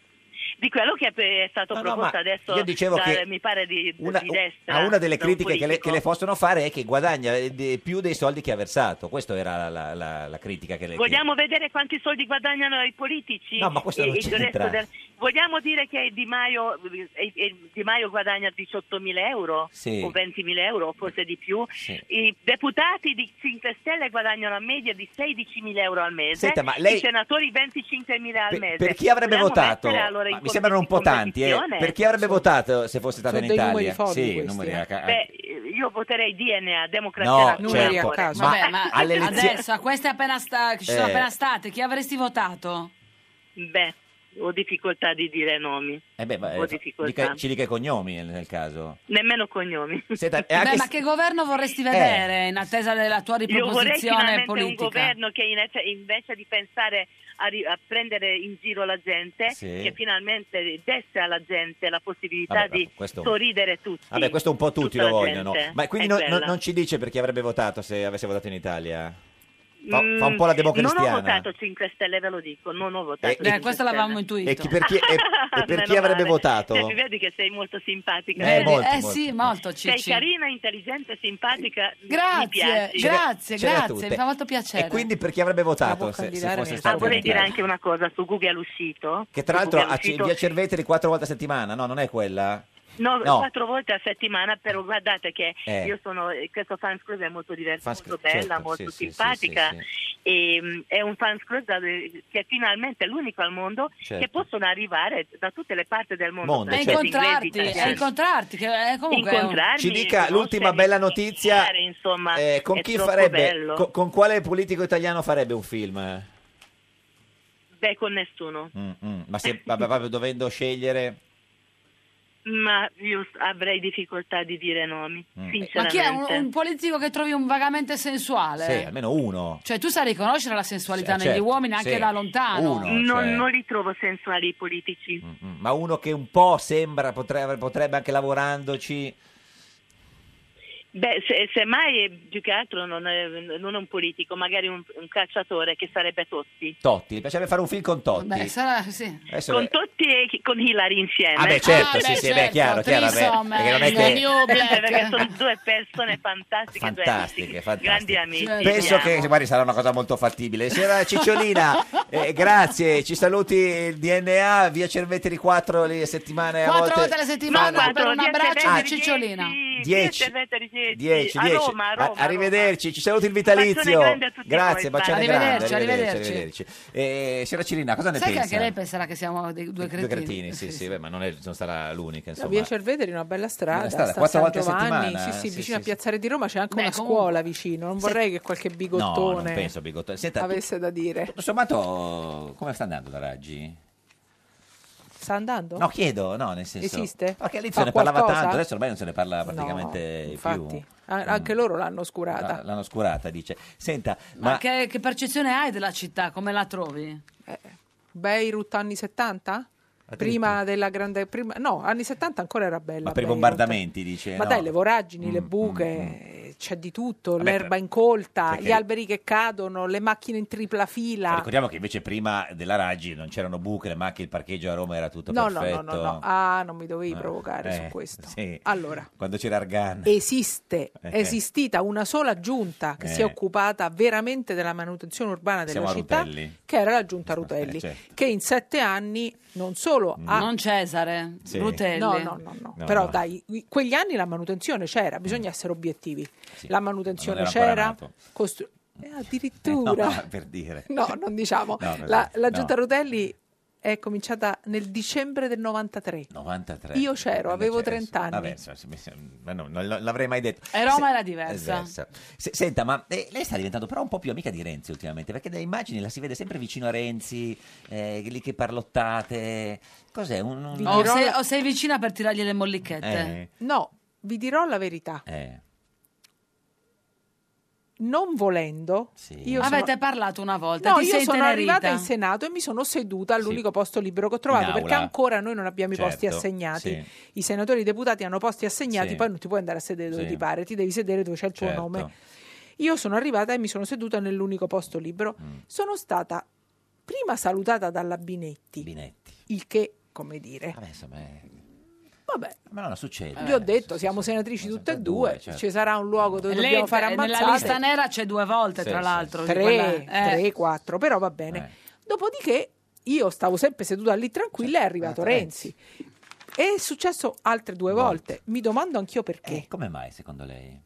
Speaker 20: di quello che è stato
Speaker 2: No, no,
Speaker 20: proposto
Speaker 2: ma
Speaker 20: adesso
Speaker 2: io dicevo
Speaker 20: dal-
Speaker 2: che
Speaker 20: mi pare di,
Speaker 2: Una,
Speaker 20: di destra.
Speaker 2: a una delle
Speaker 20: da un
Speaker 2: critiche che le, che le
Speaker 20: politico.
Speaker 2: possono fare è che guadagna eh, di- più dei soldi che ha versato. Questa era la, la- la- la critica che le... che-
Speaker 20: Vogliamo vedere quanti soldi guadagnano i politici?
Speaker 2: No, ma questo non
Speaker 20: il resto
Speaker 2: c'entra.
Speaker 20: Vogliamo dire che Di Maio, eh, eh, Di Maio guadagna 18.000 euro
Speaker 2: Sì.
Speaker 20: o 20.000 euro, o forse di più?
Speaker 2: Sì.
Speaker 20: I deputati di 5 Stelle guadagnano a media di 16.000 euro al mese,
Speaker 2: Senta, ma lei-
Speaker 20: i senatori 25.000 al
Speaker 2: Per,
Speaker 20: mese.
Speaker 2: per chi avrebbe
Speaker 20: Vogliamo
Speaker 2: votato?
Speaker 20: mettere allora
Speaker 2: Ma
Speaker 20: in
Speaker 2: mi sembrano un po' tanti, eh.
Speaker 20: competizione?
Speaker 2: Per chi avrebbe votato se fosse stata
Speaker 20: sono
Speaker 2: in
Speaker 20: dei numeri
Speaker 2: Italia?
Speaker 20: folli
Speaker 2: sì,
Speaker 20: questi,
Speaker 2: numeri
Speaker 20: eh.
Speaker 2: a ca-
Speaker 20: Beh, io voterei DNA, democrazia
Speaker 2: No,
Speaker 20: Natura,
Speaker 2: certo.
Speaker 20: amore.
Speaker 2: Caso. Ma-
Speaker 1: Vabbè, ma
Speaker 2: alle elezioni-
Speaker 1: adesso a queste appena sta- che ci sono
Speaker 2: Eh.
Speaker 1: appena state, chi avresti votato?
Speaker 20: Beh, ho difficoltà di dire nomi.
Speaker 2: Eh beh, ma,
Speaker 20: Ho
Speaker 2: eh,
Speaker 20: difficoltà.
Speaker 2: dica- ci dica i cognomi nel, nel
Speaker 20: [laughs]
Speaker 2: caso.
Speaker 20: Nemmeno cognomi.
Speaker 2: e Eh, anche
Speaker 1: Beh, ma
Speaker 2: se- Eh.
Speaker 1: che governo vorresti vedere in attesa della tua
Speaker 20: Io vorrei
Speaker 1: riproposizione
Speaker 20: finalmente un
Speaker 1: politica?
Speaker 20: governo che in- invece di pensare a, ri- a prendere in giro la gente,
Speaker 2: Sì.
Speaker 20: che finalmente desse alla gente la possibilità
Speaker 2: Vabbè, ma
Speaker 20: di
Speaker 2: questo-
Speaker 20: sorridere tutti.
Speaker 2: Vabbè, questo un po' tutti lo
Speaker 20: Tutta la
Speaker 2: vogliono.
Speaker 20: gente.
Speaker 2: Ma quindi
Speaker 20: È
Speaker 2: non- non-
Speaker 20: quella.
Speaker 2: non ci dice per chi avrebbe votato se avesse votato in Italia? Fa, fa un po' la
Speaker 20: Mm, Non ho
Speaker 2: democristiana.
Speaker 20: votato 5 Stelle, ve lo dico, non ho votato.
Speaker 2: Eh,
Speaker 20: 5
Speaker 2: eh, questo
Speaker 20: Stelle.
Speaker 1: l'avevamo intuito.
Speaker 2: E chi- per chi-
Speaker 20: [laughs]
Speaker 2: e- e per chi
Speaker 20: Meno
Speaker 2: avrebbe
Speaker 20: male.
Speaker 2: votato?
Speaker 20: Cioè, mi vedi che sei molto simpatica.
Speaker 2: Eh,
Speaker 20: Vedi?
Speaker 2: molto,
Speaker 1: Eh sì, molto
Speaker 20: Sei
Speaker 1: Cicci.
Speaker 20: carina, intelligente, simpatica. mi- mi
Speaker 1: Grazie,
Speaker 20: piaci.
Speaker 1: grazie,
Speaker 2: Ce l'ha
Speaker 1: grazie,
Speaker 2: tutte.
Speaker 1: mi fa molto piacere.
Speaker 2: E quindi per chi avrebbe votato? Se, se fosse
Speaker 20: Ah,
Speaker 2: stato
Speaker 20: vorrei dire
Speaker 2: candidato?
Speaker 20: anche una cosa su Google all'uscito.
Speaker 2: Che tra
Speaker 20: Su
Speaker 2: l'altro
Speaker 20: Google all'uscito-
Speaker 2: via Cerveteri quattro volte a settimana, no, non è quella?
Speaker 20: No,
Speaker 2: No.
Speaker 20: quattro volte a settimana, però guardate che
Speaker 2: Eh.
Speaker 20: io sono, questo fans club è molto diverso,
Speaker 2: Fans
Speaker 20: molto
Speaker 2: club,
Speaker 20: bella,
Speaker 2: certo,
Speaker 20: molto
Speaker 2: sì, sì,
Speaker 20: simpatica
Speaker 2: sì, sì,
Speaker 20: e mm, è un fans club da- che finalmente è l'unico al mondo
Speaker 2: Certo.
Speaker 20: che possono arrivare da tutte le parti del mondo.
Speaker 2: Mondo,
Speaker 20: tra
Speaker 2: certo.
Speaker 20: gli
Speaker 1: incontrarti,
Speaker 20: inglesi,
Speaker 1: e
Speaker 20: italiani.
Speaker 1: incontrarti, che è comunque... è un-
Speaker 20: Incontrarmi,
Speaker 2: Ci dica l'ultima bella notizia,
Speaker 20: fare, insomma,
Speaker 2: eh, con
Speaker 20: è
Speaker 2: chi
Speaker 20: troppo
Speaker 2: farebbe,
Speaker 20: bello.
Speaker 2: co- con quale politico italiano farebbe un film?
Speaker 20: Beh, con nessuno.
Speaker 2: Mm, mm, Ma se vabbè, proprio dovendo scegliere...
Speaker 20: Ma io avrei difficoltà di dire nomi,
Speaker 2: Mm.
Speaker 1: Ma chi
Speaker 20: sinceramente.
Speaker 1: è un, un politico che trovi un vagamente sensuale?
Speaker 2: Sì, almeno uno.
Speaker 1: Cioè tu sai riconoscere la sensualità
Speaker 2: Sì,
Speaker 1: negli
Speaker 2: certo,
Speaker 1: uomini anche
Speaker 2: sì.
Speaker 1: da lontano.
Speaker 2: Uno, Non- cioè. non
Speaker 20: li trovo sensuali i politici.
Speaker 2: Mm, Ma uno che un po' sembra, potrebbe, potrebbe anche lavorandoci...
Speaker 20: Beh, se- semmai più che altro non è, non è un politico, magari un, un calciatore che sarebbe Totti.
Speaker 2: Totti, mi piacerebbe fare un film con Totti.
Speaker 20: Beh,
Speaker 1: sarà, sì.
Speaker 2: Adesso-
Speaker 20: Con Totti e chi- con Hillary insieme.
Speaker 2: Ah, beh, certo, Ah, sì, beh, sì, beh, certo, chiaro, chiaro, beh, threesome, perché non è che- The
Speaker 20: [laughs]
Speaker 2: New Black.
Speaker 20: Perché sono due persone fantastiche, due
Speaker 2: Fantastiche,
Speaker 20: amici, grandi
Speaker 2: fantastiche.
Speaker 20: amici.
Speaker 1: Cioè,
Speaker 2: Penso
Speaker 20: siamo.
Speaker 2: che guardi, sarà una cosa molto fattibile. Signora
Speaker 1: [laughs]
Speaker 2: Cicciolina, eh, grazie, ci saluti il DNA, via Cerveteri 4 le settimane a
Speaker 1: Quattro
Speaker 2: volte.
Speaker 1: volte alla settimana
Speaker 20: No,
Speaker 1: per un
Speaker 20: quattro,
Speaker 1: abbraccio a
Speaker 20: dieci,
Speaker 1: Cicciolina.
Speaker 2: 10,
Speaker 20: 10,
Speaker 2: 10,
Speaker 20: Eh, a
Speaker 2: Eh,
Speaker 20: Roma, a Roma, a
Speaker 2: Arrivederci, ci saluti il vitalizio.
Speaker 20: Bacione grande a tutti
Speaker 2: Grazie,
Speaker 20: voi,
Speaker 2: bacione
Speaker 1: Paolo.
Speaker 2: grande.
Speaker 1: Arrivederci,
Speaker 2: arrivederci. Eh, signora Cirina, cosa ne
Speaker 1: Sai che
Speaker 2: pensa?
Speaker 1: anche lei penserà che siamo dei due cretini.
Speaker 2: Due cretini,
Speaker 16: [laughs]
Speaker 2: sì, sì, beh, ma non, è- non sarà l'unica,
Speaker 16: La
Speaker 2: insomma.
Speaker 16: via Cerveteri è una bella strada,
Speaker 2: Bella strada,
Speaker 16: sta
Speaker 2: quattro
Speaker 16: a San
Speaker 2: volte a
Speaker 16: Giovanni,
Speaker 2: settimana,
Speaker 16: sì,
Speaker 2: eh,
Speaker 16: sì,
Speaker 2: sì,
Speaker 16: vicino
Speaker 2: sì,
Speaker 16: a Piazzare di Roma c'è anche
Speaker 1: Beh,
Speaker 16: una
Speaker 1: comunque-
Speaker 16: scuola vicino, non vorrei che qualche
Speaker 2: No,
Speaker 16: bigottone
Speaker 2: non penso, bigottone. Senta,
Speaker 16: avesse da dire.
Speaker 2: tutto sommato, come sta andando la Raggi?
Speaker 16: Sta andando?
Speaker 2: No, chiedo, no, nel senso...
Speaker 16: Esiste?
Speaker 2: Perché all'inizio
Speaker 16: Fa
Speaker 2: ne parlava
Speaker 16: qualcosa?
Speaker 2: tanto, adesso ormai non se ne parla
Speaker 16: No,
Speaker 2: praticamente
Speaker 16: infatti.
Speaker 2: più.
Speaker 16: A- Ah, Anche loro l'hanno oscurata.
Speaker 2: Mm. Ah, L'hanno oscurata, dice. Senta,
Speaker 1: Ma,
Speaker 2: ma...
Speaker 1: che, che percezione hai della città? Come la trovi?
Speaker 16: Eh, Beirut anni 70? Prima della grande... prima- no, anni 70 ancora era bella.
Speaker 2: ma per i
Speaker 16: Beirut.
Speaker 2: bombardamenti, dice. no?
Speaker 16: Ma
Speaker 2: Mm,
Speaker 16: dai, le voragini, le buche, eh, c'è di tutto,
Speaker 2: Vabbè,
Speaker 16: l'erba incolta,
Speaker 2: perché-
Speaker 16: gli alberi che cadono, le macchine in tripla
Speaker 2: Ma
Speaker 16: fila.
Speaker 2: Cioè, Ricordiamo che invece prima della Raggi non c'erano buche, le macchine, il parcheggio a Roma era tutto
Speaker 16: No, no, no,
Speaker 2: perfetto.
Speaker 16: no, no, ah, non mi dovevi provocare
Speaker 2: Eh,
Speaker 16: su questo.
Speaker 2: sì.
Speaker 16: Allora,
Speaker 2: Quando c'era Argan.
Speaker 16: esiste,
Speaker 2: Eh,
Speaker 16: è esistita una sola giunta che si
Speaker 2: Eh.
Speaker 16: è occupata veramente della manutenzione urbana della
Speaker 2: Siamo a
Speaker 16: città,
Speaker 2: Rutelli.
Speaker 16: che era la giunta Rutelli,
Speaker 2: certo.
Speaker 16: che in sette anni non solo ha...
Speaker 1: Non Cesare,
Speaker 2: Mm. Sì.
Speaker 1: Rutelli.
Speaker 16: No, no, no, no.
Speaker 2: No,
Speaker 16: però
Speaker 2: no.
Speaker 16: dai, i- quegli anni la manutenzione c'era, bisogna essere obiettivi. La manutenzione
Speaker 2: Ma non era ancora
Speaker 16: c'era,
Speaker 2: nato.
Speaker 16: costru- eh,
Speaker 2: No,
Speaker 16: addirittura...
Speaker 2: no, [laughs] per dire.
Speaker 16: [laughs] No, non diciamo.
Speaker 2: No, per
Speaker 16: la,
Speaker 2: dire,
Speaker 16: la
Speaker 2: no.
Speaker 16: Giunta Rotelli è cominciata nel dicembre del 93.
Speaker 2: 93.
Speaker 16: Io c'ero,
Speaker 2: Eh,
Speaker 16: avevo
Speaker 2: c'era,
Speaker 16: 30 anni.
Speaker 2: Vabbè, insomma, sì, mi sem- ma no, non l- l'avrei mai detto.
Speaker 1: E
Speaker 2: Se-
Speaker 1: Roma
Speaker 2: Esatto.
Speaker 1: era diversa.
Speaker 2: Se- senta, ma eh, lei sta diventando però un po' più amica di Renzi ultimamente, perché nelle immagini la si vede sempre vicino a Renzi, eh, lì che parlottate. Cos'è? Un, un-
Speaker 1: O sei, o sei vicina per tirargli le mollichette?
Speaker 2: Eh,
Speaker 16: No, vi dirò la verità.
Speaker 2: eh.
Speaker 16: Non volendo, io sono-
Speaker 1: Avete parlato una volta,
Speaker 16: No,
Speaker 1: ti
Speaker 16: io
Speaker 1: sei
Speaker 16: sono
Speaker 1: intenerita.
Speaker 16: arrivata in Senato e mi sono seduta all'unico posto libero che ho
Speaker 2: In
Speaker 16: trovato
Speaker 2: aula.
Speaker 16: perché ancora noi non abbiamo i posti
Speaker 2: Certo,
Speaker 16: assegnati.
Speaker 2: sì.
Speaker 16: I senatori e i deputati hanno posti assegnati,
Speaker 2: Sì.
Speaker 16: poi non ti puoi andare a sedere dove
Speaker 2: Sì.
Speaker 16: ti pare, ti devi sedere dove c'è il tuo
Speaker 2: Certo.
Speaker 16: nome. Io sono arrivata e mi sono seduta nell'unico posto libero.
Speaker 2: Mm.
Speaker 16: Sono stata prima salutata dalla Binetti, il che, come dire,
Speaker 2: Vabbè, insomma, eh,
Speaker 16: vabbè.
Speaker 2: ma no, no, succede.
Speaker 16: Vi ho detto, siamo senatrici tutte e due,
Speaker 2: due, certo.
Speaker 16: ci sarà un luogo dove
Speaker 1: Lei
Speaker 16: dobbiamo fare
Speaker 1: eh,
Speaker 16: ammazzate.
Speaker 1: nella lista nera c'è due volte,
Speaker 16: Sì,
Speaker 1: tra
Speaker 16: sì,
Speaker 1: l'altro. di
Speaker 16: Tre,
Speaker 1: quella- eh.
Speaker 16: tre, quattro, però va bene. Dopodiché io stavo sempre seduta lì tranquilla e è arrivato Renzi. E è successo altre due volte. Mi domando anch'io perché.
Speaker 2: Come mai, secondo lei?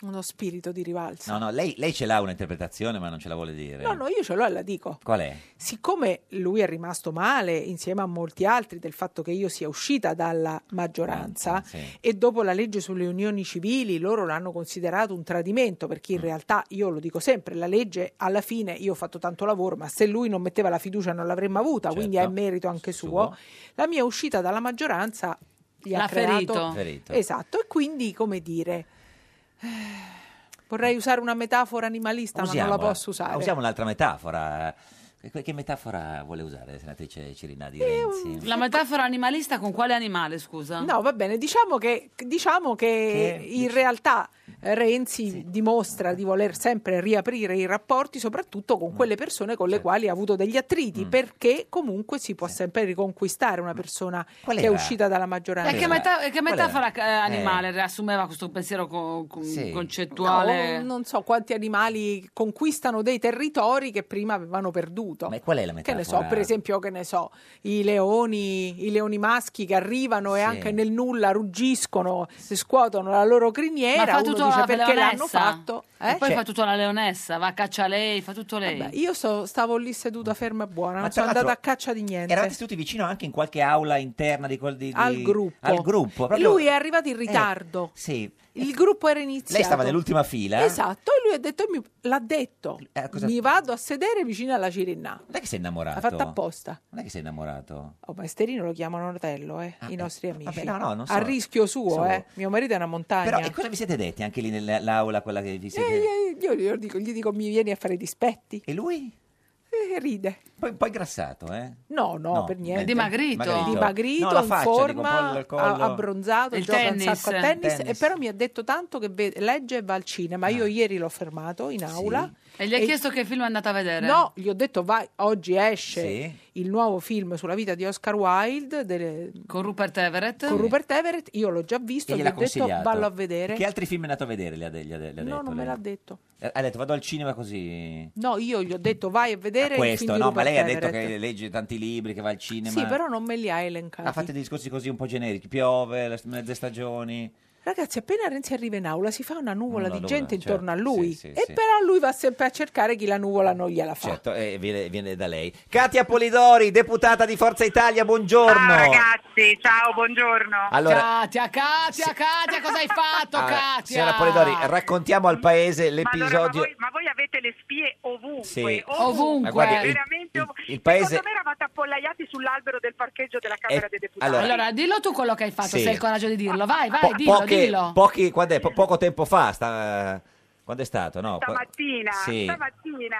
Speaker 16: Uno spirito di rivalsa.
Speaker 2: No, no, lei, lei ce l'ha un'interpretazione, ma non ce la vuole dire.
Speaker 16: No, no, io ce l'ho e la dico.
Speaker 2: Qual è?
Speaker 16: Siccome lui è rimasto male, insieme a molti altri, del fatto che io sia uscita dalla maggioranza
Speaker 2: Sì.
Speaker 16: e dopo la legge sulle unioni civili loro l'hanno considerato un tradimento, perché in realtà io lo dico sempre, la legge alla fine io ho fatto tanto lavoro, ma se lui non metteva la fiducia non l'avremmo avuta, quindi è
Speaker 2: Certo.
Speaker 16: merito anche suo.
Speaker 2: Suo.
Speaker 16: La mia uscita dalla maggioranza gli
Speaker 1: L'ha
Speaker 16: ha creato-
Speaker 1: ferito.
Speaker 2: Ferito.
Speaker 16: Esatto, e quindi come dire... eh, Vorrei usare una metafora animalista, ma non la
Speaker 2: Usiamola.
Speaker 16: posso usare.
Speaker 2: Usiamo un'altra metafora. Che, che metafora vuole usare, senatrice Cirina
Speaker 16: Eh,
Speaker 2: di Renzi?
Speaker 1: La metafora animalista con quale animale, scusa?
Speaker 16: No, va bene, diciamo che, diciamo che
Speaker 1: Che-
Speaker 16: in realtà eh, Renzi dimostra di voler sempre riaprire i rapporti, soprattutto
Speaker 1: Mm.
Speaker 16: con quelle persone con le quali ha avuto degli attriti, perché comunque si può sempre riconquistare una persona
Speaker 1: Qual
Speaker 16: che è
Speaker 1: era?
Speaker 16: uscita dalla maggioranza.
Speaker 1: E che, meta- e che
Speaker 16: Qual era?
Speaker 1: metafora eh, animale riassumeva questo pensiero co- co-
Speaker 16: Sì.
Speaker 1: concettuale?
Speaker 16: No, non so quanti animali conquistano dei territori che prima avevano perduto.
Speaker 2: Ma qual è la
Speaker 16: Che
Speaker 2: metafora?
Speaker 16: ne so, per esempio, che ne so, i leoni, i leoni maschi che arrivano e
Speaker 2: Sì.
Speaker 16: anche nel nulla ruggiscono, si scuotono la loro criniera,
Speaker 1: Ma fa
Speaker 16: uno
Speaker 1: tutto
Speaker 16: dice
Speaker 1: la
Speaker 16: perché l'hanno
Speaker 1: leonessa?
Speaker 16: fatto.
Speaker 1: E
Speaker 16: eh?
Speaker 1: poi fa tutto la leonessa, va a caccia lei, fa tutto lei.
Speaker 16: Vabbè, io so- stavo lì seduta ferma e buona,
Speaker 2: tra
Speaker 16: non sono andata a
Speaker 2: l'altro
Speaker 16: caccia di niente.
Speaker 2: Eravate tutti vicino anche in qualche aula interna di quel di, di-
Speaker 16: Al gruppo.
Speaker 2: al gruppo, proprio- Eh,
Speaker 16: Lui è arrivato in ritardo.
Speaker 2: Sì.
Speaker 16: Il gruppo era iniziato.
Speaker 2: Lei stava nell'ultima fila.
Speaker 16: Esatto, e lui ha detto, mi- l'ha detto,
Speaker 2: Eh, cosa-
Speaker 16: mi vado a sedere vicino alla Cirinà.
Speaker 2: Non è che sei innamorato.
Speaker 16: L'ha fatta apposta.
Speaker 2: Non è che sei innamorato.
Speaker 16: Oh, Maesterino lo chiamano Rotello, eh, i nostri amici.
Speaker 2: Ah, vabbè, no, no, non so.
Speaker 16: A rischio suo,
Speaker 2: So.
Speaker 16: eh. Mio marito è una montagna.
Speaker 2: Però e cosa vi siete detti anche lì nell'aula quella che vi siete...
Speaker 16: Eh, eh, io glielo dico- gli dico, mi vieni a fare i dispetti.
Speaker 2: E lui?
Speaker 16: eh, ride.
Speaker 2: Poi, poi grassato, eh?
Speaker 16: No, no, per niente.
Speaker 2: beh,
Speaker 16: Dimagrito,
Speaker 2: No, la
Speaker 16: in
Speaker 2: faccia,
Speaker 16: forma,
Speaker 2: dico, un po' il
Speaker 16: a-
Speaker 2: collo.
Speaker 16: abbronzato,
Speaker 1: Il
Speaker 16: gioca un
Speaker 1: tennis.
Speaker 16: sacco a tennis, E
Speaker 1: Tennis.
Speaker 16: però mi ha detto tanto che ve- legge e va al cinema.
Speaker 2: Ah.
Speaker 16: Io ieri l'ho fermato in aula.
Speaker 1: E gli ha chiesto che film è andata a vedere?
Speaker 16: No, gli ho detto vai, oggi esce
Speaker 1: Sì.
Speaker 16: il nuovo film sulla vita di Oscar Wilde delle-
Speaker 1: Con Rupert Everett?
Speaker 16: con Rupert Everett, io l'ho già visto,
Speaker 2: E
Speaker 16: gli
Speaker 2: gliel'ha
Speaker 16: ho detto
Speaker 2: consigliato.
Speaker 16: vallo a vedere.
Speaker 2: Che altri film è andato a vedere? Le ha, de- gli ha de- le ha detto.
Speaker 16: no, non me
Speaker 2: lei?
Speaker 16: l'ha detto.
Speaker 2: Eh, Ha detto vado al cinema così.
Speaker 16: No, io gli ho detto vai a vedere il film
Speaker 2: Ah, Questo, no,
Speaker 16: di
Speaker 2: ma
Speaker 16: Rupert
Speaker 2: lei ha detto
Speaker 16: Everett.
Speaker 2: che Ah, legge tanti libri, che va al cinema.
Speaker 16: Sì, però non me li ha elencati.
Speaker 2: Ha fatto dei discorsi così un po' generici. Piove, le mezze stagioni.
Speaker 16: Ragazzi, appena Renzi arriva in aula si fa una nuvola
Speaker 2: Una
Speaker 16: di
Speaker 2: nuvola,
Speaker 16: gente
Speaker 2: certo,
Speaker 16: intorno a lui.
Speaker 2: sì, sì,
Speaker 16: e
Speaker 2: sì.
Speaker 16: però lui va sempre a cercare chi la nuvola non gliela fa.
Speaker 2: Certo, eh, viene, viene da lei. Katia Polidori, deputata di Forza Italia,
Speaker 21: Ah,
Speaker 2: buongiorno.
Speaker 21: Sì, ciao, buongiorno.
Speaker 2: Allora-
Speaker 1: Katia, Katia, Katia, cosa hai fatto,
Speaker 2: Ah,
Speaker 1: Katia?
Speaker 2: signora Polidori, raccontiamo al paese l'episodio.
Speaker 21: Ma voi avete le spie ovunque,
Speaker 2: Sì.
Speaker 21: ovunque.
Speaker 2: Ma guardi, il-
Speaker 21: Veramente ovunque.
Speaker 2: il paese.
Speaker 21: Secondo me eravate appollaiati sull'albero del parcheggio della Camera dei Deputati.
Speaker 2: Eh, allora-
Speaker 1: Allora, dillo tu quello che hai fatto,
Speaker 2: Sì.
Speaker 1: se hai il coraggio di dirlo. Vai, vai,
Speaker 2: po-
Speaker 1: dillo,
Speaker 2: poche-
Speaker 1: dillo.
Speaker 2: pochi- quando è? Po- poco tempo fa, sta- quando è stato? No? Qua-
Speaker 21: Stamattina,
Speaker 2: Sì.
Speaker 21: stamattina,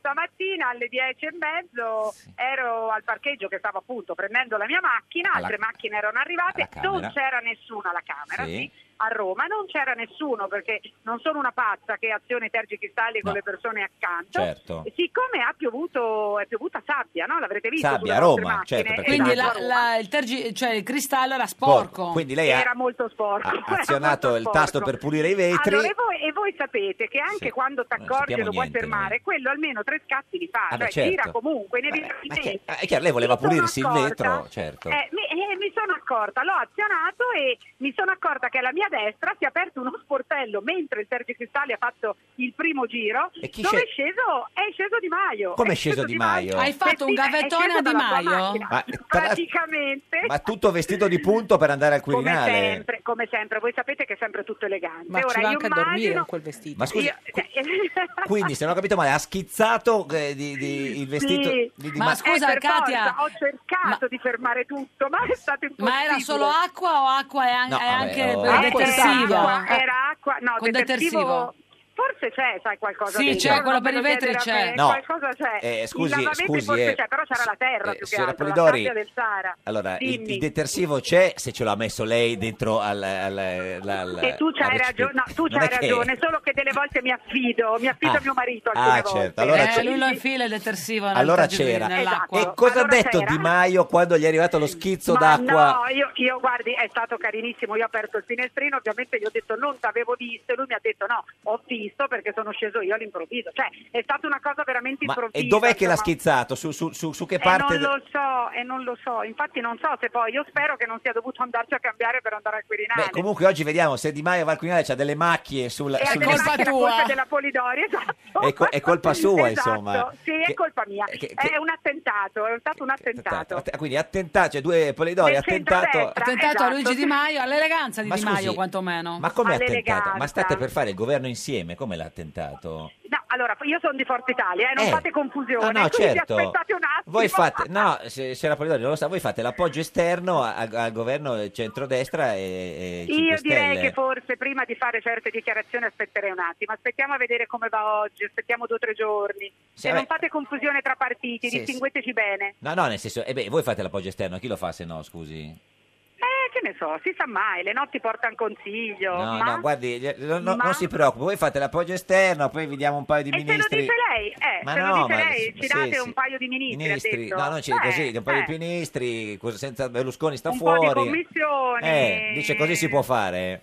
Speaker 21: stamattina alle 10 e mezzo ero al parcheggio che stavo appunto prendendo la mia macchina,
Speaker 22: Alla-
Speaker 21: altre macchine erano arrivate,
Speaker 22: alla
Speaker 21: non
Speaker 22: Camera.
Speaker 21: c'era nessuno alla Camera,
Speaker 22: Sì.
Speaker 21: sì, a Roma, non c'era nessuno perché non sono una pazza che azione tergicristalli con
Speaker 2: No.
Speaker 21: le persone accanto.
Speaker 2: Certo.
Speaker 21: E siccome ha piovuto, è piovuta sabbia, no? L'avrete visto?
Speaker 2: Sabbia,
Speaker 21: sulle
Speaker 2: a
Speaker 21: vostre
Speaker 2: Roma,
Speaker 21: macchine,
Speaker 2: certo, perché-
Speaker 21: esatto,
Speaker 1: Quindi
Speaker 21: a
Speaker 1: la-
Speaker 21: Roma.
Speaker 1: la- il, tergi- cioè, il cristallo era
Speaker 2: Porco.
Speaker 1: sporco.
Speaker 2: Quindi lei ha-
Speaker 21: era molto sporco.
Speaker 2: ha
Speaker 21: era
Speaker 2: azionato
Speaker 21: [laughs] molto
Speaker 2: il tasto
Speaker 21: sporco.
Speaker 2: per pulire i vetri.
Speaker 21: Allora, e, voi, e voi sapete che anche
Speaker 2: Sì.
Speaker 21: quando ti
Speaker 2: Non sappiamo
Speaker 21: accorgi lo puoi
Speaker 2: niente,
Speaker 21: fermare, quello almeno tre scatti li fa,
Speaker 2: Ah, beh,
Speaker 21: cioè gira
Speaker 2: certo.
Speaker 21: comunque
Speaker 2: Ma è Eh,
Speaker 21: inevitabilmente.
Speaker 2: chi- è chiaro, lei voleva
Speaker 21: Mi sono
Speaker 2: pulirsi il
Speaker 21: accorta-
Speaker 2: vetro, certo.
Speaker 21: eh, mi, eh, mi sono accorta, l'ho azionato e mi sono accorta che alla mia destra si è aperto uno sportello mentre il Sergio Cristalli ha fatto il primo giro.
Speaker 2: E chi
Speaker 21: dove
Speaker 2: sce-
Speaker 21: è sceso? È sceso Di Maio.
Speaker 2: Come è sceso Di Maio? Hai
Speaker 1: fatto un
Speaker 21: Bettina, è
Speaker 1: gavettone
Speaker 21: sceso
Speaker 1: a Di
Speaker 21: dalla sua
Speaker 1: Maio?
Speaker 21: macchina. [laughs]
Speaker 2: Ma, eh, tra-
Speaker 21: Praticamente.
Speaker 2: ma tutto vestito di punto per andare al
Speaker 21: Come
Speaker 2: Quirinale.
Speaker 21: sempre, come sempre, voi sapete che è sempre tutto elegante.
Speaker 16: Ma
Speaker 21: Ora,
Speaker 16: ci va
Speaker 21: io
Speaker 16: anche a dormire
Speaker 21: immagino-
Speaker 16: con quel vestito.
Speaker 2: Ma scusi,
Speaker 21: Io- [laughs]
Speaker 2: quindi se non ho capito male, ha schizzato eh, di- di- il vestito
Speaker 21: Sì.
Speaker 2: di, di
Speaker 21: Eh,
Speaker 2: Ma-
Speaker 21: per
Speaker 1: Katia,
Speaker 21: forza, ho cercato di fermare tutto, ma è stato impossibile.
Speaker 1: Ma era solo acqua o acqua e an-
Speaker 2: No,
Speaker 1: e
Speaker 2: vabbè,
Speaker 1: anche
Speaker 2: oh.
Speaker 1: per
Speaker 21: Eh,
Speaker 1: detersivo?
Speaker 21: Era acqua, era acqua- no,
Speaker 1: Con detersivo.
Speaker 21: Forse c'è, sai qualcosa
Speaker 1: Sì,
Speaker 21: dentro,
Speaker 1: c'è,
Speaker 21: non
Speaker 1: quello
Speaker 21: me
Speaker 1: per
Speaker 21: lo
Speaker 1: i
Speaker 21: chiedere
Speaker 1: vetri
Speaker 21: a
Speaker 1: c'è.
Speaker 21: me,
Speaker 2: No.
Speaker 21: Qualcosa c'è.
Speaker 2: Eh,
Speaker 21: Il
Speaker 2: scusi,
Speaker 21: lavavetri
Speaker 2: scusi,
Speaker 21: forse
Speaker 2: eh,
Speaker 21: c'è, però c'era la terra più che
Speaker 2: signora
Speaker 21: altro,
Speaker 2: Polidori,
Speaker 21: la sabbia del Sahara.
Speaker 2: Allora, il- il,
Speaker 21: Dimmi.
Speaker 2: detersivo c'è se ce l'ha messo lei dentro al... al- al- al-
Speaker 21: E tu c'hai
Speaker 2: al
Speaker 21: ragione, no, tu
Speaker 2: Non
Speaker 21: c'hai
Speaker 2: è che-
Speaker 21: ragione, solo che delle volte mi affido, mi affido
Speaker 2: Ah.
Speaker 21: a mio marito
Speaker 2: Ah,
Speaker 21: alcune
Speaker 2: certo,
Speaker 21: volte.
Speaker 2: allora
Speaker 1: Eh,
Speaker 2: c'è-
Speaker 1: lui lo infila il detersivo nel
Speaker 2: Allora
Speaker 1: tergicri-
Speaker 2: c'era.
Speaker 1: nell'acqua.
Speaker 2: E cosa ha detto Di Maio quando gli è arrivato lo schizzo d'acqua?
Speaker 21: No, io, io, guardi, è stato carinissimo. Io ho aperto il finestrino, ovviamente gli ho detto non t'avevo visto, e lui mi ha detto no, ho visto perché sono sceso io all'improvviso. Cioè, è stata una cosa veramente
Speaker 2: Ma
Speaker 21: improvvisa.
Speaker 2: e dov'è che l'ha
Speaker 21: insomma.
Speaker 2: schizzato? Su, su- su- su che
Speaker 21: E
Speaker 2: parte?
Speaker 21: non
Speaker 2: de-
Speaker 21: lo so, e non lo so. Infatti non so se poi, io spero che non sia dovuto andarci a cambiare per andare al Quirinale.
Speaker 2: Beh, comunque oggi vediamo se Di Maio va al Quirinale c'ha delle macchie sul...
Speaker 21: E
Speaker 2: sul-
Speaker 21: anche la macchina colpa della Polidori, esatto.
Speaker 2: È co- è colpa sua,
Speaker 21: [laughs] Esatto,
Speaker 2: insomma.
Speaker 21: Sì, è
Speaker 2: Che-
Speaker 21: colpa mia.
Speaker 2: che- che-
Speaker 21: È un attentato, è stato un attentato.
Speaker 2: Att- Quindi attentato, cioè due Polidori,
Speaker 21: Del
Speaker 2: attentato...
Speaker 21: centrodestra.
Speaker 1: Tentato a
Speaker 21: Esatto.
Speaker 1: Luigi Di Maio, all'eleganza di
Speaker 2: Ma
Speaker 1: Di
Speaker 2: scusi,
Speaker 1: Maio quantomeno.
Speaker 2: Ma come attentato?
Speaker 21: All'eleganza.
Speaker 2: Ma state per fare il governo insieme? Come l'ha attentato?
Speaker 21: No, allora, io sono di Forza Italia, eh, non
Speaker 2: Eh.
Speaker 21: fate confusione,
Speaker 2: No, no,
Speaker 21: quindi
Speaker 2: certo.
Speaker 21: aspettate un attimo.
Speaker 2: Voi fate, no, se, se la Polidori non lo sa, voi fate l'appoggio esterno a- a- al governo centrodestra e, e 5
Speaker 21: Io direi
Speaker 2: Stelle.
Speaker 21: che forse prima di fare certe dichiarazioni aspetterei un attimo, aspettiamo a vedere come va oggi, aspettiamo due o tre giorni.
Speaker 2: Sì,
Speaker 21: e
Speaker 2: vabbè.
Speaker 21: non fate confusione tra partiti,
Speaker 2: Sì,
Speaker 21: distingueteci bene.
Speaker 2: No, no, nel senso, eh beh, voi fate l'appoggio esterno, chi lo fa se no, scusi?
Speaker 21: Eh, che ne so, si sa mai, le notti portano consiglio.
Speaker 2: No,
Speaker 21: ma...
Speaker 2: no, guardi, eh, no, no,
Speaker 21: Ma-
Speaker 2: non si preoccupi, voi fate l'appoggio esterno, poi vi diamo un paio di
Speaker 21: E se lo
Speaker 2: ministri.
Speaker 21: dice lei, eh,
Speaker 2: Ma
Speaker 21: se
Speaker 2: no,
Speaker 21: lo dice
Speaker 2: ma-
Speaker 21: lei, ci
Speaker 2: sì,
Speaker 21: date
Speaker 2: sì.
Speaker 21: un paio di ministri, ha
Speaker 2: Ministri,
Speaker 21: detto.
Speaker 2: no, non ci
Speaker 21: Eh,
Speaker 2: così, un paio
Speaker 21: eh.
Speaker 2: di ministri, cosa- senza Berlusconi sta
Speaker 21: Un po' di
Speaker 2: fuori.
Speaker 21: commissioni.
Speaker 2: Eh, dice così si può fare.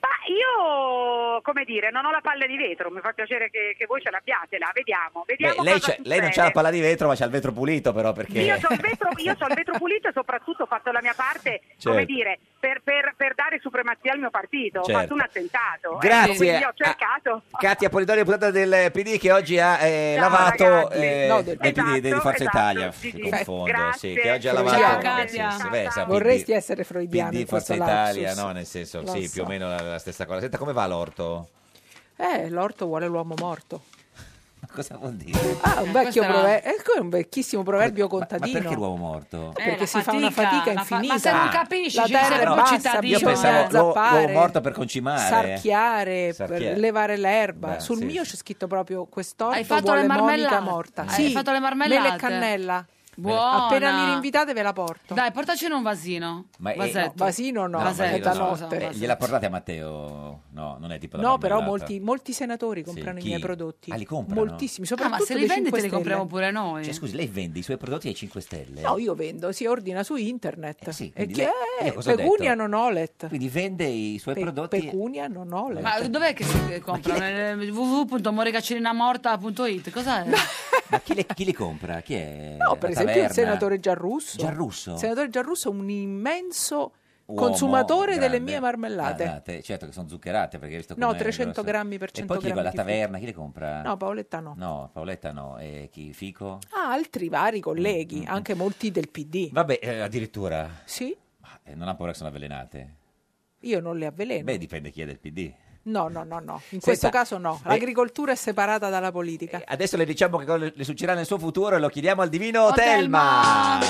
Speaker 21: Ma io, come dire, non ho la palla di vetro, mi fa piacere che, che voi ce l'abbiate là, vediamo,
Speaker 2: Beh,
Speaker 21: vediamo
Speaker 2: lei,
Speaker 21: cosa
Speaker 2: c'ha- lei non
Speaker 21: succede.
Speaker 2: c'ha la palla di vetro, ma c'ha il vetro pulito però perché...
Speaker 21: Io
Speaker 2: [laughs]
Speaker 21: sono il vetro, io c'ho il vetro pulito e soprattutto ho fatto la mia parte, come
Speaker 2: Certo.
Speaker 21: dire, per, per- per dare supremazia al mio partito,
Speaker 2: Certo.
Speaker 21: ho fatto un attentato. ecco,
Speaker 2: Grazie. Ah,
Speaker 21: quindi ho cercato...
Speaker 2: Catia Polidori, deputata del PD, che oggi ha eh,
Speaker 21: Ciao,
Speaker 2: lavato
Speaker 21: ragazzi.
Speaker 2: eh,
Speaker 21: No,
Speaker 2: del
Speaker 21: del-
Speaker 2: PD di
Speaker 21: esatto,
Speaker 2: Forza
Speaker 21: esatto,
Speaker 2: Italia.
Speaker 21: sì,
Speaker 2: Mi
Speaker 21: sì.
Speaker 2: confondo,
Speaker 21: Grazie.
Speaker 2: sì, che oggi ha
Speaker 21: Ciao,
Speaker 2: lavato.
Speaker 21: Katia.
Speaker 2: sì, sì, beh, sa,
Speaker 16: Vorresti
Speaker 2: PD,
Speaker 16: essere freudiano
Speaker 2: PD
Speaker 16: in
Speaker 2: Forza
Speaker 16: questo
Speaker 2: Italia,
Speaker 16: lapsus.
Speaker 2: no? Nel senso,
Speaker 16: Lo
Speaker 2: sì,
Speaker 16: so.
Speaker 2: più o meno la, la stessa cosa. Senta, come va l'orto? [laughs]
Speaker 16: Eh, l'orto vuole l'uomo morto.
Speaker 2: Ma cosa vuol dire?
Speaker 16: Ah,
Speaker 1: Eh,
Speaker 16: un vecchio
Speaker 2: questo era-
Speaker 16: proverbio. Ecco, è un vecchissimo proverbio
Speaker 2: Ma
Speaker 16: contadino.
Speaker 2: perché l'uomo morto?
Speaker 16: Eh, perché
Speaker 1: la
Speaker 16: si fa una fatica
Speaker 1: fatica, la fa-
Speaker 16: infinita.
Speaker 1: ma se non capisci,
Speaker 16: la
Speaker 1: ci serve
Speaker 16: terra è
Speaker 1: un
Speaker 16: bassa,
Speaker 1: cittadino,
Speaker 2: Ah, Io
Speaker 16: bisogna
Speaker 2: pensavo l'uo- l'uomo
Speaker 16: zappare,
Speaker 2: morto per concimare.
Speaker 16: sarchiare,
Speaker 2: Sarchiare.
Speaker 16: per levare l'erba.
Speaker 2: Beh,
Speaker 16: Sul
Speaker 2: sì,
Speaker 16: mio c'è scritto proprio quest'orto
Speaker 1: Hai fatto
Speaker 16: vuole
Speaker 1: le
Speaker 16: Monica
Speaker 1: marmellate?
Speaker 16: morta.
Speaker 1: Hai
Speaker 16: Sì,
Speaker 1: fatto le marmellate?
Speaker 16: mele e cannella.
Speaker 1: Buona.
Speaker 16: Appena mi rinvitate ve la porto.
Speaker 1: Dai, portaci in un vasino.
Speaker 2: Ma è-
Speaker 1: Vasetto.
Speaker 16: No, vasino no,
Speaker 1: Vasetto,
Speaker 16: è da
Speaker 1: scusa,
Speaker 16: notte.
Speaker 1: vasetto.
Speaker 2: Eh, gliela portate a Matteo? No, non è tipo la
Speaker 16: No, però
Speaker 2: marmellata.
Speaker 16: molti, molti senatori comprano
Speaker 2: Sì,
Speaker 16: i miei
Speaker 2: chi?
Speaker 16: prodotti.
Speaker 2: Ah, li comprano?
Speaker 16: Moltissimi,
Speaker 1: Ah,
Speaker 16: soprattutto
Speaker 1: ma se li
Speaker 16: dei
Speaker 1: vendi
Speaker 16: 5
Speaker 1: te li
Speaker 16: Stelle.
Speaker 1: compriamo pure noi.
Speaker 2: Cioè, scusi, lei vende i suoi prodotti ai 5 Stelle?
Speaker 16: No, io vendo, si ordina su internet. e
Speaker 2: Eh quindi
Speaker 16: che
Speaker 2: lei-
Speaker 16: è?
Speaker 2: io cosa ho
Speaker 16: pecunia
Speaker 2: detto?
Speaker 16: non olet.
Speaker 2: Quindi vende i suoi
Speaker 16: Pe-
Speaker 2: prodotti...
Speaker 16: Pecunia non olet.
Speaker 1: Ma dov'è che si comprano? Eh,
Speaker 16: [laughs]
Speaker 1: www.morigacerinamorta.it Cos'è?
Speaker 2: Ma chi, le- chi li compra? Chi è?
Speaker 16: No, per
Speaker 2: Eh, La
Speaker 16: esempio il
Speaker 2: taverna?
Speaker 16: senatore Giarrusso.
Speaker 2: Giarrusso?
Speaker 16: Il senatore Giarrusso è un immenso
Speaker 2: Uomo
Speaker 16: consumatore delle
Speaker 2: grande.
Speaker 16: mie marmellate.
Speaker 2: Guardate, certo che sono zuccherate perché hai visto
Speaker 16: No,
Speaker 2: com'è
Speaker 16: 300
Speaker 2: grosso.
Speaker 16: grammi per
Speaker 2: E
Speaker 16: 100
Speaker 2: poi chi va alla
Speaker 16: grammi di frutta.
Speaker 2: taverna? Chi le compra?
Speaker 16: No, Paoletta no.
Speaker 2: ah. No, Mm. Paoletta no. E chi? Fico?
Speaker 16: Ah, altri vari colleghi, anche molti del PD.
Speaker 2: Vabbè, eh, addirittura...
Speaker 16: Sì,
Speaker 2: eh, non ha paura che sono avvelenate?
Speaker 16: io non le avveleno.
Speaker 2: Beh, dipende chi è del PD.
Speaker 16: No, no, no, no. In
Speaker 2: Senta,
Speaker 16: questo caso no.
Speaker 2: eh,
Speaker 16: L'agricoltura è separata dalla politica.
Speaker 2: Adesso le diciamo che cosa le le succederà nel suo futuro e lo chiediamo al divino
Speaker 16: Oh,
Speaker 2: Telma.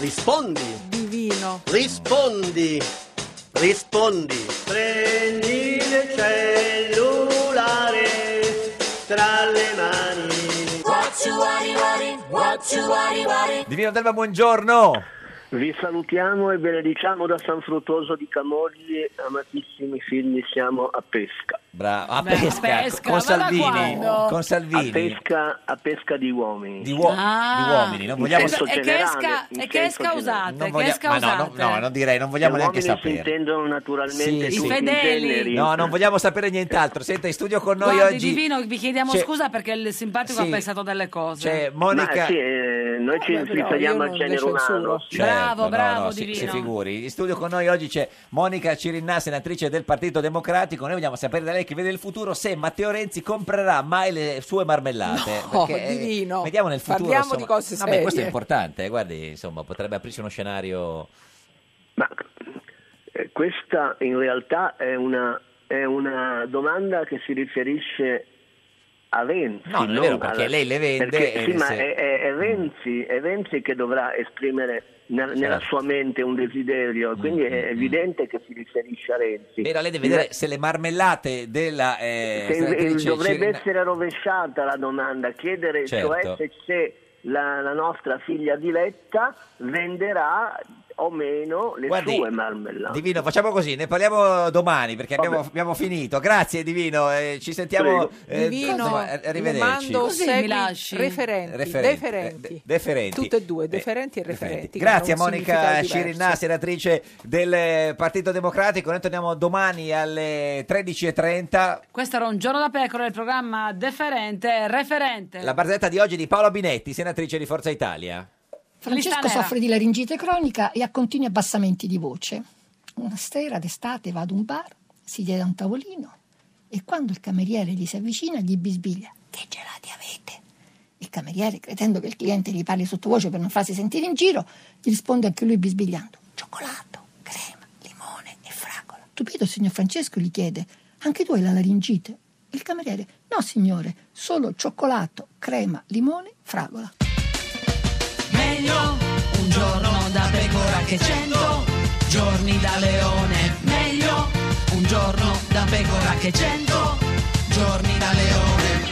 Speaker 3: Rispondi,
Speaker 16: Divino.
Speaker 3: rispondi, rispondi. Prendi il cellulare tra le mani.
Speaker 4: What you worry, worry, what you worry, worry.
Speaker 2: Divino Telma, buongiorno.
Speaker 3: Vi salutiamo e benediciamo da San Fruttuoso di Camogli, amatissimi figli, siamo a pesca.
Speaker 2: Bravo, a
Speaker 3: Beh, a
Speaker 2: pesca,
Speaker 3: pesca,
Speaker 2: con
Speaker 3: ma da
Speaker 2: Salvini.
Speaker 3: quando?
Speaker 2: Con Salvini.
Speaker 3: A pesca, a pesca di uomini.
Speaker 2: Di, uo- di uomini, non vogliamo
Speaker 3: senso
Speaker 1: E che
Speaker 3: generale,
Speaker 1: esca,
Speaker 3: in
Speaker 1: e che
Speaker 3: senso
Speaker 1: esca
Speaker 3: generale.
Speaker 1: usate,
Speaker 2: Non
Speaker 1: che
Speaker 2: vogliamo-
Speaker 1: esca
Speaker 2: ma no, no,
Speaker 1: usate.
Speaker 2: no, non direi, non vogliamo
Speaker 3: Gli
Speaker 2: neanche
Speaker 3: uomini si
Speaker 2: sapere.
Speaker 3: intendono naturalmente
Speaker 2: Sì,
Speaker 3: tutti
Speaker 2: sì.
Speaker 3: i generi.
Speaker 2: No, non vogliamo sapere nient'altro. Senta, in studio con noi
Speaker 1: Guardi,
Speaker 2: oggi
Speaker 1: Divino, vi chiediamo
Speaker 2: c'è-
Speaker 1: scusa perché il simpatico
Speaker 2: Sì. Cioè,
Speaker 1: ha pensato delle cose.
Speaker 2: c'è Monica.
Speaker 3: Ma sì, eh, noi ci
Speaker 1: Vabbè, però
Speaker 3: riferiamo
Speaker 1: io
Speaker 3: al
Speaker 1: non
Speaker 3: genere
Speaker 1: le censuro.
Speaker 3: umano. sì.
Speaker 2: Certo,
Speaker 1: Bravo, bravo,
Speaker 2: si-
Speaker 1: Divino.
Speaker 2: Si, figuri. In studio con noi oggi c'è Monica Cirinna, senatrice del Partito Democratico. Noi vogliamo sapere da lei che vede il futuro se Matteo Renzi comprerà mai le sue marmellate.
Speaker 16: No,
Speaker 2: Perché, eh,
Speaker 16: divino.
Speaker 2: Vediamo nel futuro.
Speaker 16: Oh, Parliamo
Speaker 2: insomma-
Speaker 16: di cose
Speaker 2: No, beh,
Speaker 16: serie.
Speaker 2: questo è importante. eh, Guardi, insomma, potrebbe aprirsi uno scenario.
Speaker 3: Eh, Questa in realtà è una, è una domanda che si riferisce a Renzi.
Speaker 2: No, non è vero, perché
Speaker 3: alla-
Speaker 2: lei le vende
Speaker 3: perché-
Speaker 2: e
Speaker 3: sì,
Speaker 2: le
Speaker 3: ma
Speaker 2: se-
Speaker 3: è, è- è Renzi, è Renzi che dovrà esprimere nel- nella
Speaker 2: Certo. Mm,
Speaker 3: sua mente un desiderio, quindi è evidente che si riferisce a Renzi.
Speaker 2: Beh, no, lei deve vedere se le marmellate della eh,
Speaker 3: Se-
Speaker 2: senatrice
Speaker 3: dovrebbe
Speaker 2: Cirinna-
Speaker 3: essere rovesciata la domanda, chiedere
Speaker 2: Certo.
Speaker 3: cioè se c'è la, la nostra figlia diletta venderà o meno le
Speaker 2: Guardi,
Speaker 3: sue marmellate.
Speaker 2: Divino, facciamo così, ne parliamo domani perché abbiamo,
Speaker 3: Vabbè.
Speaker 2: abbiamo finito. Grazie Divino, eh, ci sentiamo.
Speaker 3: Prego.
Speaker 2: eh,
Speaker 16: Divino,
Speaker 2: insomma,
Speaker 16: le
Speaker 2: eh, arrivederci.
Speaker 16: mando
Speaker 1: Così mi
Speaker 16: segui
Speaker 1: lasci?
Speaker 16: referenti,
Speaker 2: Referenti,
Speaker 16: deferenti.
Speaker 2: eh, de- deferenti.
Speaker 16: Tutte e due, deferenti e referenti. che
Speaker 2: Grazie a
Speaker 16: hanno un
Speaker 2: Monica
Speaker 16: significato diverso.
Speaker 2: Cirinna, senatrice del eh, Partito Democratico. Noi torniamo domani alle 13.30.
Speaker 1: Questo era un giorno da pecora, il programma deferente, referente.
Speaker 2: La barzetta di oggi di Paola Binetti, senatrice di Forza Italia.
Speaker 22: Francesco
Speaker 1: Lista nera.
Speaker 22: soffre di laringite cronica e ha continui abbassamenti di voce. Una sera d'estate va ad un bar, si chiede a un tavolino e quando il cameriere gli si avvicina gli bisbiglia: Che gelati avete? Il cameriere, credendo che il cliente gli parli sottovoce per non farsi sentire in giro, gli risponde anche lui bisbigliando: Cioccolato, crema, limone e fragola. Stupito il signor Francesco gli chiede: Anche tu hai la laringite? Il cameriere, no signore, solo cioccolato, crema, limone, fragola.
Speaker 1: Meglio un giorno da pecora che cento giorni da leone. Meglio un giorno da pecora che cento giorni da leone.